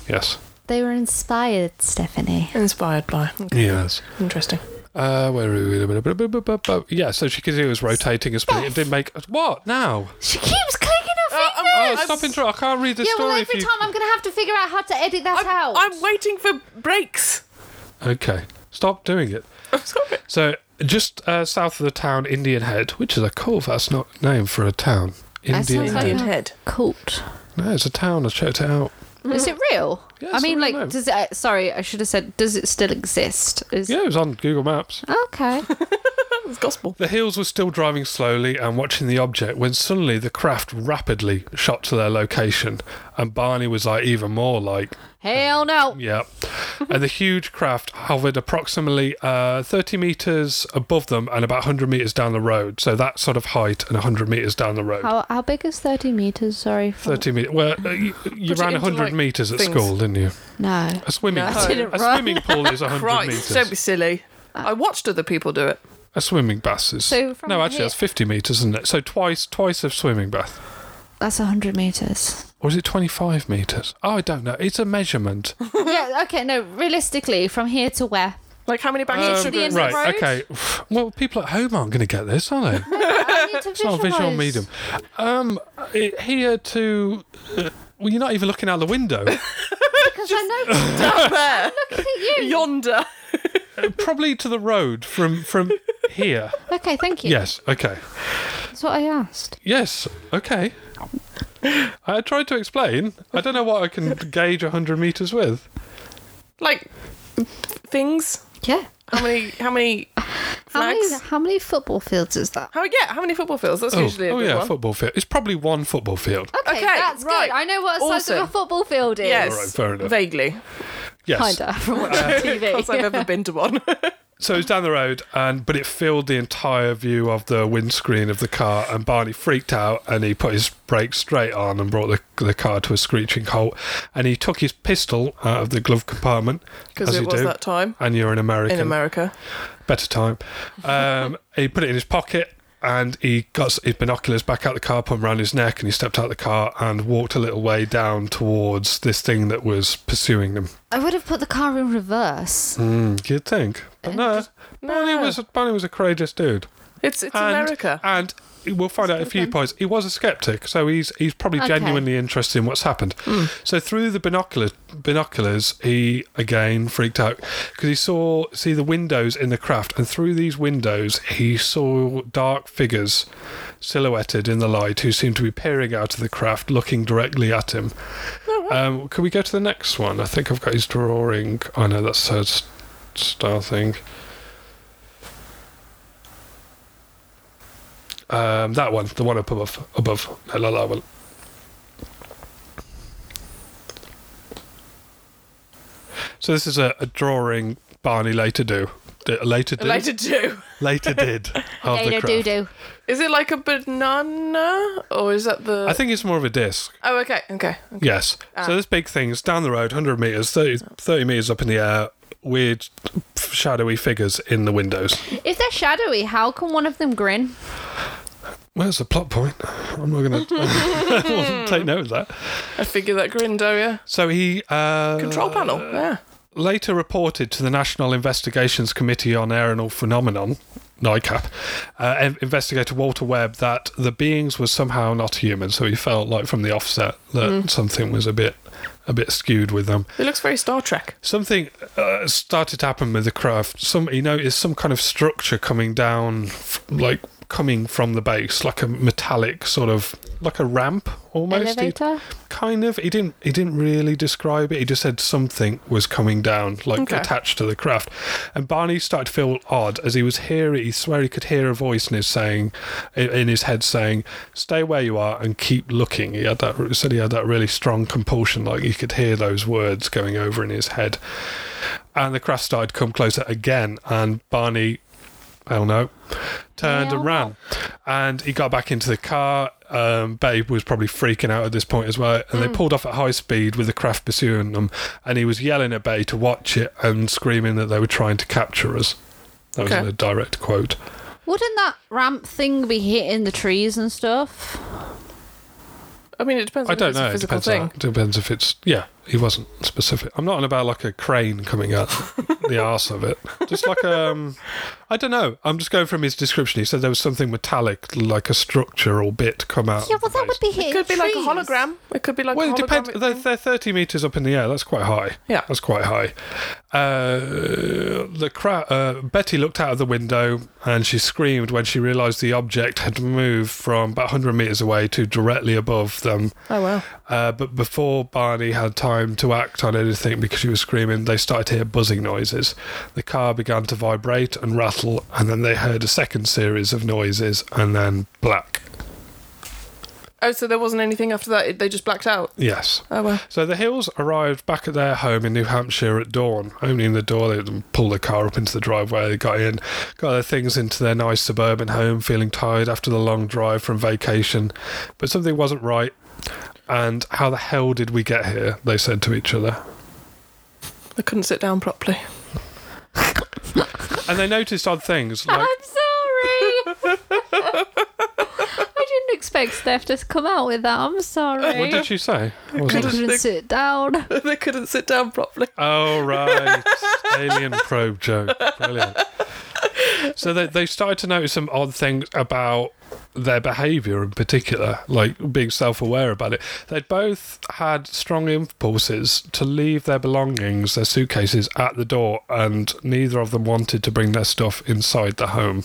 S5: Yes.
S3: They were inspired, Stephanie.
S4: Inspired by. Okay,
S5: Yes.
S4: Interesting.
S5: Uh, where are we? Yeah. So she could see it was rotating a split. It didn't make what now?
S3: She keeps clicking her
S4: Uh,
S3: fingers.
S5: Oh, stop interrupting! I can't read this
S3: yeah,
S5: story.
S3: well,
S5: if
S3: every
S5: you...
S3: time I'm going to have to figure out how to edit that out.
S4: I'm, I'm waiting for breaks.
S5: Okay. Stop doing it.
S4: I'm sorry.
S5: So just uh, south of the town, Indian Head, which is a cool that's not name for a town.
S3: That sounds
S5: Indian
S3: like
S5: Head.
S4: Indian
S3: a
S4: head.
S3: cult.
S5: No, it's a town. I checked it out.
S3: Is it real?
S5: Yeah,
S3: I
S5: it's
S3: mean,
S5: a real
S3: like,
S5: name.
S3: does it? uh, Sorry, I should have said, does it still exist? Is
S5: Yeah, it was on Google Maps.
S3: okay.
S4: It's gospel.
S5: The Hills were still driving slowly and watching the object when suddenly the craft rapidly shot to their location, and Barney was like even more like,
S3: Hell no.
S5: "Yep." and the huge craft hovered approximately uh, 30 meters above them and about 100 meters down the road. So that sort of height and 100 meters down the road.
S3: How, how big is 30 meters? Sorry. For,
S5: 30 meters. Well, uh, you, you
S4: Put it
S5: ran
S4: into,
S5: 100
S4: like,
S5: meters at
S4: things.
S5: school, didn't you?
S3: No.
S5: A swimming
S4: No. I
S5: pool.
S3: didn't
S5: A
S3: run.
S5: swimming pool is 100
S4: Christ,
S5: meters.
S4: don't be silly.
S3: Ah.
S4: I watched other people do it.
S5: A swimming bath is.
S3: So from
S5: no, actually,
S3: here-
S5: that's 50 meters, isn't it? So twice twice of swimming bath.
S3: That's 100 meters.
S5: Or is it 25 meters? Oh, I don't know. It's a measurement.
S3: yeah, okay, no, realistically, from here to where?
S4: Like how many bags
S5: Um,
S4: of sugar?
S3: the end of
S5: right,
S3: road?
S5: okay. Well, people at home aren't going to get this, are they?
S3: I need to
S5: It's not a visual medium. Um, it, here to. uh, well, you're not even looking out the window.
S3: Because I know.
S4: Down there,
S3: Look at you.
S4: yonder.
S5: Probably to the road from from here.
S3: Okay, thank you.
S5: Yes. Okay.
S3: That's what I asked.
S5: Yes. Okay. I tried to explain. I don't know what I can gauge 100 meters with.
S4: Like things.
S3: Yeah.
S4: How many? How many?
S3: How many,
S4: Flags?
S3: how many football fields is that?
S4: How yeah? How many football fields? That's
S5: Oh,
S4: usually a
S5: oh
S4: good
S5: yeah,
S4: one.
S5: football field. It's probably one football field.
S3: Okay,
S4: Okay,
S3: that's
S4: right.
S3: good. I know what size
S4: Awesome.
S3: of a football field is.
S4: Yes,
S5: All right, fair enough.
S4: vaguely.
S5: Yes.
S3: Kinda, from watching
S4: Because I've
S3: TV.
S4: ever been to one.
S5: So it's down the road, and but it filled the entire view of the windscreen of the car, and Barney freaked out, and he put his brakes straight on and brought the, the car to a screeching halt, and he took his pistol out of the glove compartment
S4: Because
S5: as
S4: it
S5: you
S4: was
S5: do,
S4: that time
S5: and you're an American,
S4: in America.
S5: better time. Um, he put it in his pocket. And he got s- his binoculars back out the car, put them around his neck, and he stepped out the car and walked a little way down towards this thing that was pursuing them.
S3: I would have put the car in reverse.
S5: Mm, you'd think, but no, Barney
S4: No.
S5: was Barney was a courageous dude.
S4: Ah, It's it's
S5: and,
S4: America.
S5: And we'll find out in a few points. He was a skeptic, so he's he's probably
S3: Okay.
S5: genuinely interested in what's happened.
S4: Hmm.
S5: So through the binocular binoculars, he again freaked out because he saw see the windows in the craft, and through these windows he saw dark figures silhouetted in the light who seemed to be peering out of the craft, looking directly at him. Um, can we go to the next one? I think I've got his drawing. I know that's her s- style thing. Um, that one, the one up above, above. No, not that one. So this is a, a drawing Barney later do, d- later did,
S4: Later do.
S5: later did of the
S3: Dado
S5: craft.
S3: doo doo.
S4: Is it like a banana or is that the?
S5: I think it's more of a disc.
S4: Oh, okay, okay. okay.
S5: Yes.
S4: Ah. Oh.
S5: So this big thing's down the road, 100 meters, 30, 30 meters up in the air, weird shadowy figures in the windows.
S3: If they're shadowy, how can one of them grin?
S5: Where's the plot point? I'm not going to take note of that.
S4: I figure that grinned, oh yeah.
S5: So he uh,
S4: Control panel, yeah.
S5: later reported to the National Investigations Committee on Aerial Phenomenon, NICAP, uh, in- investigator Walter Webb, that the beings were somehow not human. So he felt like from the offset that
S4: Mm.
S5: something was a bit, a bit skewed with them.
S4: It looks very Star Trek.
S5: something uh, started to happen with the craft. Some he noticed some kind of structure coming down, f- like coming from the base, like a metallic sort of like a ramp almost. He-
S3: Elevator?
S5: kind of. He didn't. He didn't really describe it. He just said something was coming down, like
S4: Okay.
S5: attached to the craft. And Barney started to feel odd as he was hearing. He swear he could hear a voice in his saying, in in his head saying, "Stay where you are and keep looking." He had that. he Said he had that really strong compulsion, like you could hear those words going over in his head. And the craft started to come closer again, and Barney I don't know, turned and ran. And he got back into the car. Um, Babe was probably freaking out at this point as well. And they pulled off at high speed with the craft pursuing them. And he was yelling at Bay to watch it and screaming that they were trying to capture us. That
S4: Okay.
S5: was a direct quote.
S3: Wouldn't that ramp thing be hitting the trees and stuff?
S4: I mean, it depends.
S5: I
S4: if
S5: don't
S4: it's
S5: know.
S4: A
S5: It
S4: physical
S5: depends,
S4: thing.
S5: on, depends if it's. Yeah, he wasn't specific. I'm not on about like a crane coming out the arse of it. Just like um, I don't know. I'm just going from his description. He said there was something metallic, like a structural bit come out.
S3: Yeah,
S5: of
S3: well,
S5: the
S3: that
S5: base.
S3: would be hitting
S4: It could be like a
S3: trees.
S4: hologram. It could be like
S5: Well,
S4: a
S5: it depends.
S4: holographic
S5: They're,
S4: thing.
S5: they're 30 meters up in the air. That's quite high.
S4: Yeah.
S5: That's quite high. Uh, the cra- uh, Betty looked out of the window and she screamed when she realised the object had moved from about 100 meters away to directly above them.
S4: Oh wow.
S5: Uh, but before Barney had time to act on anything because she was screaming, they started to hear buzzing noises. The car began to vibrate and rattle, and then they heard a second series of noises and then black.
S4: Oh, so there wasn't anything after that. They just blacked out.
S5: Yes.
S4: Oh well.
S5: So the Hills arrived back at their home in New Hampshire at dawn. Opening the door, they pulled their car up into the driveway. They got in, got their things into their nice suburban home, feeling tired after the long drive from vacation. But something wasn't right. And how the hell did we get here? They said to each other.
S4: They couldn't sit down properly.
S5: And they noticed odd things like
S3: I'm sorry. I didn't expect Steph to come out with that. I'm sorry.
S5: what did she say? What was
S3: I
S5: it?
S3: couldn't sit down.
S4: they couldn't sit down properly.
S5: Oh right, alien probe joke, brilliant. So they they started to notice some odd things about their behaviour in particular, like being self-aware about it. They both had strong impulses to leave their belongings, their suitcases, at the door, and neither of them wanted to bring their stuff inside the home.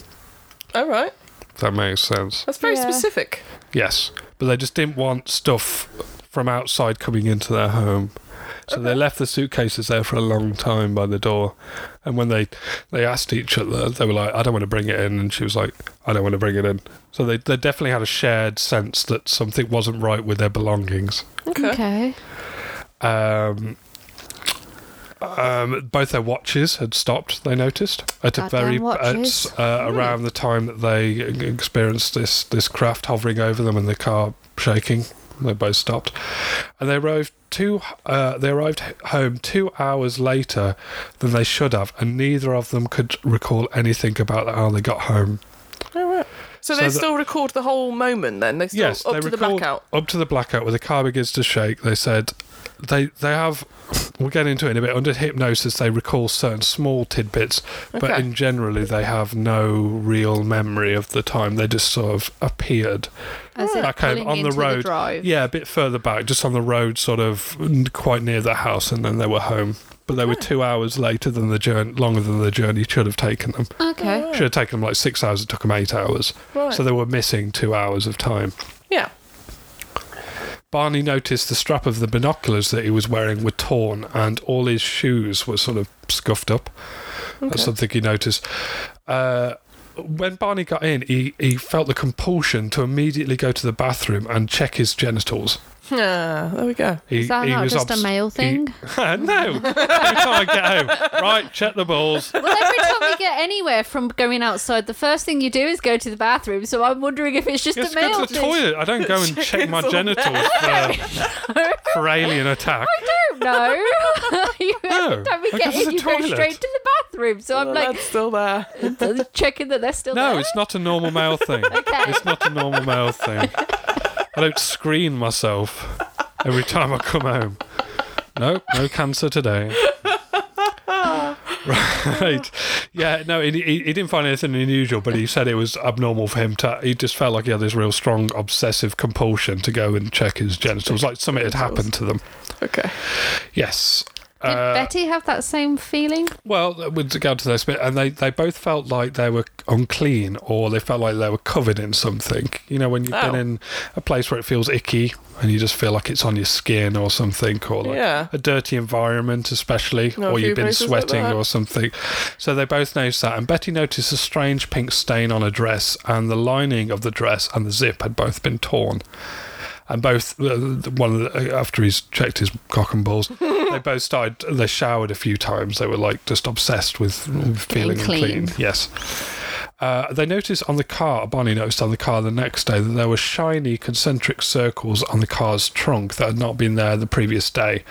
S4: All right.
S5: If that makes sense.
S4: That's very
S3: Yeah.
S4: specific.
S5: Yes, but they just didn't want stuff from outside coming into their home. So they left the suitcases there for a long time by the door. And when they they asked each other, they were like, "I don't want to bring it in," and she was like, "I don't want to bring it in." So they they definitely had a shared sense that something wasn't right with their belongings.
S4: Okay.
S3: Okay.
S5: Um, um, both their watches had stopped. They noticed at a
S3: Goddamn
S5: very
S3: watches. Hmm.
S5: at, uh, around the time that they experienced this this craft hovering over them and the car shaking. They both stopped, and they arrived two. Uh, they arrived h- home two hours later than they should have, and neither of them could recall anything about how they got home.
S4: All right. So,
S5: So
S4: they
S5: the-
S4: still record the whole moment then? They still
S5: yes,
S4: up
S5: they
S4: to the
S5: recalled-
S4: blackout.
S5: Up to the blackout, where the car begins to shake. They said they they have. We'll get into it in a bit. Under hypnosis, they recall certain small tidbits, but
S4: Okay.
S5: in generally, they have no real memory of the time. They just sort of appeared
S3: As in
S5: back home
S3: pulling
S5: on the
S3: into
S5: road.
S3: drive.
S5: yeah, a bit further back, just on the road, sort of mm, quite near the house, and then they were home. But they were two hours later than the journey, longer than the journey should have taken them.
S3: Okay.
S5: Should have taken them like six hours. It took them eight hours.
S4: Right.
S5: So they were missing two hours of time.
S4: Yeah.
S5: Barney noticed the strap of the binoculars that he was wearing were torn and all his shoes were sort of scuffed up. That's something he noticed. Uh, when Barney got in, he, he felt the compulsion to immediately go to the bathroom and check his genitals.
S4: Ah, there we go.
S5: He,
S3: Is that
S5: he
S3: not
S5: was
S3: just a
S5: obs-
S3: male thing?
S5: He, no. Every time I get home, right, check the balls.
S3: Well, every time we get anywhere from going outside, the first thing you do is go to the bathroom. So I'm wondering if it's just
S5: Just
S3: a
S5: go
S3: male
S5: to the
S3: thing.
S5: toilet. I don't go and check my genitals for, for alien attack.
S3: No, you, every
S5: No,
S3: time we
S5: I
S3: get
S5: guess it's
S3: in,
S5: a
S3: you go
S5: toilet.
S3: straight to the bathroom. So I'm
S4: Well,
S3: like
S4: that's still there.
S3: checking that they're still
S5: No,
S3: there.
S5: it's not a normal male thing. It's not a normal male thing. I don't screen myself every time I come home. No, no cancer today. right. Yeah, no, he, he, he didn't find anything unusual, but he said it was abnormal for him to. He just felt like he had this real strong obsessive compulsion to go and check his genitals, like something had happened to them.
S4: Okay.
S5: Yes.
S3: Did
S5: uh,
S3: Betty have that same feeling?
S5: Well, with regard to this bit, and they, they both felt like they were unclean or they felt like they were covered in something. You know, when you've
S4: Oh.
S5: been in a place where it feels icky and you just feel like it's on your skin or something, or like
S4: Yeah.
S5: a dirty environment, especially,
S4: Know a
S5: or
S4: few
S5: you've been
S4: places like
S5: sweating
S4: that.
S5: or something. So they both noticed that. And Betty noticed a strange pink stain on a dress, and the lining of the dress and the zip had both been torn and both uh, one of the, after he's checked his cock and balls, they both started. They showered a few times. They were like just obsessed with feeling
S3: clean.
S5: clean. Yes. Uh, they noticed on the car, Bonnie noticed on the car the next day that there were shiny concentric circles on the car's trunk that had not been there the previous day.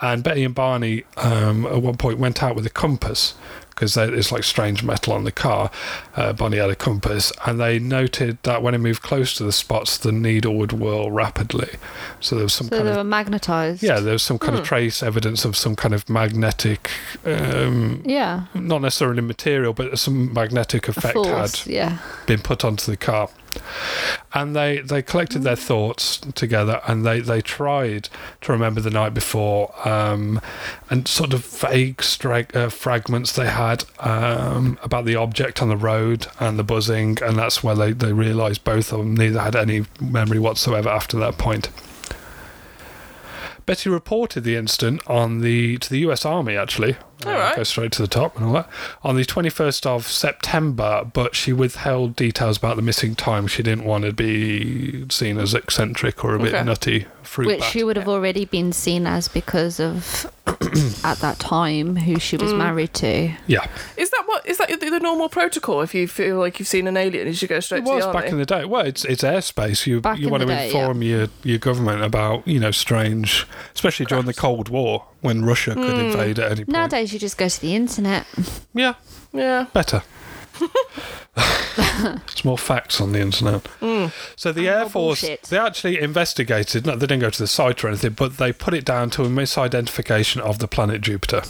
S5: And Betty and Barney um, at one point went out with a compass because it's like strange metal on the car. Uh, Barney had a compass, and they noted that when it moved close to the spots, the needle would whirl rapidly. So there was some
S3: So Hmm.
S5: kind
S3: they
S5: of
S3: were magnetized.
S5: yeah, there was some kind of trace evidence of some kind of magnetic, um,
S3: Yeah.
S5: not necessarily material, but some magnetic effect had
S3: Force. Yeah.
S5: been put onto the car. And they, they collected
S4: Mm.
S5: their thoughts together and they, they tried to remember the night before um, and sort of vague strike, uh, fragments they had um, about the object on the road and the buzzing. And that's where they, they realised both of them neither had any memory whatsoever after that point. Betty reported the incident on the to the U.S. Army actually Uh,
S4: All right.
S5: Go straight to the top and all that. On the 21st of September, but she withheld details about the missing time. She didn't want to be seen as eccentric or a bit
S4: Okay.
S5: nutty. Fruit
S7: Which
S5: bat.
S7: she would have already been seen as because of at that time who she
S3: Mm.
S7: was married to.
S5: yeah.
S4: Is that what is that the, the normal protocol? If you feel like you've seen an alien, you should go straight
S5: It
S4: to
S5: was
S4: the
S5: back
S4: army.
S5: in the day. Well, it's it's airspace. You
S7: Back
S5: you
S7: in
S5: want
S7: the
S5: to
S7: day,
S5: inform your, your government about you know strange, especially during the Cold War when Russia could invade at any point.
S7: Hmm. Nowadays, you just go to the internet.
S5: Yeah,
S4: yeah.
S5: better. it's more facts on the internet. So
S7: Mm. And
S5: the
S7: more
S5: Air Force,
S7: bullshit.
S5: they actually investigated. No, they didn't go to the site or anything, but they put it down to a misidentification of the planet Jupiter.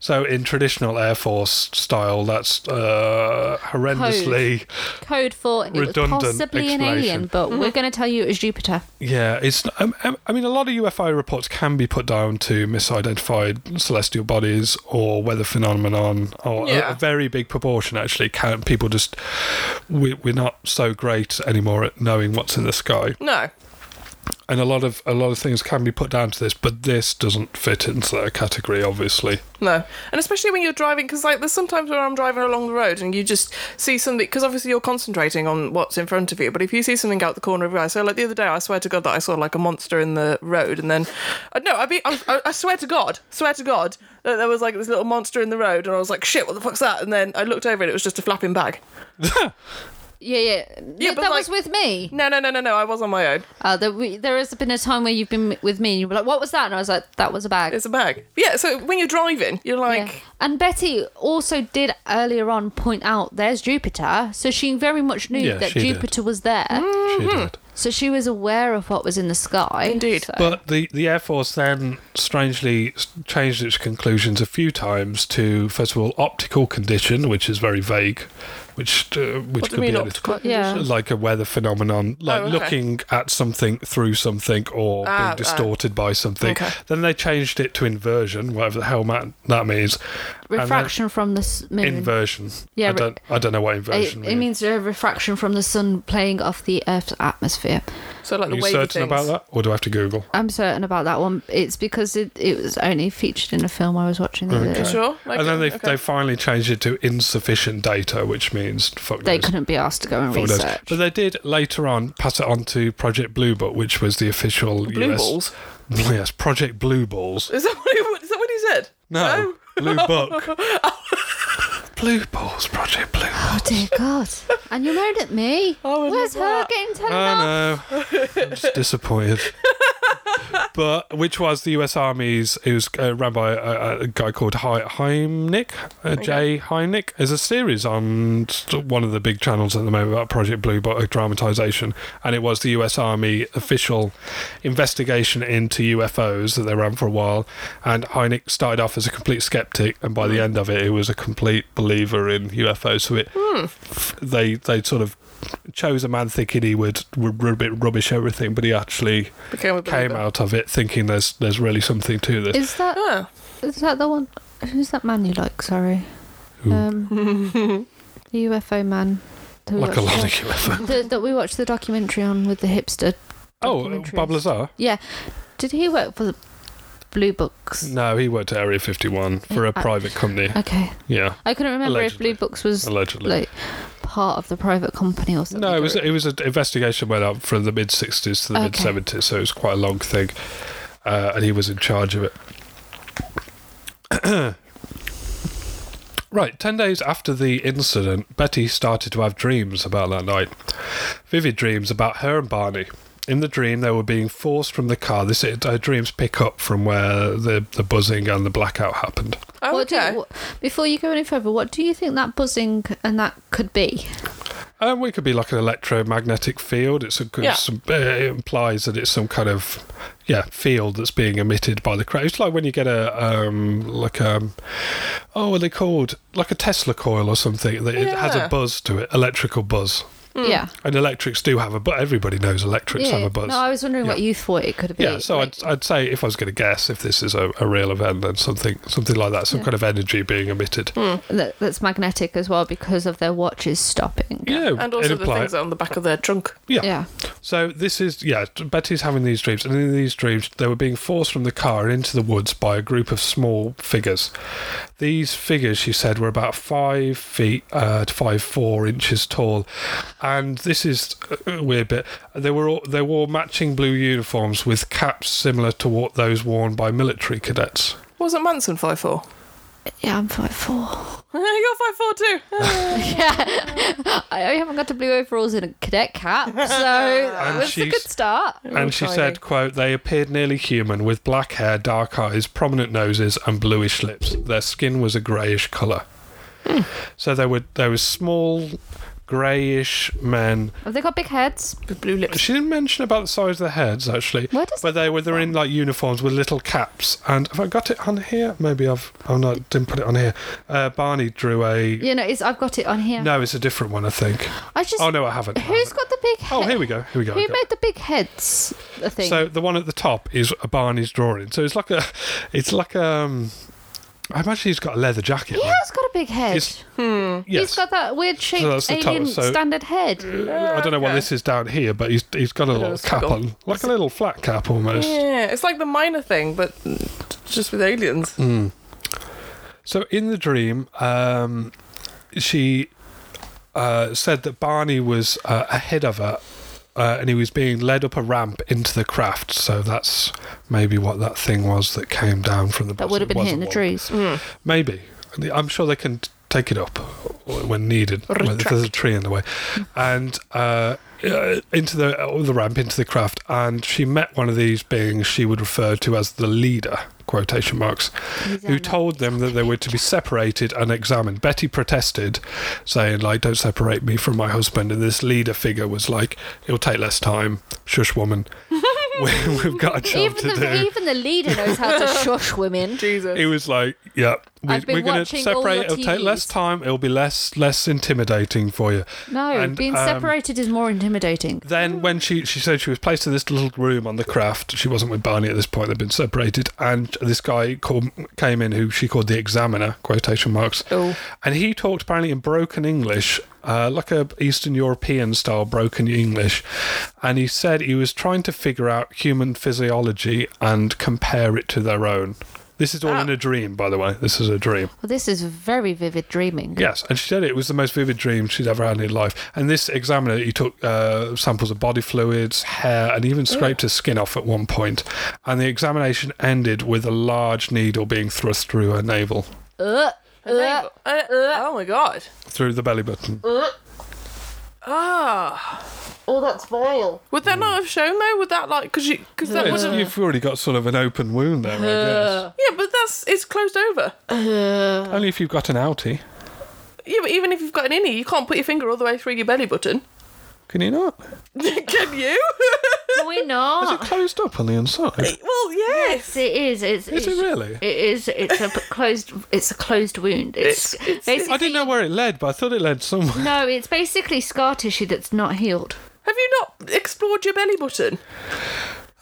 S5: So in traditional Air Force style, that's uh, horrendously.
S3: Code for it was
S5: Redundant
S3: possibly an
S5: explanation.
S3: alien, but
S7: Mm-hmm.
S3: we're going to tell you it was Jupiter.
S5: Yeah, it's. Um, um, I mean, a lot of UFO reports can be put down to misidentified celestial bodies or weather phenomenon, or a- a,
S4: Yeah.
S5: very big proportion actually. Can people just? We, we're not so great anymore at knowing what's in the sky,
S4: No.
S5: and a lot of a lot of things can be put down to this, but this doesn't fit into that category, obviously.
S4: No, and especially when you're driving, because like there's sometimes where I'm driving along the road and you just see something, because obviously you're concentrating on what's in front of you. But if you see something out the corner of your eye, so like the other day, I swear to God that I saw like a monster in the road, and then uh, no, I be I, I- I swear to God, swear to God that there was like this little monster in the road, and I was like, shit, what the fuck's that? And then I looked over and it was just a flapping bag.
S3: Yeah, yeah.
S4: Yeah,
S3: Th-
S4: but
S3: that
S4: like-
S3: was with me.
S4: No, no, no, no, no, I was on my own.
S3: Uh, there, we, there has been a time where you've been with me and you were like, what was that? And I was like, that was a bag.
S4: It's a bag. Yeah, so when you're driving, you're
S3: Yeah.
S4: like.
S3: And Betty also did earlier on point out there's Jupiter, so she very much knew
S5: Yeah,
S3: that
S5: she did.
S3: Jupiter was there.
S4: Mm.
S5: She did.
S3: So she was aware of what was in the sky.
S4: Indeed.
S3: So-
S5: But the, the Air Force then strangely s- changed its conclusions a few times to, first of all, optical condition, which is very vague, which uh, which
S4: What do
S5: could
S4: you mean
S5: be anything.
S4: optical? Oh,
S3: yeah.
S5: like a weather phenomenon, like
S4: okay.
S5: looking at something through something or
S4: Ah,
S5: being
S4: right.
S5: distorted by something.
S4: Okay.
S5: Then they changed it to inversion, whatever the hell that, that means. And then
S7: Refraction from the s-
S4: Mm.
S7: moon.
S5: Inversion.
S7: Yeah,
S5: I
S7: re-
S5: don't. I don't know what
S7: it,
S5: inversion
S7: it means a refraction from the sun playing off the Earth's atmosphere.
S4: So like
S5: Are
S4: the
S5: you
S4: wavy
S5: certain
S4: things.
S5: about that, or do I have to Google?
S7: I'm certain about that one. It's because it, it was only featured in a film I was watching the other
S4: You
S7: day.
S4: sure? Like,
S5: and then they,
S4: okay.
S5: they finally changed it to insufficient data, which means fuck
S7: They
S5: knows.
S7: couldn't be asked to go and
S5: Fuck knows.
S7: research.
S5: But they did later on pass it on to Project Blue Book, which was the official
S4: blue
S5: US.
S4: balls.
S5: Yes, Project Blue Balls.
S4: Is that what he, is that what he said?
S5: No, Blue Book. Blue Balls, Project Blue Balls.
S7: Oh dear God! and you murdered me.
S4: Oh, I
S7: Where's her
S4: love that.
S7: getting turned off?
S5: I know. I'm just disappointed. but which was the U.S. Army's? It was uh, run by a, a guy called Hi- Heimnick, uh, Jay Heimnick. There's a series on st- one of the big channels at the moment about Project Blue Book a dramatization, and it was the U.S. Army official investigation into UFOs that they ran for a while. And Heimnick started off as a complete skeptic, and by the end of it, he was a complete believer in UFOs. So it f- they they sort of chose a man thinking he would, would rub- rubbish everything, but he actually
S4: Became a
S5: came
S4: believer.
S5: out of it thinking there's there's really something to this.
S7: Is that
S4: Ah.
S7: is that the one? Who's that man you like? Sorry,
S5: Who?
S7: um, the UFO man. that we
S5: like a
S7: watched
S5: lot
S7: the-
S5: of UFO.
S7: the, that we watched the documentary on with the hipster.
S5: Oh,
S7: documentaries.
S5: Bob Lazar?
S7: Yeah, did he work for the Blue Books?
S5: No, he worked at Area 51 for a
S7: I-
S5: private company.
S7: Okay,
S5: Yeah,
S7: I couldn't remember
S5: Allegedly.
S7: if Blue Books was
S5: allegedly.
S7: like part of the private company or something.
S5: no, it was it was an investigation went up from the mid 60s to the
S7: Okay.
S5: mid 70s, so it was quite a long thing, uh, and he was in charge of it. Right, 10 days after the incident, Betty started to have dreams about that night. Vivid dreams about her and Barney. In the dream, they were being forced from the car. This her dreams pick up from where the, the buzzing and the blackout happened.
S4: Oh,
S3: What do you-
S4: okay.
S3: what- before you go any further, what do you think that buzzing and that could be?
S5: Um, it could be like an electromagnetic field. It's a good.
S4: Yeah.
S5: Some, uh, it implies that it's some kind of yeah field that's being emitted by the crowd. It's like when you get a um like um oh what are they called like a Tesla coil or something that it has
S4: Yeah.
S5: a buzz to it, electrical buzz.
S4: Hmm.
S3: Yeah.
S5: And electrics do have a but everybody knows electrics have a buzz.
S3: No, I was wondering what
S5: Yeah.
S3: you thought it could be.
S5: yeah, so
S3: like-
S5: I'd, I'd say if I was going to guess if this is a, a real event, then something something like that, some kind of energy being emitted.
S4: Hmm.
S3: that, that's magnetic as well because of their watches stopping.
S5: Yeah,
S4: And also
S5: it'd
S4: the
S5: apply
S4: things
S5: it.
S4: on the back of their trunk.
S5: yeah.
S3: Yeah.
S5: So this is yeah, Betty's having these dreams, and in these dreams they were being forced from the car and into the woods by a group of small figures. These figures, she said, were about five feet uh, to five four inches tall, and this is a weird bit. They were all, they wore matching blue uniforms with caps similar to what those worn by military cadets.
S4: Wasn't Manson 5'4?
S3: Yeah, I'm five four.
S4: You're 5'4 too.
S3: I I haven't got to blue overalls in a cadet cap, so it's a
S5: she's-
S3: good start.
S5: and she said, "quote They appeared nearly human, with black hair, dark eyes, prominent noses, and bluish lips. Their skin was a greyish colour.
S3: Hmm.
S5: So they were they were small, greyish men.
S3: Have they got big heads?
S4: With blue lips.
S5: She didn't mention about the size of their heads actually.
S3: Where does
S5: but they were they're in like uniforms with little caps. And have I got it on here? Maybe I've I'm not didn't put it on here. Uh, Barney drew a
S3: You know, it's I've got it on here.
S5: no, it's a different one I think.
S3: I just.
S5: Oh no, I haven't. I
S3: Who's
S5: haven't.
S3: got the big?
S5: Oh,
S3: he-
S5: here we go. Here we go.
S3: Who
S5: I've got it.
S3: made the big heads? The thing.
S5: So the one at the top is a Barney's drawing. So it's like a, it's like um, I imagine he's got a leather jacket.
S3: he
S5: on.
S3: has got a big head.
S5: It's- yes.
S3: He's got that weird shaped
S5: that's the top,
S3: alien
S5: so-
S3: standard head.
S5: I don't know what
S4: okay.
S5: this is down here, but he's he's got a little cap
S4: circle.
S5: on, like a little flat cap almost.
S4: Yeah, it's like the minor thing, but just with aliens.
S5: Mm. So in the dream, um, she uh, said that Barney was uh, ahead of her. Uh, and he was being led up a ramp into the craft, so that's maybe what that thing was that came down from the.
S7: That
S5: bottom.
S7: would have
S5: It
S7: been hitting
S5: wasn't
S7: the
S5: one.
S7: trees.
S5: Maybe. I'm sure they can t- take it up when needed, when if there's a tree in the way.
S3: Mm.
S5: And uh, uh, into the uh, the ramp, into the craft, and she met one of these beings she would refer to as the leader, quotation marks, who told them that they were to be separated and examined. Betty protested, saying, like, don't separate me from my husband. And this leader figure was like, it'll take less time. Shush, woman. we, we've got a job
S3: Even
S5: to do.
S3: the, even the leader knows how to shush women.
S4: Jesus.
S5: He was like, "Yeah, we,
S3: I've been
S5: we're going to
S3: watching all
S5: separate.
S3: your
S5: It'll take
S3: TVs.
S5: less time. It'll be less less intimidating for you."
S3: No,
S5: And,
S3: being
S5: um,
S3: separated is more intimidating.
S5: Then when she she said she was placed in this little room on the craft, she wasn't with Barney at this point. They'd been separated, and this guy called, came in who she called the examiner quotation marks.
S4: Oh.
S5: And he talked apparently in broken English, uh, like a Eastern European style broken English. And he said he was trying to figure out human physiology and compare it to their own. This
S3: Ah.
S5: is all in a dream, by the way. This is a dream.
S7: Well, this is very vivid dreaming.
S5: Yes, and she said it was the most vivid dream she'd ever had in her life. And this examiner, he took uh, samples of body fluids, hair, and even scraped his skin off at one point. And the examination ended with a large needle being thrust through her navel,
S4: Uh, uh, oh my god.
S5: through the belly button.
S4: Ah. Oh, that's vile. Would that not have shown though? Would that like because you because that
S5: It's-
S4: would have
S5: You've already got sort of an open wound there, I
S4: yeah, but that's it's closed over.
S5: guess. Only if you've got an outie.
S4: Yeah, but even if you've got an innie, you can't put your finger all the way through your belly button.
S5: Can you not?
S4: Can you?
S7: Can we
S5: Is
S7: not?
S5: it closed up on the inside?
S4: well, yes.
S7: It is. It's,
S5: Is it
S7: it's-
S5: really?
S7: It is. It's a p- closed. It's a closed wound. It's, basically
S5: I didn't know where it led, but I thought it led somewhere.
S7: no. It's basically scar tissue that's not healed.
S4: Have you not explored your belly button?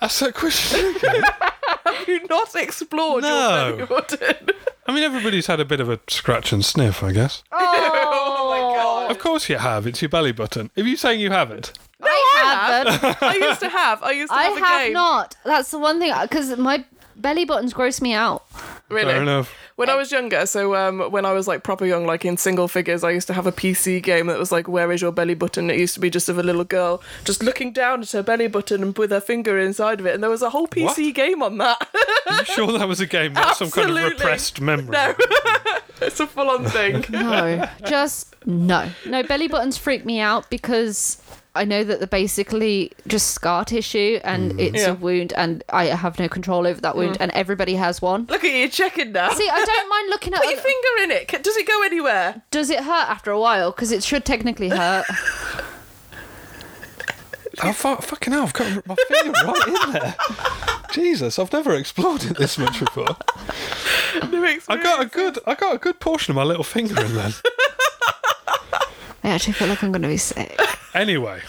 S5: That's that question.
S4: Have you not explored
S5: No.
S4: your belly button?
S5: I mean, everybody's had a bit of a scratch and sniff, I guess.
S4: oh my god.
S5: Of course you have. It's your belly button. If you're saying you haven't,
S4: No, I, have. I used to have. I used to
S3: I
S4: have a
S3: have
S4: game.
S3: not. That's the one thing because my belly buttons gross me out.
S4: Really?
S5: fair enough.
S4: When I was younger, so um, when I was like proper young, like in single figures, I used to have a PC game that was like, "Where is your belly button?" It used to be just of a little girl just looking down at her belly button and with her finger inside of it, and there was a whole PC game on that.
S5: Are you sure that was a game with some kind of
S4: Absolutely.
S5: repressed memory?
S4: No. it's a full-on thing.
S3: No, just no.
S7: No, belly buttons freak me out because I know that they're basically just scar tissue
S5: Mm-hmm.
S7: and it's
S4: Yeah.
S7: a wound and I have no control over that wound and everybody has one.
S4: Look at you checking now.
S7: See, I don't mind looking at
S4: Put your
S7: other-
S4: finger in it. Can- Does it go anywhere?
S7: Does it hurt after a while? Because it should technically hurt.
S5: Oh, fu- fucking hell, I've got my finger right in there. Jesus, I've never explored it this much before.
S4: No
S5: I
S4: experience.
S5: got a good, I got a good portion of my little finger in there.
S7: I actually feel like I'm going to be sick.
S5: Anyway,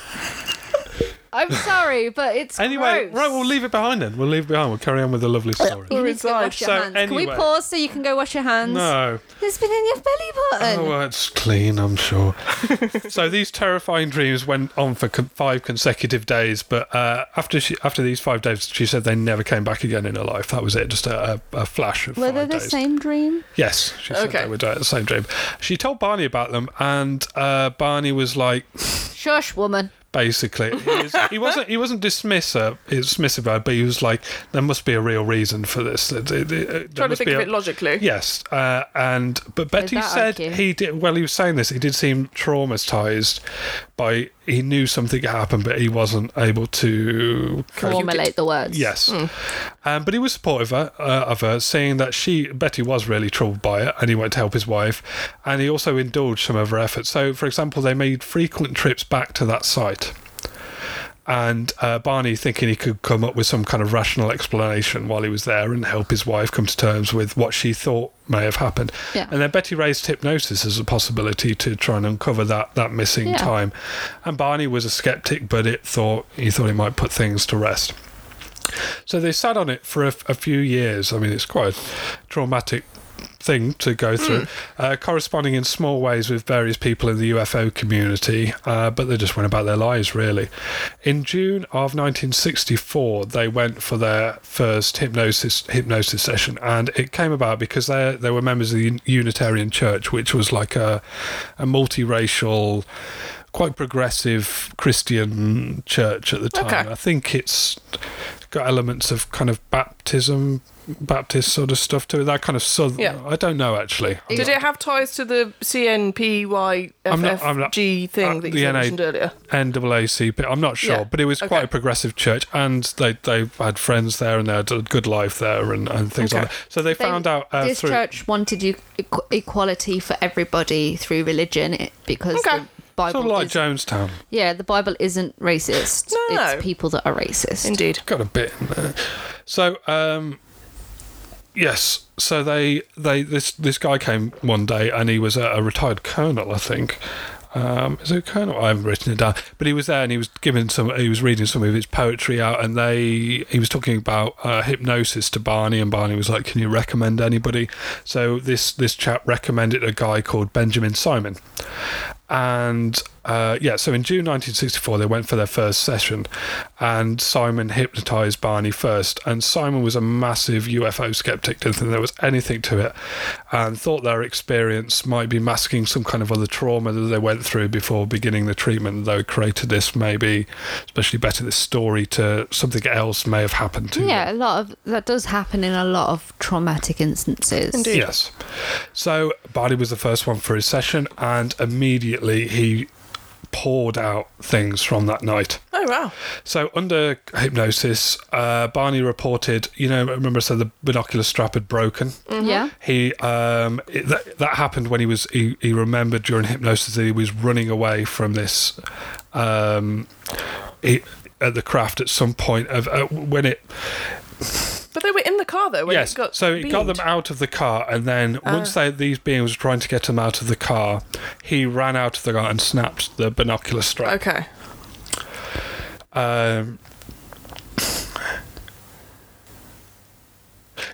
S3: I'm sorry, but it's
S5: anyway,
S3: gross.
S5: right. We'll leave it behind then. We'll leave it behind. We'll carry on with the lovely story.
S3: You
S4: We're
S3: need to go
S4: inside.
S3: wash your
S5: So,
S3: hands. Can
S5: anyway.
S3: we pause so you can go wash your hands?
S5: No.
S3: It's been in your belly button.
S5: Oh, well, it's clean, I'm sure. so these terrifying dreams went on for con- five consecutive days, but uh, after she, after these five days, she said they never came back again in her life. That was it, just a, a, a flash of
S7: Were they
S5: five
S7: the
S5: days.
S7: same dream?
S5: Yes, she said
S4: Okay.
S5: they were doing the same dream. She told Barney about them, and uh, Barney was like,
S7: Shush, woman.
S5: basically, he, was, he wasn't he wasn't dismissive, dismissive, of her, but he was like, there must be a real reason for this. There- there- there
S4: Trying to
S5: must
S4: think
S5: be
S4: of
S5: a-
S4: it logically.
S5: Yes, uh, and but Betty
S7: that
S5: said
S7: IQ.
S5: he did. Well, he was saying this. He did seem traumatized by he knew something happened, but he wasn't able to.
S7: Formulate the words.
S5: Yes, um, but he was supportive of her, uh, of her, saying that she Betty was really troubled by it, and he went to help his wife, and he also indulged some of her efforts. So, for example, they made frequent trips back to that site and uh, Barney thinking he could come up with some kind of rational explanation while he was there and help his wife come to terms with what she thought may have happened.
S7: Yeah.
S5: And then Betty raised hypnosis as a possibility to try and uncover that that missing
S7: Yeah.
S5: time. And Barney was a skeptic, but it thought he thought it might put things to rest. So they sat on it for a, a few years. I mean, it's quite a traumatic thing to go through, uh, corresponding in small ways with various people in the UFO community, uh, but they just went about their lives really. In June of 1964, they went for their first hypnosis hypnosis session, and it came about because they they were members of the Unitarian Church, which was like a a multiracial. Quite progressive Christian church at the time.
S4: Okay.
S5: I think it's got elements of kind of baptism, Baptist sort of stuff to it. That kind of southern.
S4: Yeah.
S5: I don't know actually. I'm
S4: Did
S5: not-
S4: it have ties to the
S5: I'm not- I'm not-
S4: CNPYFFG
S5: uh,
S4: thing that
S5: the
S4: you
S5: NA
S4: mentioned earlier?
S5: NAACP. I'm not sure,
S4: Yeah.
S5: but it was quite
S4: Okay.
S5: a progressive church, and they they had friends there, and they had a good life there, and, and things like
S4: Okay.
S5: that. So they, found out uh,
S7: this
S5: through.
S7: church wanted you equ- equality for everybody through religion i- because
S4: Okay.
S7: the
S5: Sort
S7: Bible.
S5: of like
S7: is-
S5: Jonestown.
S7: yeah, the Bible isn't racist.
S4: No.
S7: It's people that are racist.
S4: Indeed.
S5: got a bit in there. So, um, yes, so they they this this guy came one day and he was a, a retired colonel, I think. Um, is it a colonel? I haven't written it down, but he was there and he was giving some. He was reading some of his poetry out, and they he was talking about uh, hypnosis to Barney, and Barney was like, "Can you recommend anybody?" So this this chap recommended a guy called Benjamin Simon and uh, yeah, so in June 1964, they went for their first session, and Simon hypnotized Barney first. And Simon was a massive UFO skeptic, didn't think there was anything to it, and thought their experience might be masking some kind of other trauma that they went through before beginning the treatment. Though created this maybe, especially better this story to something else may have happened to. them.
S7: Yeah, a lot of that does happen in a lot of traumatic instances. Indeed.
S5: Yes. So Barney was the first one for his session, and immediately he poured out things from that night.
S4: Oh, wow.
S5: So under hypnosis, uh, Barney reported, you know, remember I said the binocular strap had broken.
S7: Yeah.
S5: He um, it, that, that happened when he was he, he remembered during hypnosis that he was running away from this um, he, at the craft at some point of uh, when it
S4: But they were in the car, though, when
S5: yes
S4: it got
S5: so it got
S4: beamed. Ah.
S5: them out of the car and then once they, these beings were trying to get him out of the car he ran out of the car and snapped the binocular strap
S4: Okay.
S5: Um,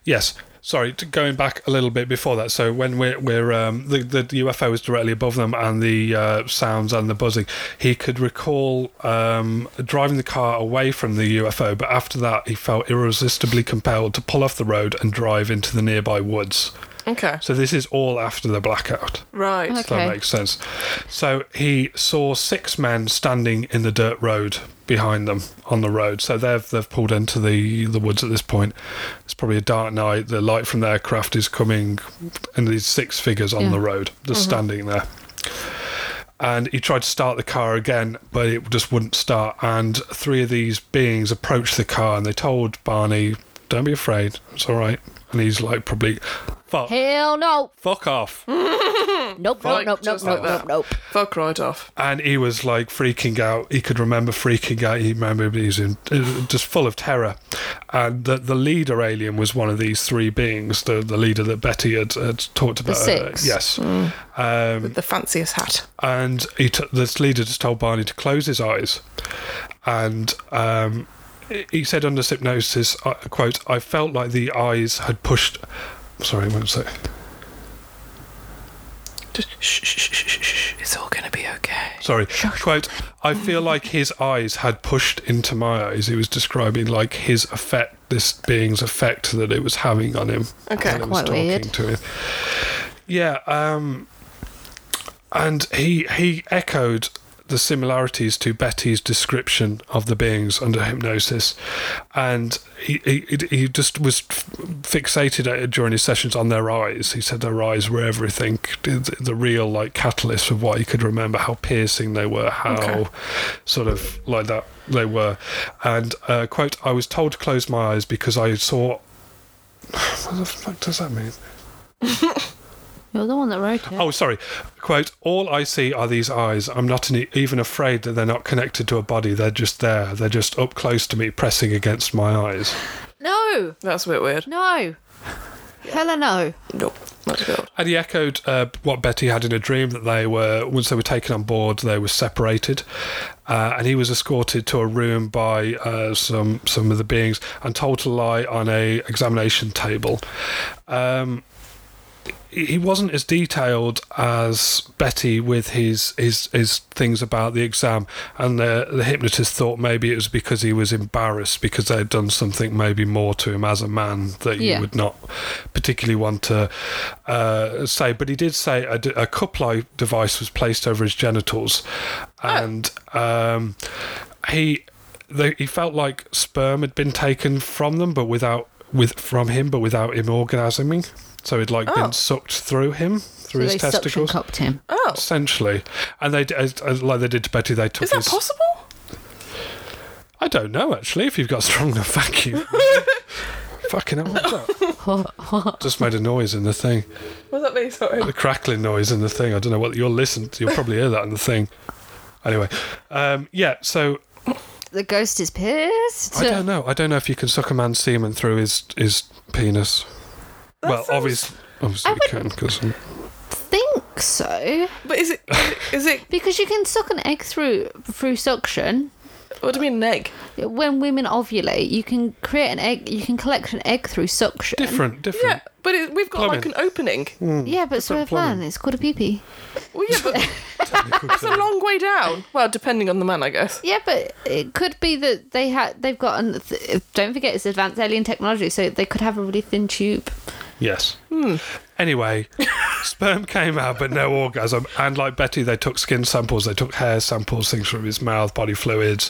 S5: yes. Sorry, t- going back a little bit before that. So when we're, we're um, the, the UFO was directly above them, and the uh, sounds and the buzzing, he could recall um, driving the car away from the UFO. But after that, he felt irresistibly compelled to pull off the road and drive into the nearby woods.
S4: Okay.
S5: So this is all after the blackout.
S4: Right.
S5: If that makes sense. So he saw six men standing in the dirt road behind them on the road. So they've they've pulled into the the woods at this point. It's probably a dark night. The light from the aircraft is coming, and these six figures on the road just standing there. And he tried to start the car again, but it just wouldn't start. And three of these beings approached the car, and they told Barney, "Don't be afraid. It's all right." And he's like, probably, Fuck.
S3: Hell no.
S5: Fuck off.
S3: Nope, nope,
S4: Like,
S3: nope, nope,
S4: just
S3: nope,
S4: like
S3: nope, nope.
S4: Fuck right off.
S5: And he was like freaking out. He could remember freaking out. He remembered he was in, uh, just full of terror. And the, the leader alien was one of these three beings, the, the leader that Betty had, had talked about.
S7: six.
S5: yes. Um,
S4: The fanciest hat.
S5: and he t- this leader just told Barney to close his eyes, and um, he- he said under hypnosis, uh, "quote I felt like the eyes had pushed." Sorry, one sec.
S4: Just shh, shh, shh, shh, shh. It's all gonna be okay.
S5: Sorry, quote I feel like his eyes had pushed into my eyes. He was describing like his effect, this being's effect that it was having on him.
S4: Okay.
S5: when it
S7: Quite weird.
S5: to him. Yeah, um, and he he echoed the similarities to Betty's description of the beings under hypnosis, and he he, he just was f- fixated at, during his sessions on their eyes. He said their eyes were everything, the, the real like catalyst of what he could remember, how piercing they were, how sort of like that they were, and uh, quote, I was told to close my eyes because I saw. What the fuck does that mean?
S7: You're the one that wrote it.
S5: Oh, sorry. Quote, all I see are these eyes. I'm not any, even afraid that they're not connected to a body. They're just there. They're just up close to me, pressing against my eyes.
S7: No,
S4: That's a bit weird.
S7: no. Hella no.
S4: Nope. That's good.
S5: And he echoed uh, what Betty had in a dream that they were, once they were taken on board, they were separated. Uh, and he was escorted to a room by uh, some, some of the beings and told to lie on a examination table. Um, he wasn't as detailed as Betty with his his, his things about the exam, and the, the hypnotist thought maybe it was because he was embarrassed because they had done something maybe more to him as a man that you
S7: Yeah.
S5: would not particularly want to uh, say. But he did say a, d- a cup-like device was placed over his genitals, and um, he they, he felt like sperm had been taken from them, but without with from him, but without him organising. So it'd like been sucked through him
S7: So
S5: through
S7: they
S5: his
S7: suction
S5: testicles,
S7: cupped him.
S4: Oh,
S5: essentially. And they d- as, as, like they did to Betty, they took
S4: is that
S5: his.
S4: possible?
S5: I don't know actually. If you've got a strong enough vacuum. Fucking hell, what's that? Just made a noise in the thing.
S4: Was that me? Sorry.
S5: The crackling noise in the thing. I don't know what you'll listen to. You'll probably hear that in the thing. Anyway, um, yeah, so
S7: The ghost is pissed.
S5: I don't know. I don't know if you can suck a man's semen through his his penis. well,
S4: sounds-
S5: obviously, obviously you can because
S7: think so
S4: But is it? Is it? Is it
S7: because you can suck an egg through through suction.
S4: what do you mean, an egg?
S7: When women ovulate, you can create an egg. You can collect an egg through suction.
S5: different, different.
S4: Yeah, but it, we've got like an
S5: Plumbing. Mm.
S4: opening.
S7: yeah, but so have
S5: plumbing.
S7: man. It's called a peepee.
S4: Well, yeah, but it's a long way down. Well, depending on the man, I guess.
S7: Yeah, but it could be that they had they've got. An, th- don't forget, it's advanced alien technology, so they could have a really thin tube.
S5: Yes.
S4: Hmm.
S5: Anyway, sperm came out, but no orgasm. And like Betty, they took skin samples, they took hair samples, things from his mouth, body fluids.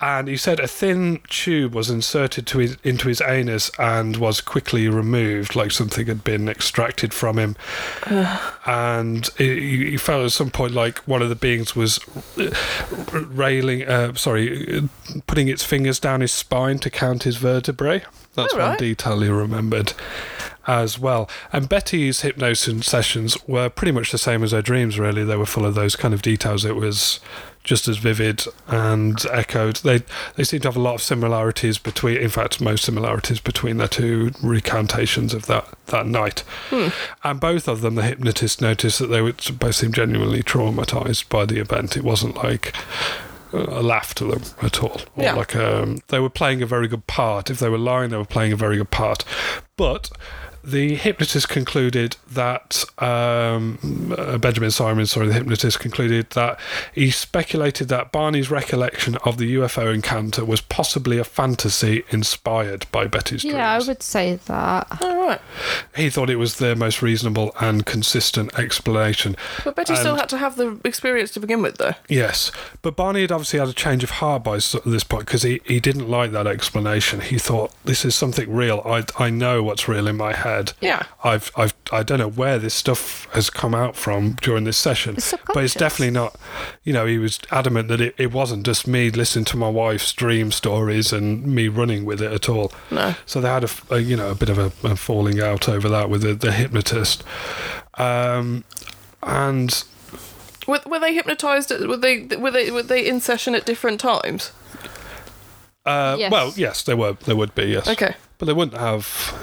S5: And he said a thin tube was inserted to his, into his anus and was quickly removed, like something had been extracted from him. and he, he felt at some point like one of the beings was railing, uh, sorry, putting its fingers down his spine to count his vertebrae. That's one
S4: Alright.
S5: detail he remembered as well. And Betty's hypnosis sessions were pretty much the same as her dreams, really. They were full of those kind of details. It was just as vivid and echoed. They they seem to have a lot of similarities between, in fact, most similarities between their two recantations of that that night. And both of them, the hypnotist noticed that they were both seemed genuinely traumatized by the event. It wasn't like uh, a laugh to them at all. Or
S4: Yeah.
S5: like um, they were playing a very good part. If they were lying, they were playing a very good part. But the hypnotist concluded that um, uh, Benjamin Simon, sorry, the hypnotist concluded that he speculated that Barney's recollection of the UFO encounter was possibly a fantasy inspired by Betty's dreams.
S7: Yeah, I would say
S5: Mm.
S7: that.
S4: All right,
S5: He thought it was the most reasonable and consistent explanation.
S4: but Betty still
S5: And-
S4: had to have the experience to begin with, though.
S5: Yes, but Barney had obviously had a change of heart by s- this point because he, he didn't like that explanation. He thought this is something real. I I know what's real in my head. head.
S4: Yeah.
S5: I've I've I don't know where this stuff has come out from during this session,
S3: It's
S5: but
S3: subconscious.
S5: it's definitely not. You know, he was adamant that it, it wasn't just me listening to my wife's dream stories and me running with it at all.
S4: No.
S5: So they had a, f- a, you know a bit of a, a falling out over that with the, the hypnotist, um, and
S4: Were, were they hypnotized? Were they were they were they in session at different times?
S5: uh,
S3: Yes.
S5: well, yes, they were they would be yes,
S4: Okay.
S5: but they wouldn't have.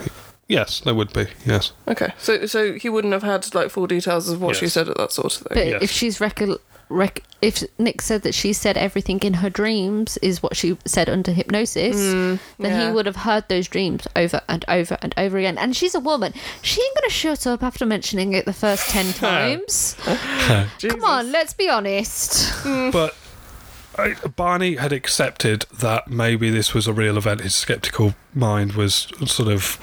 S5: Yes, they would be yes.
S4: Okay. So so he wouldn't have had like full details of what she
S5: Yes.
S4: said at that sort of thing.
S3: But
S5: Yes.
S3: if she's recol rec- if Nick said that she said everything in her dreams is what she said under hypnosis, then
S4: Mm, yeah.
S3: he would have heard those dreams over and over and over again. And she's a woman. She ain't going to shut up after mentioning it the first 10 times. Come on, let's be honest.
S5: but I, Barney had accepted that maybe this was a real event. His skeptical mind was sort of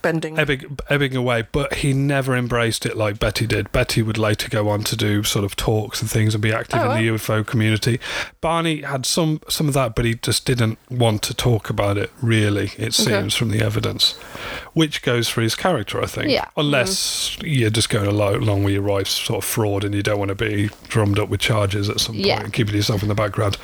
S4: Bending.
S5: ebbing, ebbing away, but he never embraced it like Betty did. Betty would later go on to do sort of talks and things and be active
S4: Oh,
S5: in the UFO community. Barney had some some of that, but he just didn't want to talk about it. Really, it seems from the evidence, which goes for his character, I think.
S3: Yeah.
S5: Unless you're just going alo- along with your wife's sort of fraud and you don't want to be drummed up with charges at some point
S3: Yeah.
S5: and keeping yourself in the background.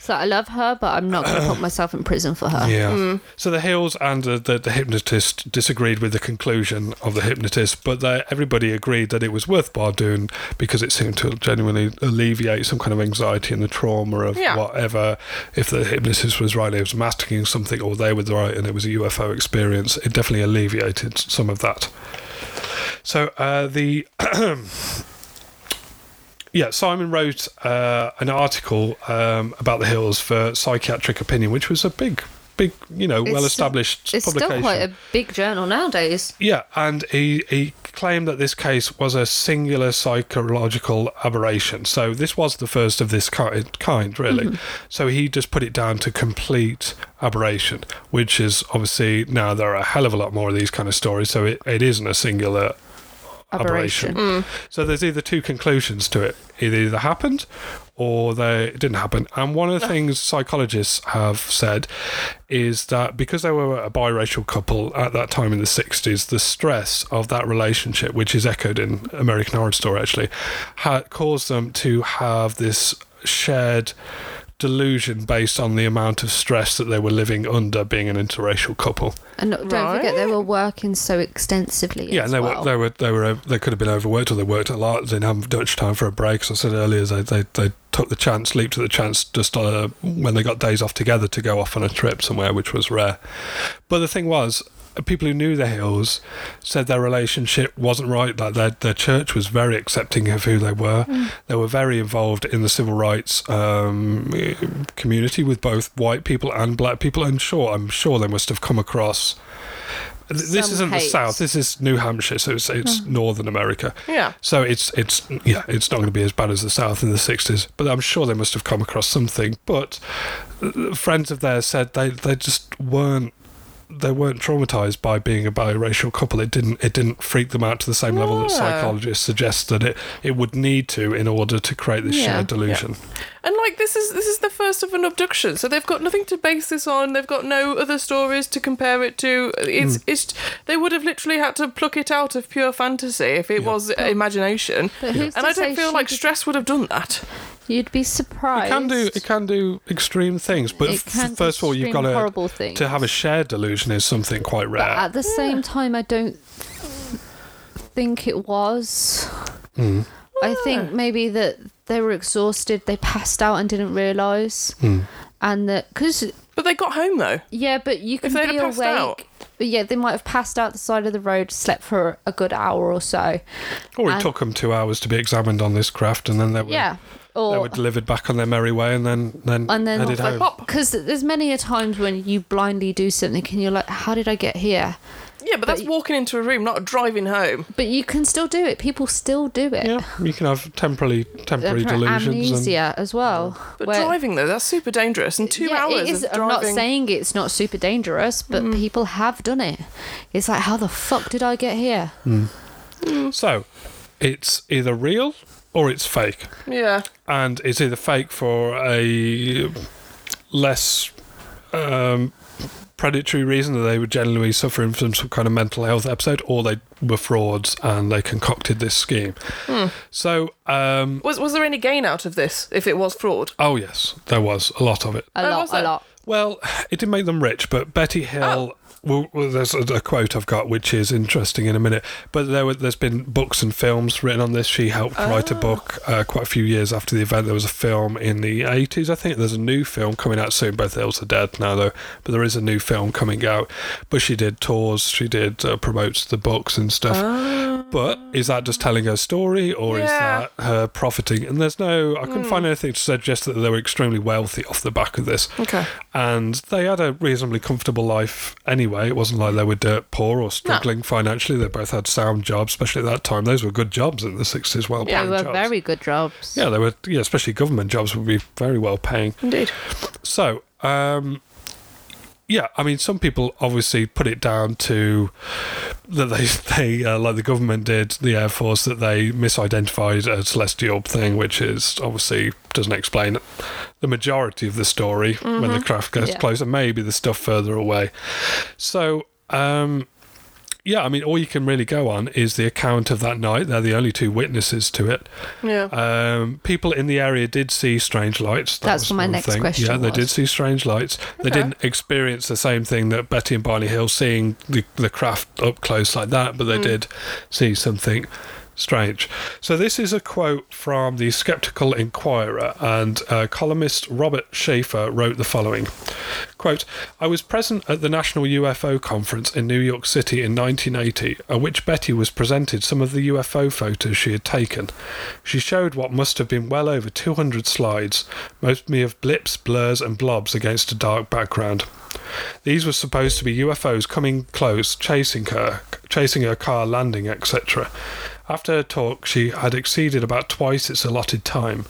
S3: So I love her, but I'm not going to put myself in prison for her.
S5: Yeah. So the Hills and the, the, the hypnotist disagreed with the conclusion of the hypnotist, but they, everybody agreed that it was worthwhile doing because it seemed to genuinely alleviate some kind of anxiety and the trauma of
S4: Yeah.
S5: whatever. If the hypnotist was right, it was masking something, or they were right, and it was a UFO experience, it definitely alleviated some of that. So uh, the yeah, Simon wrote uh, an article um, about the hills for Psychiatric Opinion, which was a big, big, you know,
S3: It's-
S5: well-established
S3: It's
S5: publication.
S3: still quite a big journal nowadays.
S5: Yeah, and he, he claimed that this case was a singular psychological aberration. So this was the first of this ki- kind, really.
S3: Mm-hmm.
S5: So he just put it down to complete aberration, which is obviously now there are a hell of a lot more of these kind of stories. So it, it isn't a singular
S3: Aberration.
S5: aberration. So there's either two conclusions to it. It either happened or they it didn't happen. And one of the things psychologists have said is that because they were a biracial couple at that time in the 60s, the stress of that relationship, which is echoed in American Horror Story actually, had caused them to have this shared delusion based on the amount of stress that they were living under being an interracial couple.
S3: And don't forget, they were working so extensively.
S5: Yeah,
S3: as
S5: and they
S3: well.
S5: were they were they were they could have been overworked or they worked a lot. They didn't have much time for a break. As I said earlier, they they, they took the chance, leaped to the chance just uh, when they got days off together to go off on a trip somewhere, which was rare. But the thing was, people who knew the Hills said their relationship wasn't right. Like their their church was very accepting of who they were.
S3: Mm.
S5: They were very involved in the civil rights um, community with both white people and black people. And sure, I'm sure they must have come across. Th- This
S3: Some
S5: isn't the
S3: hate.
S5: South. This is New Hampshire, so it's, it's Northern America.
S4: Yeah.
S5: So it's it's yeah, it's not going to be as bad as the South in the sixties. But I'm sure they must have come across something. But uh, friends of theirs said they they just weren't they weren't traumatized by being a biracial couple. It didn't it didn't freak them out to the same level that
S4: No.
S5: psychologists suggest that it it would need to in order to create this
S4: Yeah.
S5: shared delusion.
S4: And like this is this is the first of an abduction, so they've got nothing to base this on. They've got no other stories to compare it to. It's
S5: Hmm.
S4: it's they would have literally had to pluck it out of pure fantasy if it was imagination.
S3: But who's
S4: And
S3: to
S4: I
S3: say
S4: don't feel
S3: she
S4: like
S3: did-
S4: stress would have done that.
S3: You'd be surprised.
S5: It can do it can do extreme things, but
S3: It
S5: f-
S3: can do
S5: first of all, you've got
S3: extreme
S5: to
S3: horrible things.
S5: to have a shared delusion is something quite rare.
S3: But at the same time, I don't think it was.
S5: Mm,
S3: I think maybe that they were exhausted, they passed out and didn't realise.
S5: mm.
S3: And that, because,
S4: But they got home though.
S3: yeah, but you can
S4: they'd
S3: be
S4: have
S3: awake.
S4: passed out.
S3: But yeah, they might have passed out the side of the road, slept for a good hour or so.
S5: Or Oh, it
S3: And-
S5: took them two hours to be examined on this craft, and then they were
S3: Yeah.
S5: they
S3: Or
S5: were delivered back on their merry way, and then then
S3: and
S5: headed
S3: then
S5: home.
S3: because there's many a times when you blindly do something and you're like, how did I get here?
S4: Yeah, but that's walking into a room, not driving home.
S3: But you can still do it. People still do it.
S5: Yeah, you can have temporarily temporary
S3: Apparent
S5: delusions. and-
S3: amnesia as well.
S4: But
S3: where-
S4: driving though, that's super dangerous. And two
S3: Yeah,
S4: hours
S3: It is,
S4: of
S3: I'm not
S4: driving. Mm.
S3: saying it's not super dangerous, but people have done it. It's like, how the fuck did I get here?
S5: so, it's either real or it's fake,
S4: yeah.
S5: and it's either fake for a less um, predatory reason that they were generally suffering from some kind of mental health episode, or they were frauds and they concocted this scheme.
S3: Hmm.
S5: So, um,
S4: Was was there any gain out of this if it was fraud?
S5: oh yes, there was a lot of it.
S7: A
S4: Oh,
S7: lot,
S4: was
S7: a
S4: it?
S7: lot.
S5: Well, it didn't make them rich, but Betty Hill. Well, well, there's a, a quote I've got which is interesting in a minute, but there were, there's been books and films written on this. She helped write a book uh, quite a few years after the event. There was a film in the 80s, I think. There's a new film coming out soon. Both Hills are dead now, though, but there is a new film coming out. But she did tours, she did uh, promotes the books and stuff. But is that just telling her story, or is
S4: Yeah.
S5: that her profiting? And there's no, I couldn't
S7: Hmm.
S5: find anything to suggest that they were extremely wealthy off the back of this
S4: Okay.
S5: and they had a reasonably comfortable life anyway. It wasn't like they were dirt poor or struggling financially. They both had sound jobs, especially at that time. Those were good jobs in the sixties, well
S4: Yeah,
S5: paying
S7: They were
S5: jobs.
S7: very good jobs.
S5: yeah, they were. Yeah, especially government jobs would be very well paying.
S4: Indeed.
S5: So, um, yeah, I mean, some people obviously put it down to that they, they uh, like the government did, the Air Force, that they misidentified a celestial thing, which is obviously doesn't explain the majority of the story when the craft gets
S7: Yeah.
S5: closer, maybe the stuff further away. So, um, yeah, I mean, all you can really go on is the account of that night. They're the only two witnesses to it.
S4: Yeah.
S5: Um, people in the area did see strange lights. That
S7: That's
S5: was
S7: what my
S5: one
S7: next
S5: thing.
S7: question
S5: Yeah, they
S7: was.
S5: did see strange lights. They didn't experience the same thing that Betty and Barney Hill seeing the, the craft up close like that, but they
S7: Mm.
S5: did see something strange. So this is a quote from the Skeptical Inquirer, and uh, columnist Robert Schaefer wrote the following. Quote, I was present at the National UFO Conference in New York City in 1980, at which Betty was presented some of the UFO photos she had taken. She showed what must have been well over 200 slides, mostly of blips, blurs, and blobs against a dark background. These were supposed to be UFOs coming close, chasing her, chasing her car, landing, etc. After her talk, she had exceeded about twice its allotted time.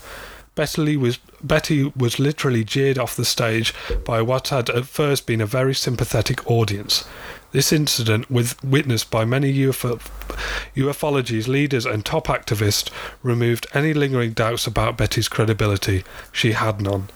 S5: Betty was Betty was literally jeered off the stage by what had at first been a very sympathetic audience. This incident was witnessed by many UFO, ufology's leaders and top activists removed any lingering doubts about Betty's credibility. She had none.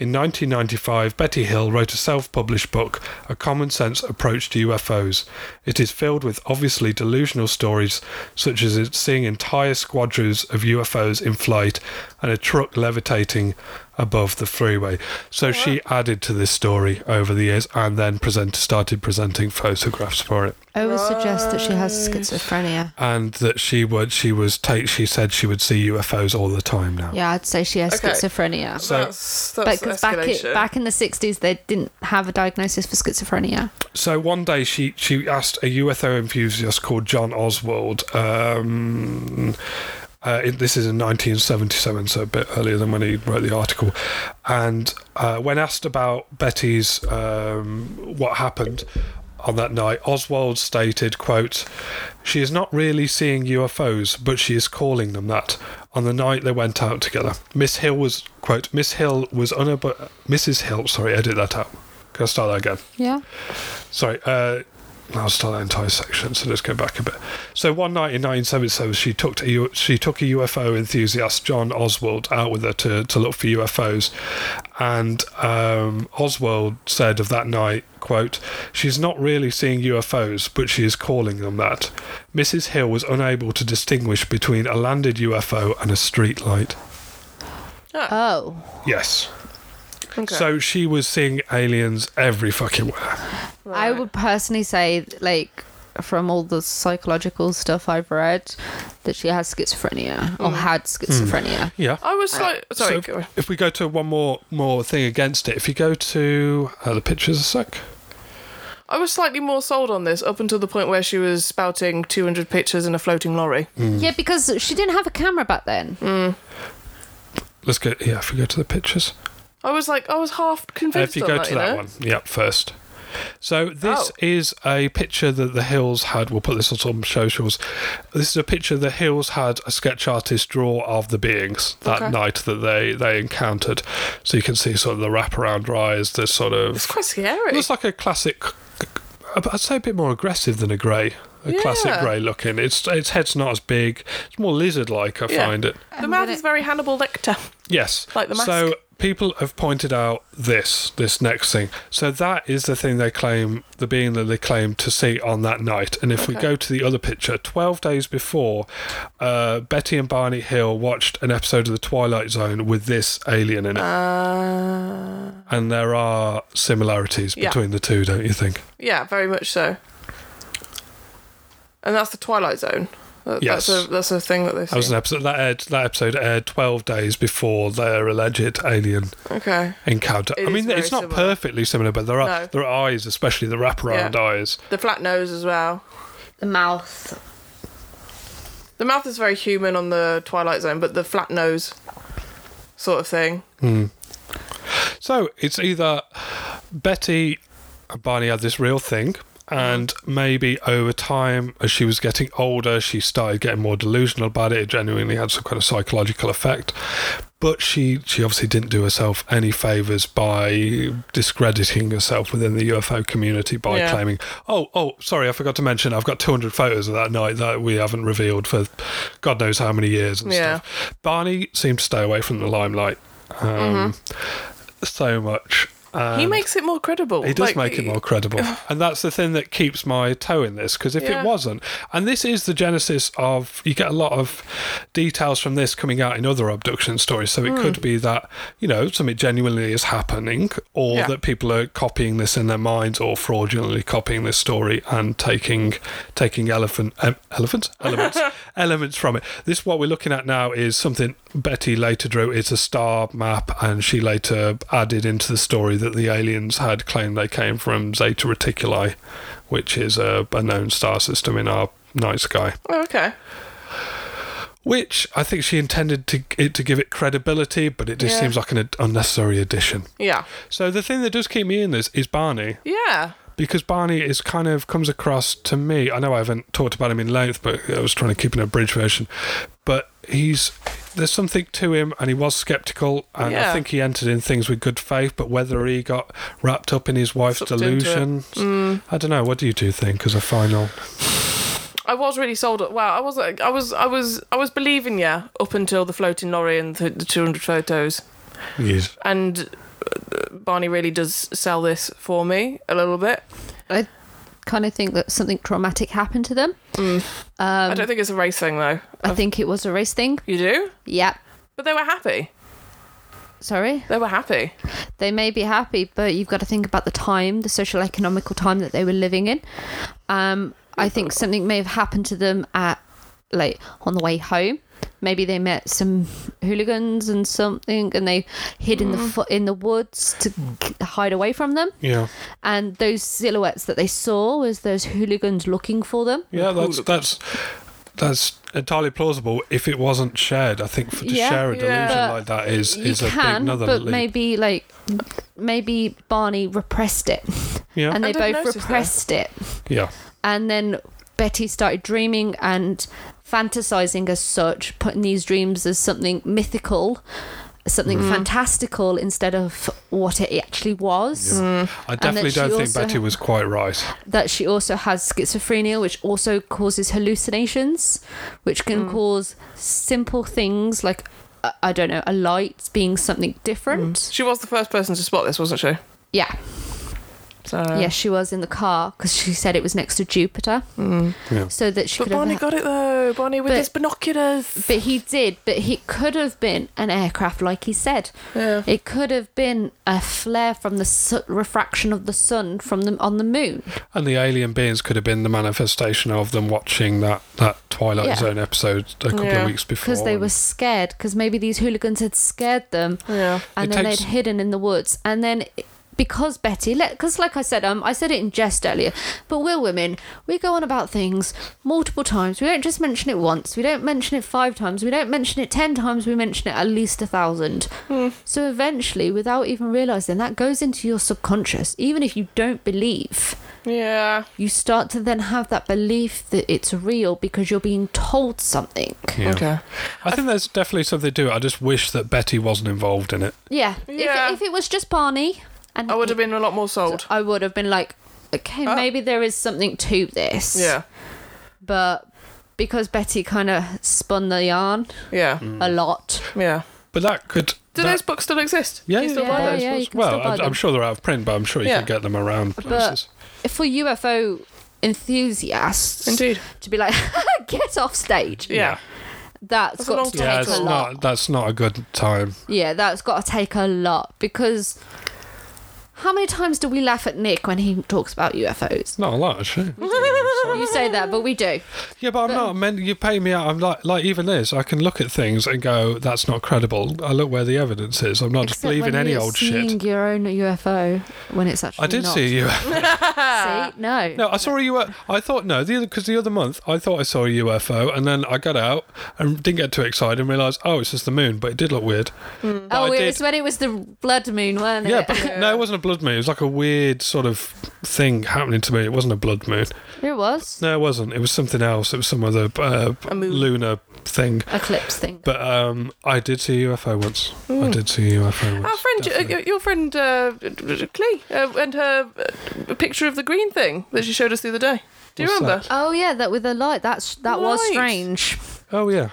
S5: In 1995, Betty Hill wrote a self-published book, A Common Sense Approach to UFOs. It is filled with obviously delusional stories such as it seeing entire squadrons of UFOs in flight and a truck levitating above the freeway. So she added to this story over the years and then present, started presenting photographs for it.
S7: I would suggest that she has schizophrenia.
S5: And that she would she was take she said she would see UFOs all the time now.
S7: Yeah, I'd say she has
S4: Okay.
S7: schizophrenia.
S5: So-
S4: that's, that's
S7: But because back, it-
S4: escalation.
S7: back in the 60s, they didn't have a diagnosis for schizophrenia.
S5: So one day she she asked a UFO enthusiast called John Oswald. Um, uh, it- this is in 1977, so a bit earlier than when he wrote the article. And uh, when asked about Betty's um, what happened on that night, Oswald stated, "quote She is not really seeing UFOs, but she is calling them that." On the night they went out together, Miss Hill was quote Miss Hill was unab- Mrs. Hill. Sorry, edit that out. Can I start that again?
S7: Yeah.
S5: sorry, uh, I'll start that entire section, so let's go back a bit. So one night in 1977, she took a, U- she took a UFO enthusiast, John Oswald, out with her to, to look for UFOs, and um, Oswald said of that night, quote, "She's not really seeing UFOs, but she is calling them that." Mrs. Hill was unable to distinguish between a landed UFO and a street light.
S7: Oh.
S5: Yes.
S4: Okay.
S5: So she was seeing aliens every fucking where.
S7: I would personally say, like, from all the psychological stuff I've read, that she has schizophrenia or
S4: Mm.
S7: had schizophrenia.
S5: Yeah.
S4: I was like, sorry.
S5: Uh, so
S4: go on.
S5: if we go to one more more thing against it, if you go to uh, the pictures a sec,
S4: I was slightly more sold on this up until the point where she was spouting 200 pictures in a floating lorry.
S5: Hmm.
S7: Yeah, because she didn't have a camera back then.
S5: let's go. Yeah, if we go to the pictures,
S4: I was like, I was half
S5: Uh, if
S4: convinced.
S5: you
S4: on
S5: go
S4: that,
S5: to
S4: you
S5: that
S4: know?
S5: one, yeah, first. So this
S4: Oh.
S5: is a picture that the Hills had. We'll put this on some socials. This is a picture the Hills had a sketch artist draw of the beings that
S4: Okay.
S5: night that they they encountered. So you can see sort of the wraparound eyes, the sort of
S4: It's quite scary.
S5: It looks like a classic. I'd say a bit more aggressive than a grey. classic
S4: Yeah.
S5: grey looking. Its its head's not as big. It's more lizard like. I
S4: Yeah.
S5: find it.
S4: The mouth is very Hannibal Lecter.
S5: Yes.
S4: Like the mask.
S5: So people have pointed out this this next thing. So that is the thing they claim the being that they claim to see on that night. And if we go to the other picture, twelve days before, uh, Betty and Barney Hill watched an episode of The Twilight Zone with this alien in it.
S4: Uh,
S5: and there are similarities
S4: Yeah.
S5: between the two, don't you think?
S4: yeah, very much so. And that's the Twilight Zone. That,
S5: Yes.
S4: That's a that's a thing that they've
S5: That was
S4: seen.
S5: an episode that aired, that episode aired twelve days before their alleged alien
S4: Okay.
S5: encounter.
S4: It
S5: I
S4: is
S5: mean,
S4: very
S5: it's not
S4: similar.
S5: perfectly similar, but there are
S4: No.
S5: there are eyes, especially the wraparound
S4: Yeah.
S5: eyes.
S4: The flat nose as well.
S3: The mouth.
S4: The mouth is very human on the Twilight Zone, but the flat nose sort of thing.
S5: So it's either Betty and Barney had this real thing, and maybe over time, as she was getting older, she started getting more delusional about it. It genuinely had some kind of psychological effect. But she, she obviously didn't do herself any favours by discrediting herself within the UFO community by
S4: Yeah.
S5: claiming, oh, oh, sorry, I forgot to mention, I've got 200 photos of that night that we haven't revealed for God knows how many years and
S4: Yeah.
S5: stuff. Barney seemed to stay away from the limelight. Um, so much.
S4: Mm-hmm. he
S5: And
S4: makes it more credible.
S5: Um, he does
S4: Like,
S5: make it more credible. And that's the thing that keeps my toe in this, because if
S4: Yeah.
S5: it wasn't, and this is the genesis of, you get a lot of details from this coming out in other abduction stories. So it could be that, you know, something genuinely is happening, or
S4: Yeah.
S5: that people are copying this in their minds or fraudulently copying this story and taking taking elephant um, elephants elements elements from it. This what we're looking at now is something Betty later drew. It's a star map, and she later added into the story that the aliens had claimed they came from Zeta Reticuli, which is a, a known star system in our night sky
S4: Oh, okay.
S5: which I think she intended to it to give it credibility, but it just
S4: Yeah.
S5: seems like an ad- unnecessary addition.
S4: Yeah.
S5: So the thing that does keep me in this is Barney,
S4: Yeah.
S5: because Barney is kind of comes across to me. I know I haven't talked about him in length, but I was trying to keep an abridged version. But he's there's something to him, and he was skeptical, and I
S4: Yeah.
S5: think he entered in things with good faith. But whether he got wrapped up in his wife's
S4: Sucked into it.
S5: delusion,
S4: Mm.
S5: I don't know. What do you two think as a final?
S4: I was really sold. Wow, I was, not I was, I was, I was believing yeah up until the floating lorry and the, the two hundred photos,
S5: Yes.
S4: and uh, Barney really does sell this for me a little bit.
S3: I kind of think that something traumatic happened to them. Um,
S4: I don't think it's a race thing though.
S3: I think it was a race thing.
S4: You do,
S3: Yep.
S4: but they were happy.
S3: Sorry.
S4: They were happy.
S3: They may be happy, but you've got to think about the time, the social economical time that they were living in. Um, I think something may have happened to them at like on the way home. Maybe they met some hooligans and something, and they hid in the fo- in the woods to k- hide away from them.
S5: Yeah.
S3: And those silhouettes that they saw was those hooligans looking for them.
S5: Yeah, that's that's that's entirely plausible if it wasn't shared. I think for to
S3: Yeah.
S5: share a delusion
S3: But
S5: like that is
S3: You
S5: is a big
S3: can,
S5: another
S3: but
S5: leap.
S3: maybe like maybe Barney repressed it,
S5: yeah,
S3: and
S4: I
S3: they
S4: didn't
S3: both
S4: notice that.
S3: repressed it.
S5: yeah,
S3: and then Betty started dreaming and fantasizing as such, putting these dreams as something mythical, something
S5: Mm.
S3: fantastical instead of what it actually was.
S5: I definitely
S3: she
S5: don't think
S3: also-
S5: Betty was quite right.
S3: That she also has schizophrenia, which also causes hallucinations, which can
S4: Mm.
S3: cause simple things like. I- I don't know, a light being something different.
S4: She was the first person to spot this, wasn't she?
S3: Yeah.
S4: So
S3: yeah, she was in the car because she said it was next to Jupiter.
S5: Yeah.
S3: So that she
S4: Mm. But
S3: could have
S4: Barney got it though. Barney with
S3: But-
S4: his binoculars.
S3: But he did, but he could have been an aircraft, like he said.
S4: Yeah.
S3: It could have been a flare from the su- refraction of the sun from the, on the moon.
S5: And the alien beings could have been the manifestation of them watching that that Twilight
S3: Yeah.
S5: Zone episode a couple
S4: Yeah.
S5: of weeks before.
S3: Because they
S5: and-
S3: were scared, because maybe these hooligans had scared them,
S4: Yeah.
S3: and
S5: It
S3: then
S5: takes-
S3: they'd hidden in the woods, and then it- because Betty, because like I said, um, I said it in jest earlier, but we're women, we go on about things multiple times. We don't just mention it once. We don't mention it five times. We don't mention it ten times. We mention it at least a thousand.
S4: Hmm.
S3: So eventually, without even realizing, that goes into your subconscious. Even if you don't believe,
S4: Yeah.
S3: you start to then have that belief that it's real because you're being told something.
S5: Yeah.
S4: Okay.
S5: I think there's definitely something to it. I just wish that Betty wasn't involved in it.
S3: Yeah.
S4: Yeah.
S3: If, if it was just Barney, and
S4: I would have been a lot more sold.
S3: I would have been like, okay,
S4: Oh.
S3: maybe there is something to this.
S4: Yeah.
S3: but because Betty kind of spun the yarn
S4: Yeah.
S5: Hmm.
S3: a lot.
S4: Yeah.
S5: But that could.
S4: Do
S5: that-
S4: those books still exist?
S5: Yeah,
S4: Do you
S5: yeah,
S4: still
S5: yeah,
S4: buy
S5: yeah,
S4: those?
S3: yeah, you can
S5: well,
S3: still buy
S5: I'm, I'm
S3: them.
S5: sure they're out of print, but I'm sure you
S4: Yeah.
S5: can get them around places.
S3: For UFO enthusiasts,
S4: Indeed.
S3: to be like, get off stage.
S4: Yeah.
S3: That's
S4: That's a
S3: got
S4: long
S3: to
S5: yeah,
S3: take
S5: it's
S3: a lot.
S5: not. That's not a good time.
S3: Yeah, that's got to take a lot because how many times do we laugh at Nick when he talks about UFOs?
S5: Not a lot, actually.
S3: You say that, but we do.
S5: Yeah, but I'm not meant. You pay me out. I'm like, like even this. I can look at things and go, "That's not credible." I look where the evidence is. I'm not just believing any
S3: you're
S5: old
S3: seeing
S5: shit.
S3: your own UFO when it's actually
S5: I did
S3: not.
S5: see you.
S3: See? No.
S5: No, I saw a UFO. I thought no, the other because the other month I thought I saw a UFO, and then I got out and didn't get too excited and realised, oh, it's just the moon, but it did look weird. But
S3: oh,
S5: I
S3: it
S5: did-
S3: was when it was the blood moon, wasn't
S5: yeah,
S3: it?
S5: but no, it wasn't a blood moon. It was like a weird sort of thing happening to me. It wasn't a blood moon.
S3: it was
S5: No, it wasn't. It was something else. It was some other uh, lunar thing.
S3: eclipse thing.
S5: But um, I did see a UFO once.
S4: Mm.
S3: Hmm.
S5: I did see a UFO once.
S4: Our friend,
S5: definitely.
S4: uh, your friend uh, Clee, uh, and her uh, picture of the green thing that she showed us the other day. Do you
S5: What's
S4: remember?
S3: Oh yeah, that with the light. That's that was
S4: Right.
S3: strange.
S5: oh yeah.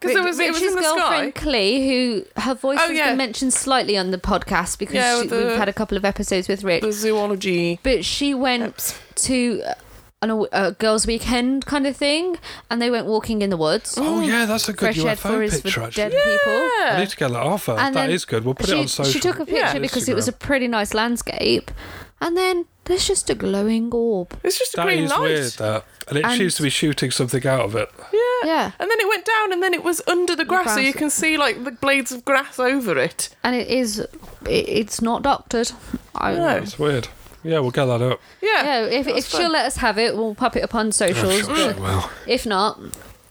S4: Because it was, it was
S3: Richie's
S4: in the
S3: girlfriend
S4: sky.
S3: Clee, who her voice
S4: Oh,
S3: has
S4: yeah.
S3: been mentioned slightly on the podcast because
S4: Yeah,
S3: she-
S4: with the-
S3: we've had a couple of episodes with Rich.
S4: The zoology.
S3: but she went to uh, on a, a girls' weekend kind of thing, and they went walking in the woods.
S5: Oh yeah, that's a good
S3: fresh head for
S5: UFO
S3: his with
S5: picture.
S3: dead
S5: Actually.
S3: people.
S5: I
S4: Yeah.
S5: need to get that off her.
S3: And
S5: That
S3: then
S5: is good. We'll put
S3: she,
S5: it on social.
S3: She took a picture
S4: Yeah.
S3: because it was a
S5: Instagram.
S3: pretty nice landscape, and then there's just a glowing orb.
S4: It's just a
S5: That
S4: green
S5: is
S4: light.
S5: weird. That and it
S3: And- Oh.
S5: seems to be shooting something out of it.
S4: Yeah.
S3: Yeah.
S4: And then it went down, and then it was under the grass, so
S3: grass.
S4: you can see like the blades of grass over it.
S3: And it is, it, it's not doctored. I don't
S4: No.
S3: know.
S5: It's weird. Yeah, we'll get that up.
S4: Yeah.
S3: Yeah, if, if
S4: That's
S3: she'll
S4: fun.
S3: let us have it, we'll pop it up on socials.
S5: Sure, sure,
S3: but
S5: well,
S3: if not,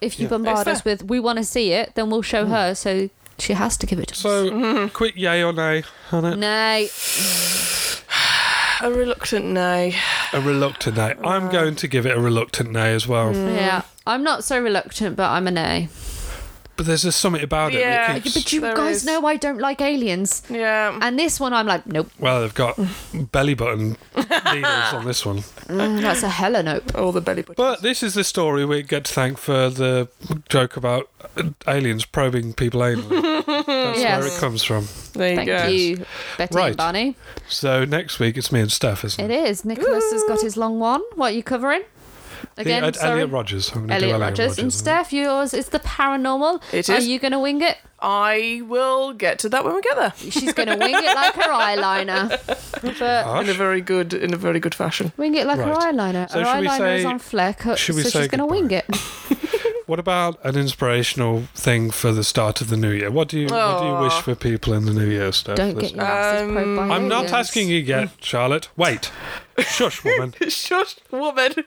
S3: if you bombard
S4: It's
S3: us with "we want to see it," then we'll show her. So she has to give it to us.
S5: Hmm. so quick yay or nay on it.
S3: Nay,
S4: A reluctant nay.
S5: A reluctant nay.
S3: Mm.
S5: I'm going to give it a reluctant nay as well.
S3: yeah,
S5: hmm.
S3: I'm not so reluctant, but I'm a nay.
S5: But there's just something about it.
S4: Yeah.
S5: That keeps,
S3: But you
S4: There
S3: guys
S4: is-
S3: know I don't like aliens,
S4: Yeah.
S3: and this one I'm like, nope,
S5: well, they've got belly button needles on this one.
S3: mm, that's a hella nope.
S4: All the belly buttons.
S5: But this is the story we get to thank for the joke about uh, aliens probing people anally. That's where it
S3: Yes.
S5: comes from.
S4: there you
S3: Thank
S4: go.
S3: you, Betty
S5: Right.
S3: and Barney.
S5: So next week it's me and Steph, isn't
S3: It
S5: it?
S3: is. Nicholas has got his long one. What are you covering? Again,
S5: The- uh,
S3: sorry.
S5: Elliot Rogers. I'm gonna do
S3: Elliot Rogers. And
S5: Rodgers.
S3: Steph, yours is the paranormal.
S4: It
S3: Are
S4: is.
S3: you going to wing it?
S4: I will get to that when we get there.
S3: She's going to wing it like her eyeliner. But
S5: Harsh.
S4: In a very good, in a very good fashion.
S3: wing it like
S5: Right.
S3: her eyeliner.
S5: So
S3: her
S5: should we
S3: eyeliner
S5: say-
S3: is on fleck, her-
S5: should
S3: so
S5: we
S3: she's
S5: say
S3: going to wing it.
S5: What about an inspirational thing for the start of the new year? What do you what do you wish for people in the new year, Steph?
S3: Oh. Don't
S5: This-
S3: get your asses probed
S4: Um,
S3: by
S5: I'm not
S3: aliens.
S5: asking you yet, Charlotte. Wait. Shush, woman.
S4: Shush, woman.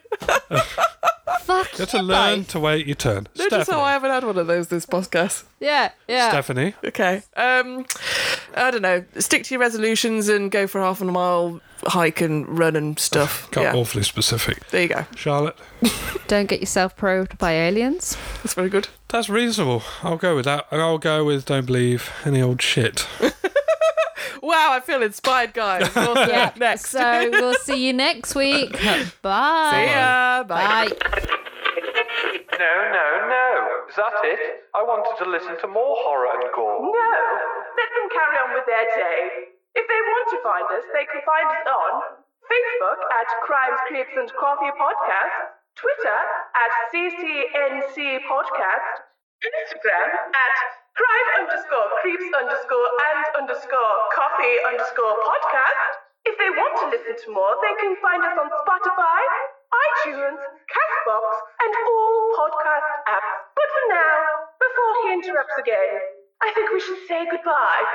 S3: Fuck
S5: You have to
S3: you,
S5: learn
S3: both.
S5: to wait your turn.
S4: Notice how "Oh, I
S5: Stephanie.
S4: haven't had one of those this podcast.
S3: Yeah, yeah.
S5: Stephanie.
S4: Okay. Um, I don't know. Stick to your resolutions and go for half a mile hike and run and stuff.
S5: Got
S4: yeah.
S5: awfully specific.
S4: There you go.
S5: Charlotte.
S3: Don't get yourself probed by aliens.
S4: That's very good.
S5: That's reasonable. I'll go with that. And I'll go with don't believe any old shit.
S4: Wow, I feel inspired, guys. Awesome. Next.
S3: So we'll see you next week. Bye.
S4: yeah. Bye.
S3: Bye.
S8: No, no, no. Is that it? I wanted to listen to more horror and gore.
S9: No, let them carry on with their day. If they want to find us, they can find us on Facebook at Crimes, Creeps and Coffee Podcast, Twitter at CCNC Podcast, Instagram at crime underscore creeps underscore and underscore coffee underscore podcast. If they want to listen to more, they can find us on Spotify, iTunes, Castbox, and all podcast apps. But for now, before he interrupts again, I think we should say goodbye.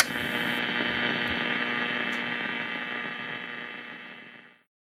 S9: Bye!